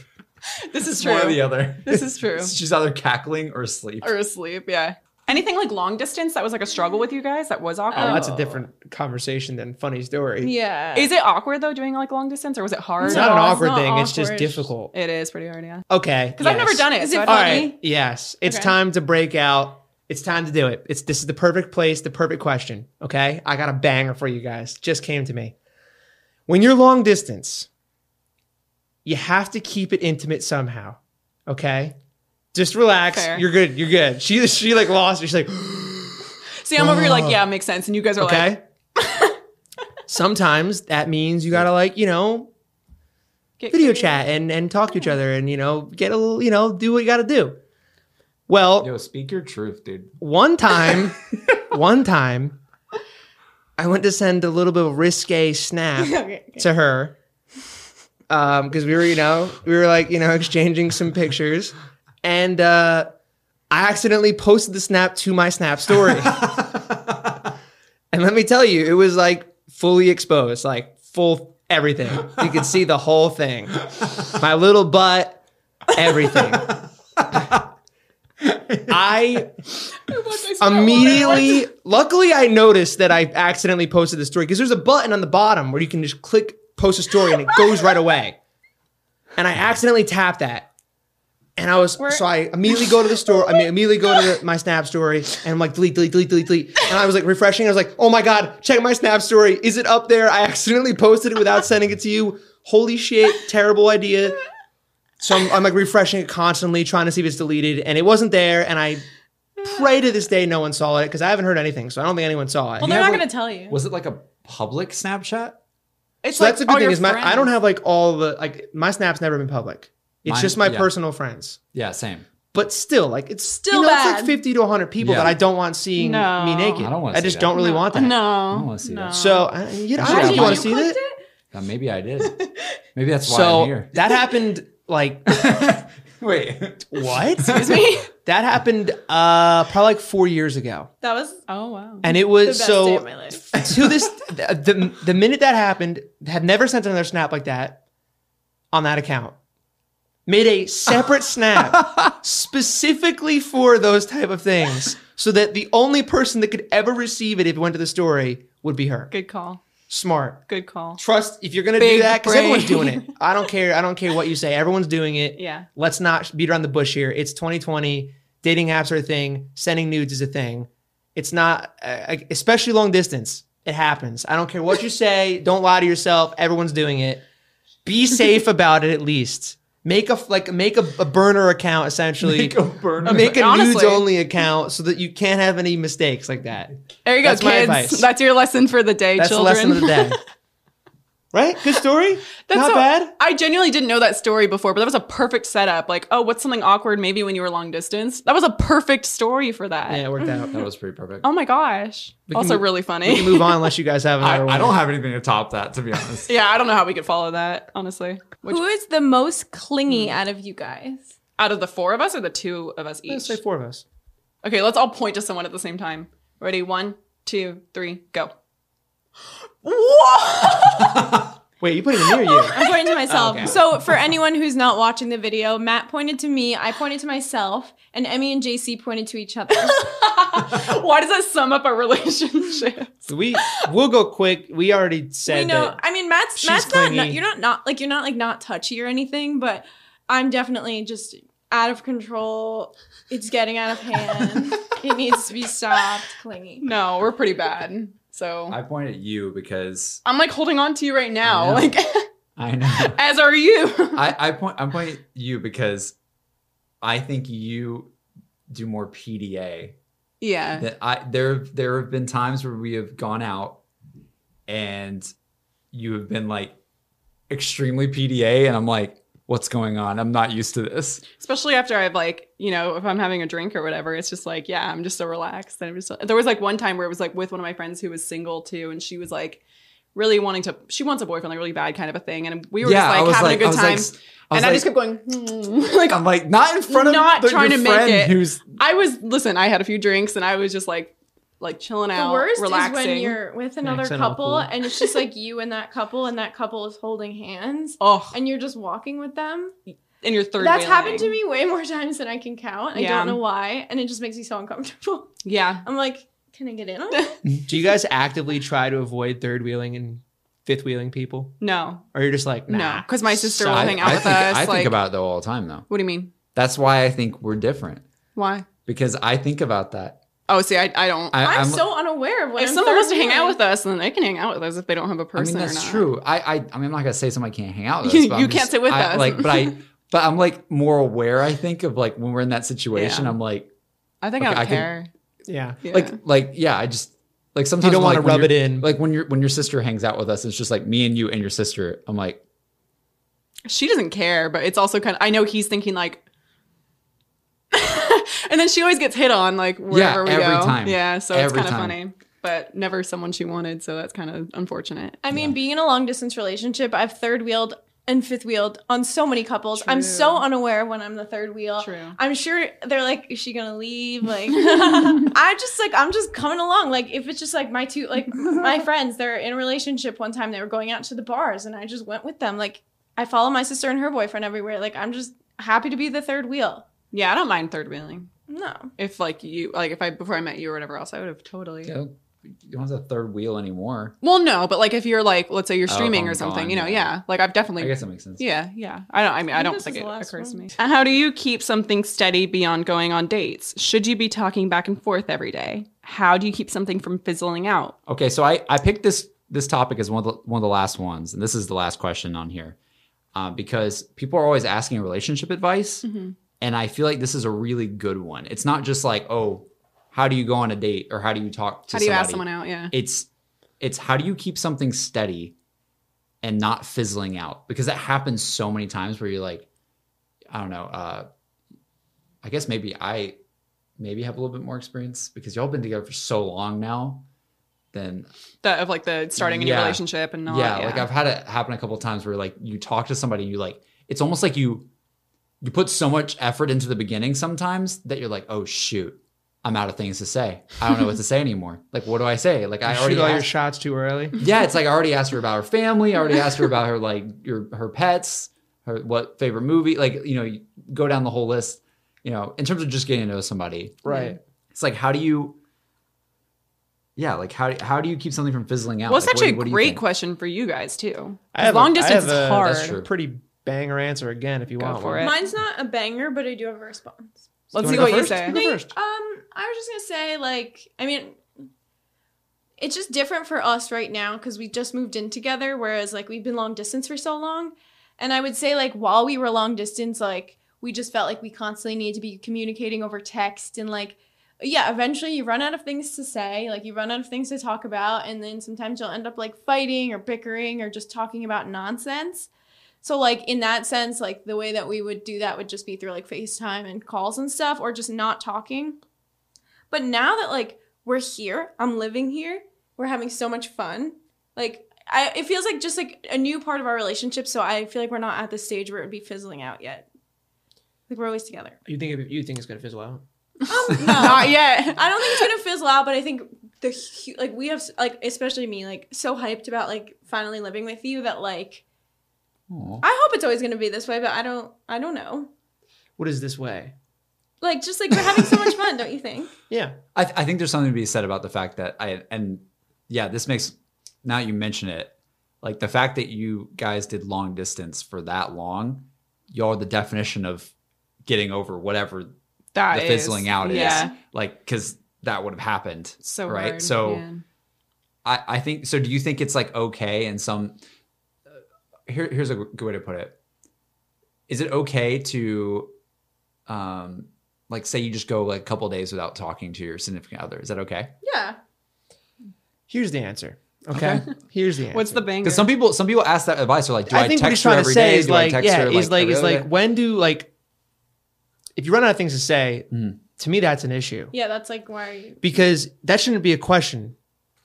Speaker 4: This is
Speaker 3: One or the uh,
Speaker 4: true.
Speaker 3: other.
Speaker 4: *laughs*
Speaker 3: *laughs*
Speaker 4: This is true.
Speaker 3: she's either cackling or asleep.
Speaker 4: Or asleep, yeah. Anything like long distance that was like a struggle with you guys that was awkward.
Speaker 1: Oh, that's a different conversation than funny story.
Speaker 2: *laughs* Yeah.
Speaker 4: Is it awkward though doing like long distance or was it hard?
Speaker 1: It's not an
Speaker 2: No, it's
Speaker 1: awkward
Speaker 2: not
Speaker 1: thing. It's just
Speaker 2: awkward.
Speaker 1: difficult.
Speaker 4: It is pretty hard, yeah.
Speaker 1: Okay.
Speaker 4: Because I've never done it.
Speaker 2: Is
Speaker 4: so
Speaker 2: it
Speaker 4: I
Speaker 1: All
Speaker 4: don't-
Speaker 2: fun?
Speaker 1: right.
Speaker 2: Funny?
Speaker 1: Yes. It's
Speaker 4: E? Okay.
Speaker 1: time to break out. It's time to do it. It's this is the perfect place, the perfect question. Okay. I got a banger for you guys. Just came to me. When you're long distance, you have to keep it intimate somehow. Okay. Just relax.
Speaker 4: Fair.
Speaker 1: You're good. You're good. She she like lost. it. She's
Speaker 4: *gasps*
Speaker 1: like,
Speaker 4: See, I'm over here
Speaker 3: Oh.
Speaker 4: like, yeah, makes sense. And you guys are like, *laughs*
Speaker 1: okay. Sometimes that means you gotta like, you know,
Speaker 4: get
Speaker 1: video
Speaker 4: creative.
Speaker 1: chat and and talk
Speaker 4: *laughs*
Speaker 1: to each other and you know get a little you know do what you got to do. Well,
Speaker 3: Yo, speak your truth, dude.
Speaker 1: one time, one time, I went to send a little bit of risque snap
Speaker 2: Okay, okay.
Speaker 1: to her um because we were you know we were like you know exchanging some pictures and uh I accidentally posted the snap to my snap story. and let me tell you, it was like fully exposed, like full everything. You could see the whole thing. My little butt, everything. I
Speaker 2: Um,
Speaker 1: immediately, luckily, I noticed that I accidentally posted the story because there's a button on the bottom where you can just click post a story and it goes right away. And I accidentally tapped that. And I was,
Speaker 2: We're-
Speaker 1: so I immediately go to the store, I mean, immediately go to the, my Snap story and I'm like, delete, delete, delete, delete, delete. And I was like refreshing. I was like, oh my God, check my Snap story. Is it up there? I accidentally posted it without sending it to you. Holy shit, terrible idea. So I'm, I'm like refreshing it constantly, trying to see if it's deleted, and it wasn't there. And I pray to this day no one saw it because I haven't heard anything, so I don't think anyone saw it.
Speaker 2: Well, they're
Speaker 3: have
Speaker 2: not
Speaker 3: a-
Speaker 2: going to tell you.
Speaker 3: Was it like a public Snapchat?
Speaker 4: It's
Speaker 1: so that's a
Speaker 4: all
Speaker 1: good thing
Speaker 4: your
Speaker 1: is my I don't
Speaker 4: friends.
Speaker 1: have like all the like my snaps never been public. It's
Speaker 3: Mine-
Speaker 1: just my
Speaker 3: yeah.
Speaker 1: personal friends.
Speaker 3: Yeah, same.
Speaker 1: But still, like it's still it's
Speaker 2: Still
Speaker 1: like
Speaker 2: bad.
Speaker 1: fifty to hundred people
Speaker 3: Yeah.
Speaker 1: that I don't want seeing
Speaker 4: No.
Speaker 1: me naked.
Speaker 3: I don't wanna
Speaker 1: I
Speaker 3: see
Speaker 1: just
Speaker 3: that.
Speaker 1: don't really
Speaker 4: No.
Speaker 1: want that.
Speaker 4: Oh, No,
Speaker 3: Oh, I don't wanna see that.
Speaker 1: So I, you know,
Speaker 3: I
Speaker 1: I
Speaker 3: should
Speaker 1: don't
Speaker 3: have
Speaker 1: you want
Speaker 3: mine.
Speaker 1: to see that.
Speaker 3: Uh, maybe I
Speaker 4: *laughs*
Speaker 3: did. Maybe that's why I'm
Speaker 1: So
Speaker 3: here.
Speaker 1: that happened like
Speaker 3: *laughs* Wait.
Speaker 1: what?
Speaker 4: excuse me.
Speaker 1: that happened uh probably like four years ago.
Speaker 2: That was
Speaker 4: Oh wow.
Speaker 1: And it
Speaker 2: the
Speaker 1: was
Speaker 2: best
Speaker 1: so
Speaker 2: day of my life.
Speaker 1: to this the, the the minute that happened have never sent another snap like that on that account made a
Speaker 4: *laughs*
Speaker 1: separate snap specifically for those type of things so that the only person that could ever receive it if it went to the story would be her
Speaker 4: Good call.
Speaker 1: smart
Speaker 4: Good call.
Speaker 1: trust if you're gonna
Speaker 4: Big
Speaker 1: do that because
Speaker 4: brain.
Speaker 1: everyone's doing it i don't care i don't care what you say everyone's doing it
Speaker 4: Yeah.
Speaker 1: let's not beat around the bush here it's 2020 dating apps are a thing sending nudes is a thing it's not uh, especially long distance it happens i don't care what you say don't lie to yourself everyone's doing it be safe about it at least make a like make a, a burner account essentially
Speaker 3: *laughs*
Speaker 1: make a,
Speaker 3: burner.
Speaker 1: nudes
Speaker 4: Honestly.
Speaker 1: only account so that you can't have any mistakes like that
Speaker 4: There you go,
Speaker 1: That's my
Speaker 4: kids.
Speaker 1: advice.
Speaker 4: That's your lesson for the day,
Speaker 1: that's the lesson
Speaker 4: children. *laughs*
Speaker 1: of the day right good story
Speaker 4: That's
Speaker 1: not
Speaker 4: so-
Speaker 1: bad
Speaker 4: I genuinely didn't know that story before, but that was a perfect setup. Like, oh, what's something awkward maybe when you were long distance? That was a perfect story for that.
Speaker 1: yeah it worked
Speaker 4: *laughs*
Speaker 1: out
Speaker 3: That was pretty perfect.
Speaker 4: Oh my gosh.
Speaker 1: can
Speaker 4: also
Speaker 1: move-
Speaker 4: really
Speaker 1: we can
Speaker 4: funny.
Speaker 1: move on unless you guys have
Speaker 5: I,
Speaker 1: another one
Speaker 5: I don't have anything to top that, to be honest.
Speaker 4: *laughs* yeah, I don't know how we could follow that, honestly. Which
Speaker 2: Who is the most clingy out of you guys?
Speaker 4: out of the four of us or the two of us
Speaker 1: let's
Speaker 4: each?
Speaker 1: say four of us
Speaker 4: Okay, let's all point to someone at the same time. Ready? One, two, three,
Speaker 1: *laughs*
Speaker 4: go.
Speaker 1: wait you put it near you
Speaker 4: *laughs*
Speaker 2: I'm *laughs* pointing to myself. So, for anyone who's not watching the video, Matt pointed to me, I pointed to myself, and Emmy and JC pointed to each other. *laughs*
Speaker 4: Why does that sum up our relationship?
Speaker 1: we we'll go quick. We already said
Speaker 2: we know.
Speaker 1: that.
Speaker 2: I mean, Matt's
Speaker 1: she's
Speaker 2: Matt's not,
Speaker 1: clingy.
Speaker 2: You're not not like you're not like not touchy or anything, but I'm definitely just out of control. It's getting out of hand. *laughs* it needs to be stopped. Clingy.
Speaker 4: No, we're pretty bad. So
Speaker 3: *laughs* I point at you because
Speaker 4: I'm like holding on to you right
Speaker 3: I
Speaker 4: now,
Speaker 3: know.
Speaker 4: like *laughs*
Speaker 3: I know. *laughs*
Speaker 4: as are you. *laughs*
Speaker 3: I, I point I'm pointing at you because I think you do more PDA
Speaker 4: yeah.
Speaker 3: that I there there have been times where we have gone out and you have been like extremely PDA and I'm like what's going on I'm not used to this
Speaker 4: Especially after I've like, you know, if I'm having a drink or whatever, it's just like, yeah, I'm just so relaxed. And I'm just there was like one time where it was like with one of my friends who was single too, and she was like really wanting to she wants a boyfriend, like really bad kind of a thing. And we were just like having a good time. and I just kept going, hmm. like
Speaker 3: I'm like not in front of
Speaker 4: Not
Speaker 3: the,
Speaker 4: trying
Speaker 3: your
Speaker 4: to make
Speaker 3: friend
Speaker 4: it.
Speaker 3: who's
Speaker 4: I was listen, I had a few drinks and I was just like like chilling out,
Speaker 2: the worst
Speaker 4: relaxing.
Speaker 2: is when you're with another
Speaker 1: Relaxing all
Speaker 2: couple
Speaker 1: cool.
Speaker 2: and it's just *laughs* like you and that couple and that couple is holding hands
Speaker 4: Oh,
Speaker 2: and you're just walking with them.
Speaker 4: in your third.
Speaker 2: That's
Speaker 4: wheeling.
Speaker 2: happened to me way more *laughs* times than I can count. I
Speaker 4: Yeah.
Speaker 2: don't know why, and it just makes me so uncomfortable. *laughs*
Speaker 4: Yeah,
Speaker 2: I'm like, can I get in on *laughs* it?
Speaker 1: Do you guys actively try to avoid third wheeling and fifth wheeling people,
Speaker 4: no,
Speaker 1: or you're just like nah,
Speaker 4: no, because my sister will
Speaker 1: suck.
Speaker 4: hang out
Speaker 3: I
Speaker 4: with
Speaker 3: think,
Speaker 4: us.
Speaker 3: I
Speaker 4: like,
Speaker 3: think about it though all the time though
Speaker 4: what do you mean?
Speaker 3: that's why I think we're different
Speaker 4: Why?
Speaker 3: because I think about that
Speaker 4: Oh, see, I, I don't.
Speaker 3: I,
Speaker 2: I'm, so unaware of what.
Speaker 4: if someone wants to hang out with us, then they can hang out with us if they don't have a
Speaker 3: I mean
Speaker 4: person.
Speaker 3: that's
Speaker 4: or not.
Speaker 3: true. I, I I mean I'm not gonna say somebody can't hang out
Speaker 4: *laughs*
Speaker 3: with
Speaker 4: You-
Speaker 3: us. but I'm
Speaker 4: you can't
Speaker 3: just-
Speaker 4: sit with
Speaker 3: I-
Speaker 4: us.
Speaker 3: Like, but
Speaker 4: *laughs*
Speaker 3: I but I'm like more aware. I think of like when we're in that situation.
Speaker 4: Yeah.
Speaker 3: I'm like
Speaker 4: I think
Speaker 3: Okay,
Speaker 4: I don't
Speaker 3: I can-
Speaker 4: care.
Speaker 1: yeah,
Speaker 4: Yeah.
Speaker 3: like like yeah. I just like sometimes
Speaker 1: you don't
Speaker 3: I'm
Speaker 1: want
Speaker 3: like,
Speaker 1: to
Speaker 3: when
Speaker 1: rub it
Speaker 3: you're-
Speaker 1: in.
Speaker 3: Like when your when your sister hangs out with us, it's just like me and you and your sister. I'm like
Speaker 4: she doesn't care, but it's also kind of. I know he's thinking like. *laughs* and then she always gets hit on like wherever we
Speaker 3: every
Speaker 4: go.
Speaker 3: time.
Speaker 4: Yeah, so
Speaker 3: Every
Speaker 4: it's kind of
Speaker 3: time.
Speaker 4: funny, but never someone she wanted, so that's kind of unfortunate.
Speaker 2: I mean, being in a long distance relationship, I've third wheeled and fifth wheeled on so many couples. I'm
Speaker 4: True.
Speaker 2: so unaware when I'm the third wheel.
Speaker 4: True.
Speaker 2: I'm sure they're like, is she gonna leave?
Speaker 4: *laughs*
Speaker 2: Like, I just like, I'm just coming along. Like, if it's just like my two, like
Speaker 4: *laughs*
Speaker 2: my friends, they're in a relationship. One time they were going out to the bars, and I just went with them. Like, I follow my sister and her boyfriend everywhere. Like, I'm just happy to be the third wheel.
Speaker 4: Yeah, I don't mind third wheeling.
Speaker 2: No,
Speaker 4: If like you, like if I before I met you or whatever else, I would have totally.
Speaker 3: You, know, you don't have the third wheel anymore.
Speaker 4: Well, no, but like if you're like, let's say you're
Speaker 3: Oh, if
Speaker 4: streaming
Speaker 3: I'm
Speaker 4: or something,
Speaker 3: gone,
Speaker 4: you know,
Speaker 3: yeah.
Speaker 4: yeah. Like I've definitely,
Speaker 3: I guess that makes sense.
Speaker 4: yeah, yeah. I don't. I mean, I,
Speaker 2: think
Speaker 4: don't
Speaker 2: this
Speaker 4: think
Speaker 2: is
Speaker 4: it
Speaker 2: the last
Speaker 4: occurs to
Speaker 2: one.
Speaker 4: me. How do you keep something steady beyond going on dates? Should you be talking back and forth every day? How do you keep something from fizzling out?
Speaker 3: Okay, so I, I picked this this topic as one of the, one of the last ones, and this is the last question on here, uh, because people are always asking relationship advice,
Speaker 4: Mm-hmm.
Speaker 3: and I feel like this is a really good one. It's not just like, oh, how do you go on a date or how do you talk to
Speaker 4: How do you ask
Speaker 3: somebody?
Speaker 4: someone out? Yeah.
Speaker 3: It's it's how do you keep something steady and not fizzling out because that happens so many times where you're like, I don't know, uh, I guess maybe I maybe have a little bit more experience because y'all been together for so long now. Then
Speaker 4: The of like the starting a new
Speaker 3: Yeah.
Speaker 4: relationship and all.
Speaker 3: yeah, like I've had it happen a couple of times where like you talk to somebody and you like it's almost like you you put so much effort into the beginning sometimes that you're like, oh shoot, I'm out of things to say. I don't know what to say anymore. Like what do I say? Like
Speaker 1: *laughs*
Speaker 3: I
Speaker 1: You
Speaker 3: already
Speaker 1: shoot all your
Speaker 3: asked-
Speaker 1: shots too early.
Speaker 3: yeah, it's like I already asked her about her family. I already asked her about her like your her pets, her what favorite movie. Like you know, you go down the whole list. You know, in terms of just getting to know somebody,
Speaker 1: *laughs* Right.
Speaker 3: it's like how do you? Yeah, like how do- how do you keep something from fizzling out?
Speaker 4: Well, it's
Speaker 3: Like, what
Speaker 4: actually
Speaker 3: do- what do
Speaker 4: a
Speaker 3: you
Speaker 4: great
Speaker 3: think?
Speaker 4: question for you guys too.
Speaker 1: I have a-
Speaker 4: Long
Speaker 1: I have
Speaker 4: distance is
Speaker 1: a-
Speaker 4: hard.
Speaker 1: that's true. Pretty banger answer again if you
Speaker 4: Go
Speaker 1: want
Speaker 4: for
Speaker 1: one.
Speaker 4: Right. it.
Speaker 2: mine's not a banger, but I do have a response.
Speaker 4: Let's
Speaker 1: You
Speaker 4: see
Speaker 1: wanna
Speaker 4: what
Speaker 1: go
Speaker 4: you
Speaker 1: first?
Speaker 3: *laughs*
Speaker 4: say.
Speaker 1: You go
Speaker 2: No, you-
Speaker 1: first.
Speaker 2: Um, I was just gonna say, like, I mean, it's just different for us right now because we just moved in together, whereas like we've been long distance for so long. And I would say, like, while we were long distance, like we just felt like we constantly need to be communicating over text and like yeah, eventually you run out of things to say, like you run out of things to talk about, and then sometimes you'll end up like fighting or bickering or just talking about nonsense. So like in that sense, like the way that we would do that would just be through like FaceTime and calls and stuff or just not talking. But now that like we're here, I'm living here, we're having so much fun. Like I it feels like just like a new part of our relationship, so I feel like we're not at the stage where it would be fizzling out yet. Like we're always together.
Speaker 1: You think it- you think it's gonna fizzle out?
Speaker 2: *laughs* Um, no.
Speaker 4: *laughs* Not yet.
Speaker 2: I don't think it's gonna fizzle out, but I think the hu- like we have like especially me like so hyped about like finally living with you that like
Speaker 3: Aw.
Speaker 2: I hope it's always gonna be this way, but I don't I don't know.
Speaker 1: What is this way?
Speaker 2: Like just like we're having so much fun, don't you
Speaker 4: *laughs*
Speaker 2: think?
Speaker 1: Yeah.
Speaker 3: I, th- I think there's something to be said about the fact that I and yeah, this makes now you mention it, like the fact that you guys did long distance for that long, y'all are the definition of getting over whatever
Speaker 4: That
Speaker 3: the
Speaker 4: is-
Speaker 3: fizzling out
Speaker 4: Yeah.
Speaker 3: is, like because that would have happened.
Speaker 4: So
Speaker 3: right,
Speaker 4: hard.
Speaker 3: so
Speaker 4: Yeah.
Speaker 3: I I think so. Do you think it's like okay and some? uh, Here here's a good way to put it. Is it okay to, um, like say you just go like a couple days without talking to your significant other? Is that okay?
Speaker 2: Yeah.
Speaker 1: Here's the answer. Okay. Here's the answer.
Speaker 4: What's the banger?
Speaker 3: Because some people, some people ask that advice. They're like, "Do I,
Speaker 1: I think what he's
Speaker 3: text her
Speaker 1: trying to
Speaker 3: every
Speaker 1: say
Speaker 3: day?
Speaker 1: is
Speaker 3: Do I
Speaker 1: like,
Speaker 3: text
Speaker 1: yeah,
Speaker 3: her
Speaker 1: is like,
Speaker 3: every
Speaker 1: is
Speaker 3: other
Speaker 1: like,
Speaker 3: day?"
Speaker 1: when do like, if you run out of things to say,
Speaker 3: Mhm.
Speaker 1: to me that's an issue
Speaker 2: Yeah, that's like why are you
Speaker 1: because that shouldn't be a question.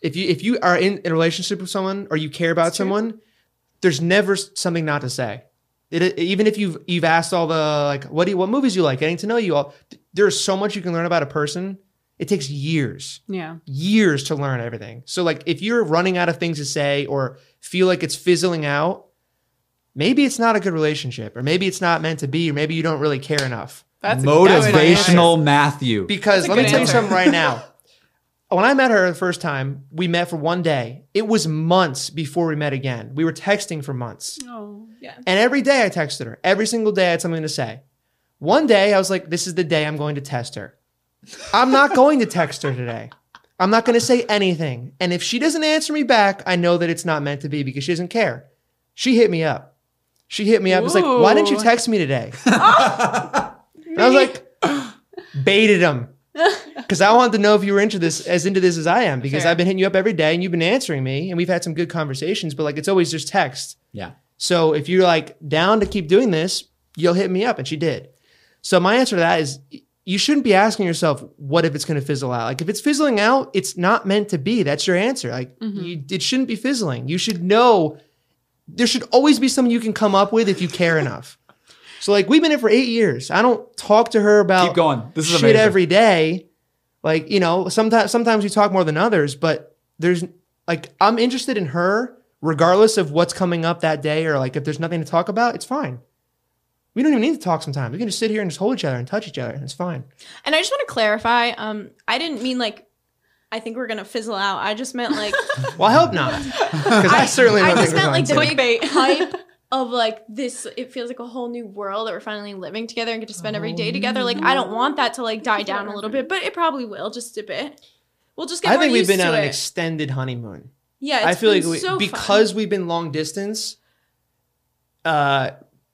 Speaker 1: If you if you are in a relationship with someone or you care about someone, there's never s- something not to say. It, even if you've you've asked all the like, what do you, what movies you like, getting to know you all, th- there's so much you can learn about a person. It takes years
Speaker 4: Yeah.
Speaker 1: years to learn everything. So like if you're running out of things to say or feel like it's fizzling out, maybe it's not a good relationship or maybe it's not meant to be or maybe you don't really care enough.
Speaker 4: That's
Speaker 3: motivational Matthew.
Speaker 1: Because
Speaker 4: That's a
Speaker 1: let me
Speaker 4: good
Speaker 1: tell you
Speaker 4: answer.
Speaker 1: something right
Speaker 4: *laughs*
Speaker 1: now. When I met her the first time, we met for one day. It was months before we met again. We were texting for months.
Speaker 4: Oh.
Speaker 1: And every day I texted her. Every single day I had something to say. One day I was like, this is the day I'm going to test her. I'm
Speaker 4: *laughs*
Speaker 1: not going to text her today. I'm not going to say anything. And if she doesn't answer me back, I know that it's not meant to be because she doesn't care. She hit me up. She hit me up. It's like, why didn't you
Speaker 4: Ooh.
Speaker 1: text me today? and I was
Speaker 4: *laughs*
Speaker 1: like, baited him. Because I wanted to know if you were into this as into this as I am, because
Speaker 4: Fair.
Speaker 1: I've been hitting you up every day and you've been answering me and we've had some good conversations, but like it's always just text.
Speaker 3: *laughs* yeah,
Speaker 1: So if you're like down to keep doing this, you'll hit me up. And she did. So my answer to that is y- you shouldn't be asking yourself, what if it's going to fizzle out? Like if it's fizzling out, it's not meant to be. That's your answer. Like you, it shouldn't be fizzling. You should know there should always be something you can come up with if you care enough. So like we've been in for eight years. I don't talk to her about
Speaker 3: Keep going. This is
Speaker 1: shit
Speaker 3: amazing.
Speaker 1: every day. Like you know, sometimes sometimes we talk more than others, but there's like I'm interested in her regardless of what's coming up that day or like if there's nothing to talk about, it's fine. We don't even need to talk sometimes. We can just sit here and just hold each other and touch each other. It's fine.
Speaker 2: And I just want to clarify. Um, I didn't mean like. I think we're gonna fizzle out. I just meant
Speaker 4: *laughs*
Speaker 2: like
Speaker 1: Well, I hope not, because I, certainly
Speaker 2: *laughs* I
Speaker 1: don't
Speaker 2: just
Speaker 1: think we're
Speaker 2: meant like
Speaker 1: going
Speaker 2: the
Speaker 1: to.
Speaker 2: big hype of like this. It feels like a whole new world that we're finally living together and get to spend every day together. Like I don't want that to like die down a little bit, but it probably will just a bit. We'll just get.
Speaker 1: I
Speaker 2: more
Speaker 1: think we've
Speaker 2: used
Speaker 1: been
Speaker 2: to
Speaker 1: on an
Speaker 2: it.
Speaker 1: extended honeymoon.
Speaker 2: yeah,
Speaker 1: I
Speaker 2: it's
Speaker 1: feel
Speaker 2: been
Speaker 1: like we,
Speaker 2: so fun.
Speaker 1: because we've been long distance, uh,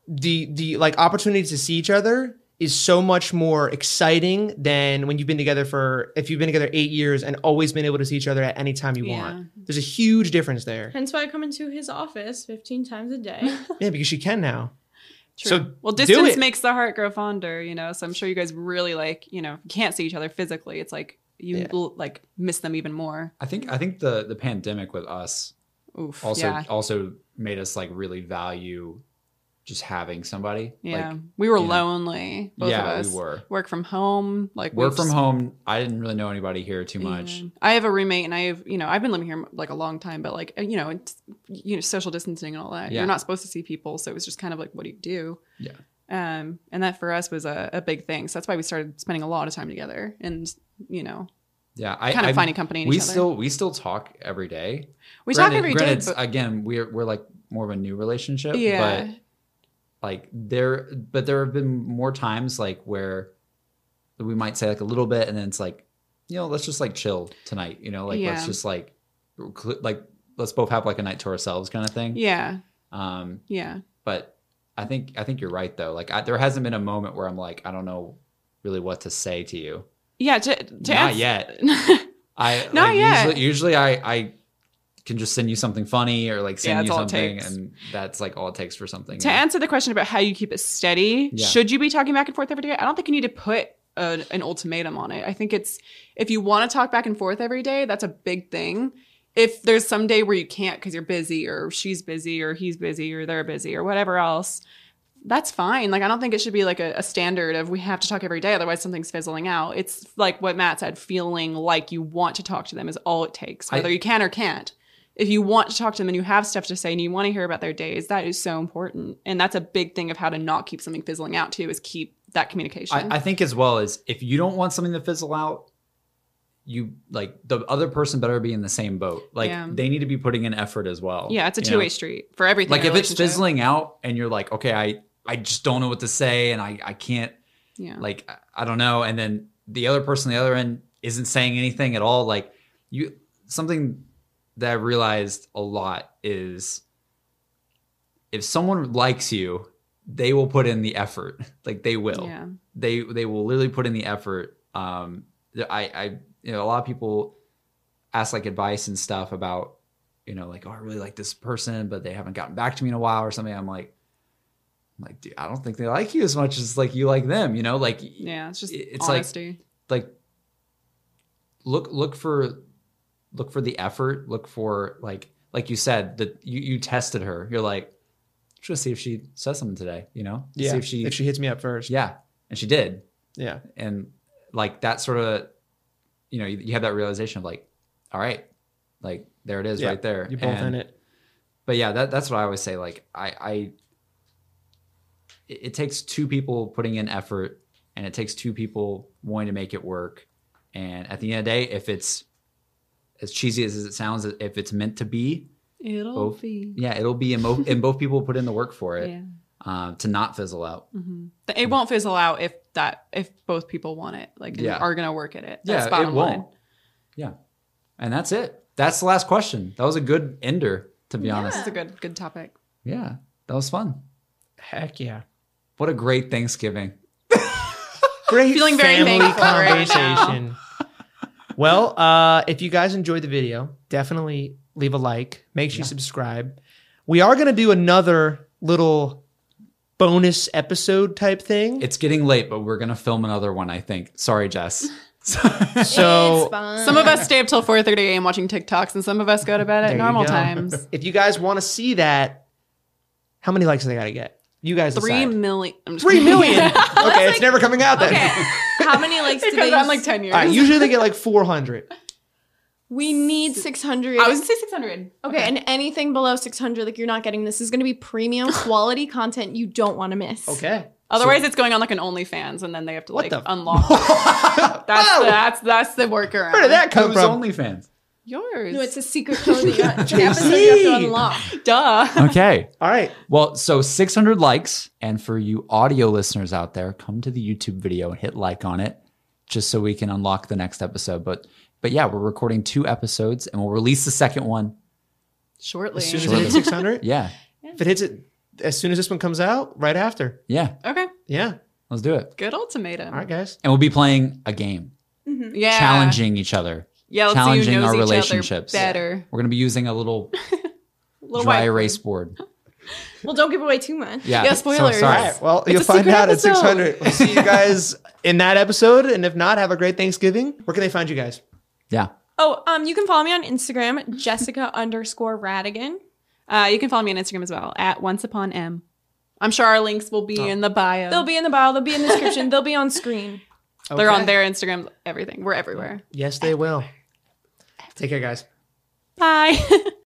Speaker 1: the the like opportunity to see each other is so much more exciting than when you've been together for if you've been together eight years and always been able to see each other at any time you
Speaker 4: Yeah.
Speaker 1: want. There's a huge difference
Speaker 2: *laughs*
Speaker 1: there.
Speaker 2: Hence why I come into his office 15 times a day.
Speaker 1: Yeah, because she can now.
Speaker 4: True.
Speaker 1: So
Speaker 4: well,
Speaker 1: do
Speaker 4: distance
Speaker 1: it.
Speaker 4: makes the heart grow fonder, you know. So I'm sure you guys really like, you know, if you can't see each other physically. It's like you
Speaker 1: Yeah.
Speaker 4: l- like miss them even more.
Speaker 3: I think
Speaker 2: think-
Speaker 3: I think the the pandemic with us
Speaker 4: Oof.
Speaker 3: also
Speaker 4: yeah.
Speaker 3: also made us like really value just having somebody.
Speaker 4: Yeah.
Speaker 3: Like,
Speaker 4: we were
Speaker 3: you know.
Speaker 4: lonely. Both of
Speaker 3: yeah,
Speaker 4: us.
Speaker 3: we were.
Speaker 4: Work from home. Like
Speaker 3: Work
Speaker 4: we
Speaker 3: from
Speaker 4: just-
Speaker 3: home. I didn't really know anybody here too much.
Speaker 4: Yeah. I have a roommate, and I have you know I've been living here like a long time, but like you know it's, you know social distancing and all that.
Speaker 3: Yeah.
Speaker 4: You're not supposed to see people, so it was just kind of like what do you do?
Speaker 3: Yeah.
Speaker 4: Um, and that for us was a, a big thing. So that's why we started spending a lot of time together, and you know
Speaker 3: Yeah, I
Speaker 4: kind of
Speaker 3: I-
Speaker 4: finding company. In
Speaker 3: we
Speaker 4: each other.
Speaker 3: still we still talk every day.
Speaker 4: we
Speaker 3: Granted-
Speaker 4: talk every day,
Speaker 3: granted,
Speaker 4: but-
Speaker 3: again, we're we're like more of a new relationship.
Speaker 4: yeah.
Speaker 3: But like there but there have been more times like where we might say like a little bit and then it's like, you know, let's just like chill tonight. You know, like let's
Speaker 4: Yeah.
Speaker 3: just like cl- like let's both have like a night to ourselves kind of thing.
Speaker 4: yeah,
Speaker 3: Um
Speaker 4: yeah,
Speaker 3: but I think I think you're right though. Like I, there hasn't been a moment where I'm like, I don't know really what to say to you.
Speaker 4: yeah. To, *laughs* to
Speaker 3: Not
Speaker 4: ans-
Speaker 3: yet. I
Speaker 4: *laughs* Not
Speaker 3: like,
Speaker 4: yet.
Speaker 3: Usually, usually I I can just send you something funny or like
Speaker 4: Yeah,
Speaker 3: send
Speaker 4: that's
Speaker 3: you
Speaker 4: all it
Speaker 3: something,
Speaker 4: takes.
Speaker 3: and that's like all it takes for something.
Speaker 4: to answer the question about how you keep it steady,
Speaker 3: Yeah.
Speaker 4: should you be talking back and forth every day? I don't think you need to put an, an ultimatum on it. I think it's if you want to talk back and forth every day, that's a big thing. If there's some day where you can't because you're busy or she's busy or he's busy or they're busy or whatever else, that's fine. Like I don't think it should be like a, a standard of we have to talk every day, otherwise something's fizzling out. It's like what Matt said, feeling like you want to talk to them is all it takes,
Speaker 3: I-
Speaker 4: whether you can or can't. If you want to talk to them and you have stuff to say and you want to hear about their days, that is so important. And that's a big thing of how to not keep something fizzling out too, is keep that communication.
Speaker 3: I, I think as well as if you don't want something to fizzle out, you like the other person better be in the same boat. Like
Speaker 4: Yeah.
Speaker 3: they need to be putting in effort as well.
Speaker 4: yeah, it's a
Speaker 3: you
Speaker 4: two
Speaker 3: know?
Speaker 4: way street for everything.
Speaker 3: Like
Speaker 4: in a
Speaker 3: if it's
Speaker 4: relationship.
Speaker 3: fizzling out and you're like, okay, I I just don't know what to say and I I can't
Speaker 4: yeah,
Speaker 3: like I- I don't know, and then the other person on the other end isn't saying anything at all. Like you, something that I realized a lot is if someone likes you, they will put in the effort. *laughs* Like they will
Speaker 4: yeah,
Speaker 3: they they will literally put in the effort. Um, the- I I you know a lot of people ask like advice and stuff about you know like oh I really like this person but they haven't gotten back to me in a while or something. I'm like I'm like dude I don't think they like you as much as like you like them. You know like
Speaker 4: yeah. It's just
Speaker 3: It's like-
Speaker 4: honesty.
Speaker 3: like look look for look for the effort. Look for like like you said that you you tested her. You're like I'm just gonna see if she says something today. You know
Speaker 1: Yeah,
Speaker 3: see if she,
Speaker 1: if she hits me up first.
Speaker 3: yeah and she did
Speaker 1: yeah.
Speaker 3: and like that sort of you know you, you have that realization of like all right like there it is
Speaker 1: Yeah,
Speaker 3: right there
Speaker 1: You both
Speaker 3: And-
Speaker 1: in it.
Speaker 3: but yeah that, that's what i always say like i i it, it takes two people putting in effort and it takes two people wanting to make it work and at the end of the day if it's as cheesy as it sounds if it's meant to be
Speaker 4: It'll
Speaker 3: both-
Speaker 4: be.
Speaker 3: yeah it'll be and, mo- and both people put in the work for it
Speaker 4: Yeah.
Speaker 3: uh, to not fizzle out
Speaker 4: Mm-hmm. It won't fizzle out if that if both people want it, like and
Speaker 3: Yeah.
Speaker 4: are gonna work at it.
Speaker 3: yeah,
Speaker 4: That's bottom
Speaker 3: it
Speaker 4: line.
Speaker 3: won't. Yeah, and that's it. That's the last question. That was a good ender, to be
Speaker 2: Yeah.
Speaker 3: honest.
Speaker 4: This is a good good topic.
Speaker 3: Yeah, that was fun.
Speaker 1: Heck yeah.
Speaker 3: What a great Thanksgiving.
Speaker 1: Great
Speaker 4: Feeling very
Speaker 1: family
Speaker 4: thankful right now. *laughs*
Speaker 1: conversation. well, uh, if you guys enjoyed the video, definitely leave a like. Make sure you subscribe. We are going to do another little bonus episode type thing.
Speaker 3: It's getting late, but we're gonna film another one. I think. Sorry,
Speaker 4: *laughs*
Speaker 3: Jess. *laughs*
Speaker 2: It's
Speaker 1: *laughs* *laughs* so
Speaker 2: fun.
Speaker 4: Some of us stay up till four thirty a.m. watching TikToks, and some of us go to bed
Speaker 1: There
Speaker 4: at
Speaker 1: you *laughs*
Speaker 4: normal
Speaker 1: go.
Speaker 4: times.
Speaker 1: if you guys want to see that, How many likes do they got to get? You guys
Speaker 4: Three
Speaker 1: decide.
Speaker 4: million. I'm just
Speaker 1: Three
Speaker 4: kidding. *laughs*
Speaker 1: million. *laughs* okay, it's never coming out then.
Speaker 2: Okay. How many likes
Speaker 4: It's
Speaker 2: do they
Speaker 4: been
Speaker 2: use?
Speaker 4: like ten years.
Speaker 1: All right, usually they get like 400.
Speaker 2: we need 600.
Speaker 4: I was gonna say six hundred.
Speaker 2: okay, and anything below 600, like you're not getting this, is going to be premium quality content you don't want to miss.
Speaker 4: *laughs*
Speaker 1: Okay.
Speaker 4: Otherwise, it's going on like an OnlyFans, and then they have to
Speaker 1: What
Speaker 4: like
Speaker 1: the-
Speaker 4: unlock. That's
Speaker 1: Whoa!
Speaker 4: that's that's the workaround.
Speaker 1: Where did that come
Speaker 3: Who's
Speaker 1: from?
Speaker 3: OnlyFans?
Speaker 4: Yours.
Speaker 2: No,
Speaker 1: *laughs*
Speaker 2: it's a secret code that you have,
Speaker 1: JC.
Speaker 2: every episode you have to unlock.
Speaker 4: duh.
Speaker 3: Okay.
Speaker 1: All right.
Speaker 3: Well, so 600 likes. And for you audio listeners out there, come to the YouTube video and hit like on it just so we can unlock the next episode. But but yeah, we're recording two episodes and we'll release the second one.
Speaker 4: Shortly.
Speaker 1: As soon as it
Speaker 3: Surely.
Speaker 1: hits 600,
Speaker 3: Yeah.
Speaker 1: if it hits it as soon as this one comes out, right after.
Speaker 3: Yeah.
Speaker 4: Okay.
Speaker 1: Yeah.
Speaker 3: Let's do it.
Speaker 4: Good ultimatum.
Speaker 1: All right, guys.
Speaker 3: And we'll be playing a game,
Speaker 2: Mm-hmm.
Speaker 4: Yeah.
Speaker 3: challenging each other.
Speaker 4: Yeah. Let's see
Speaker 3: challenging
Speaker 4: who knows
Speaker 3: our
Speaker 4: each
Speaker 3: relationships.
Speaker 4: Other better.
Speaker 3: We're going to be using a little
Speaker 4: *laughs* Little
Speaker 3: dry
Speaker 4: white-
Speaker 3: erase board.
Speaker 2: Well, don't give away too much.
Speaker 3: Yeah.
Speaker 4: Yeah,
Speaker 3: so
Speaker 4: spoilers.
Speaker 1: All
Speaker 3: sorry.
Speaker 1: right. Well,
Speaker 4: a
Speaker 1: you'll find
Speaker 4: secret
Speaker 1: out
Speaker 4: episode.
Speaker 1: at 600. We'll see you
Speaker 4: *laughs*
Speaker 1: guys in that episode. And if not, have a great Thanksgiving. Where can they find you guys?
Speaker 3: Yeah.
Speaker 2: Oh, um, you can follow me on Instagram, Jessica underscore Radigan.
Speaker 4: Uh, you can follow me on Instagram as well at once upon m. I'm sure our links will
Speaker 3: Oh.
Speaker 4: be in the bio.
Speaker 2: They'll be in the bio. They'll be in the description. they'll be on screen.
Speaker 4: They're
Speaker 1: Okay.
Speaker 4: on their Instagram. Everything. We're everywhere.
Speaker 1: Yes, they will. Take care, guys.
Speaker 3: *laughs*
Speaker 4: Bye.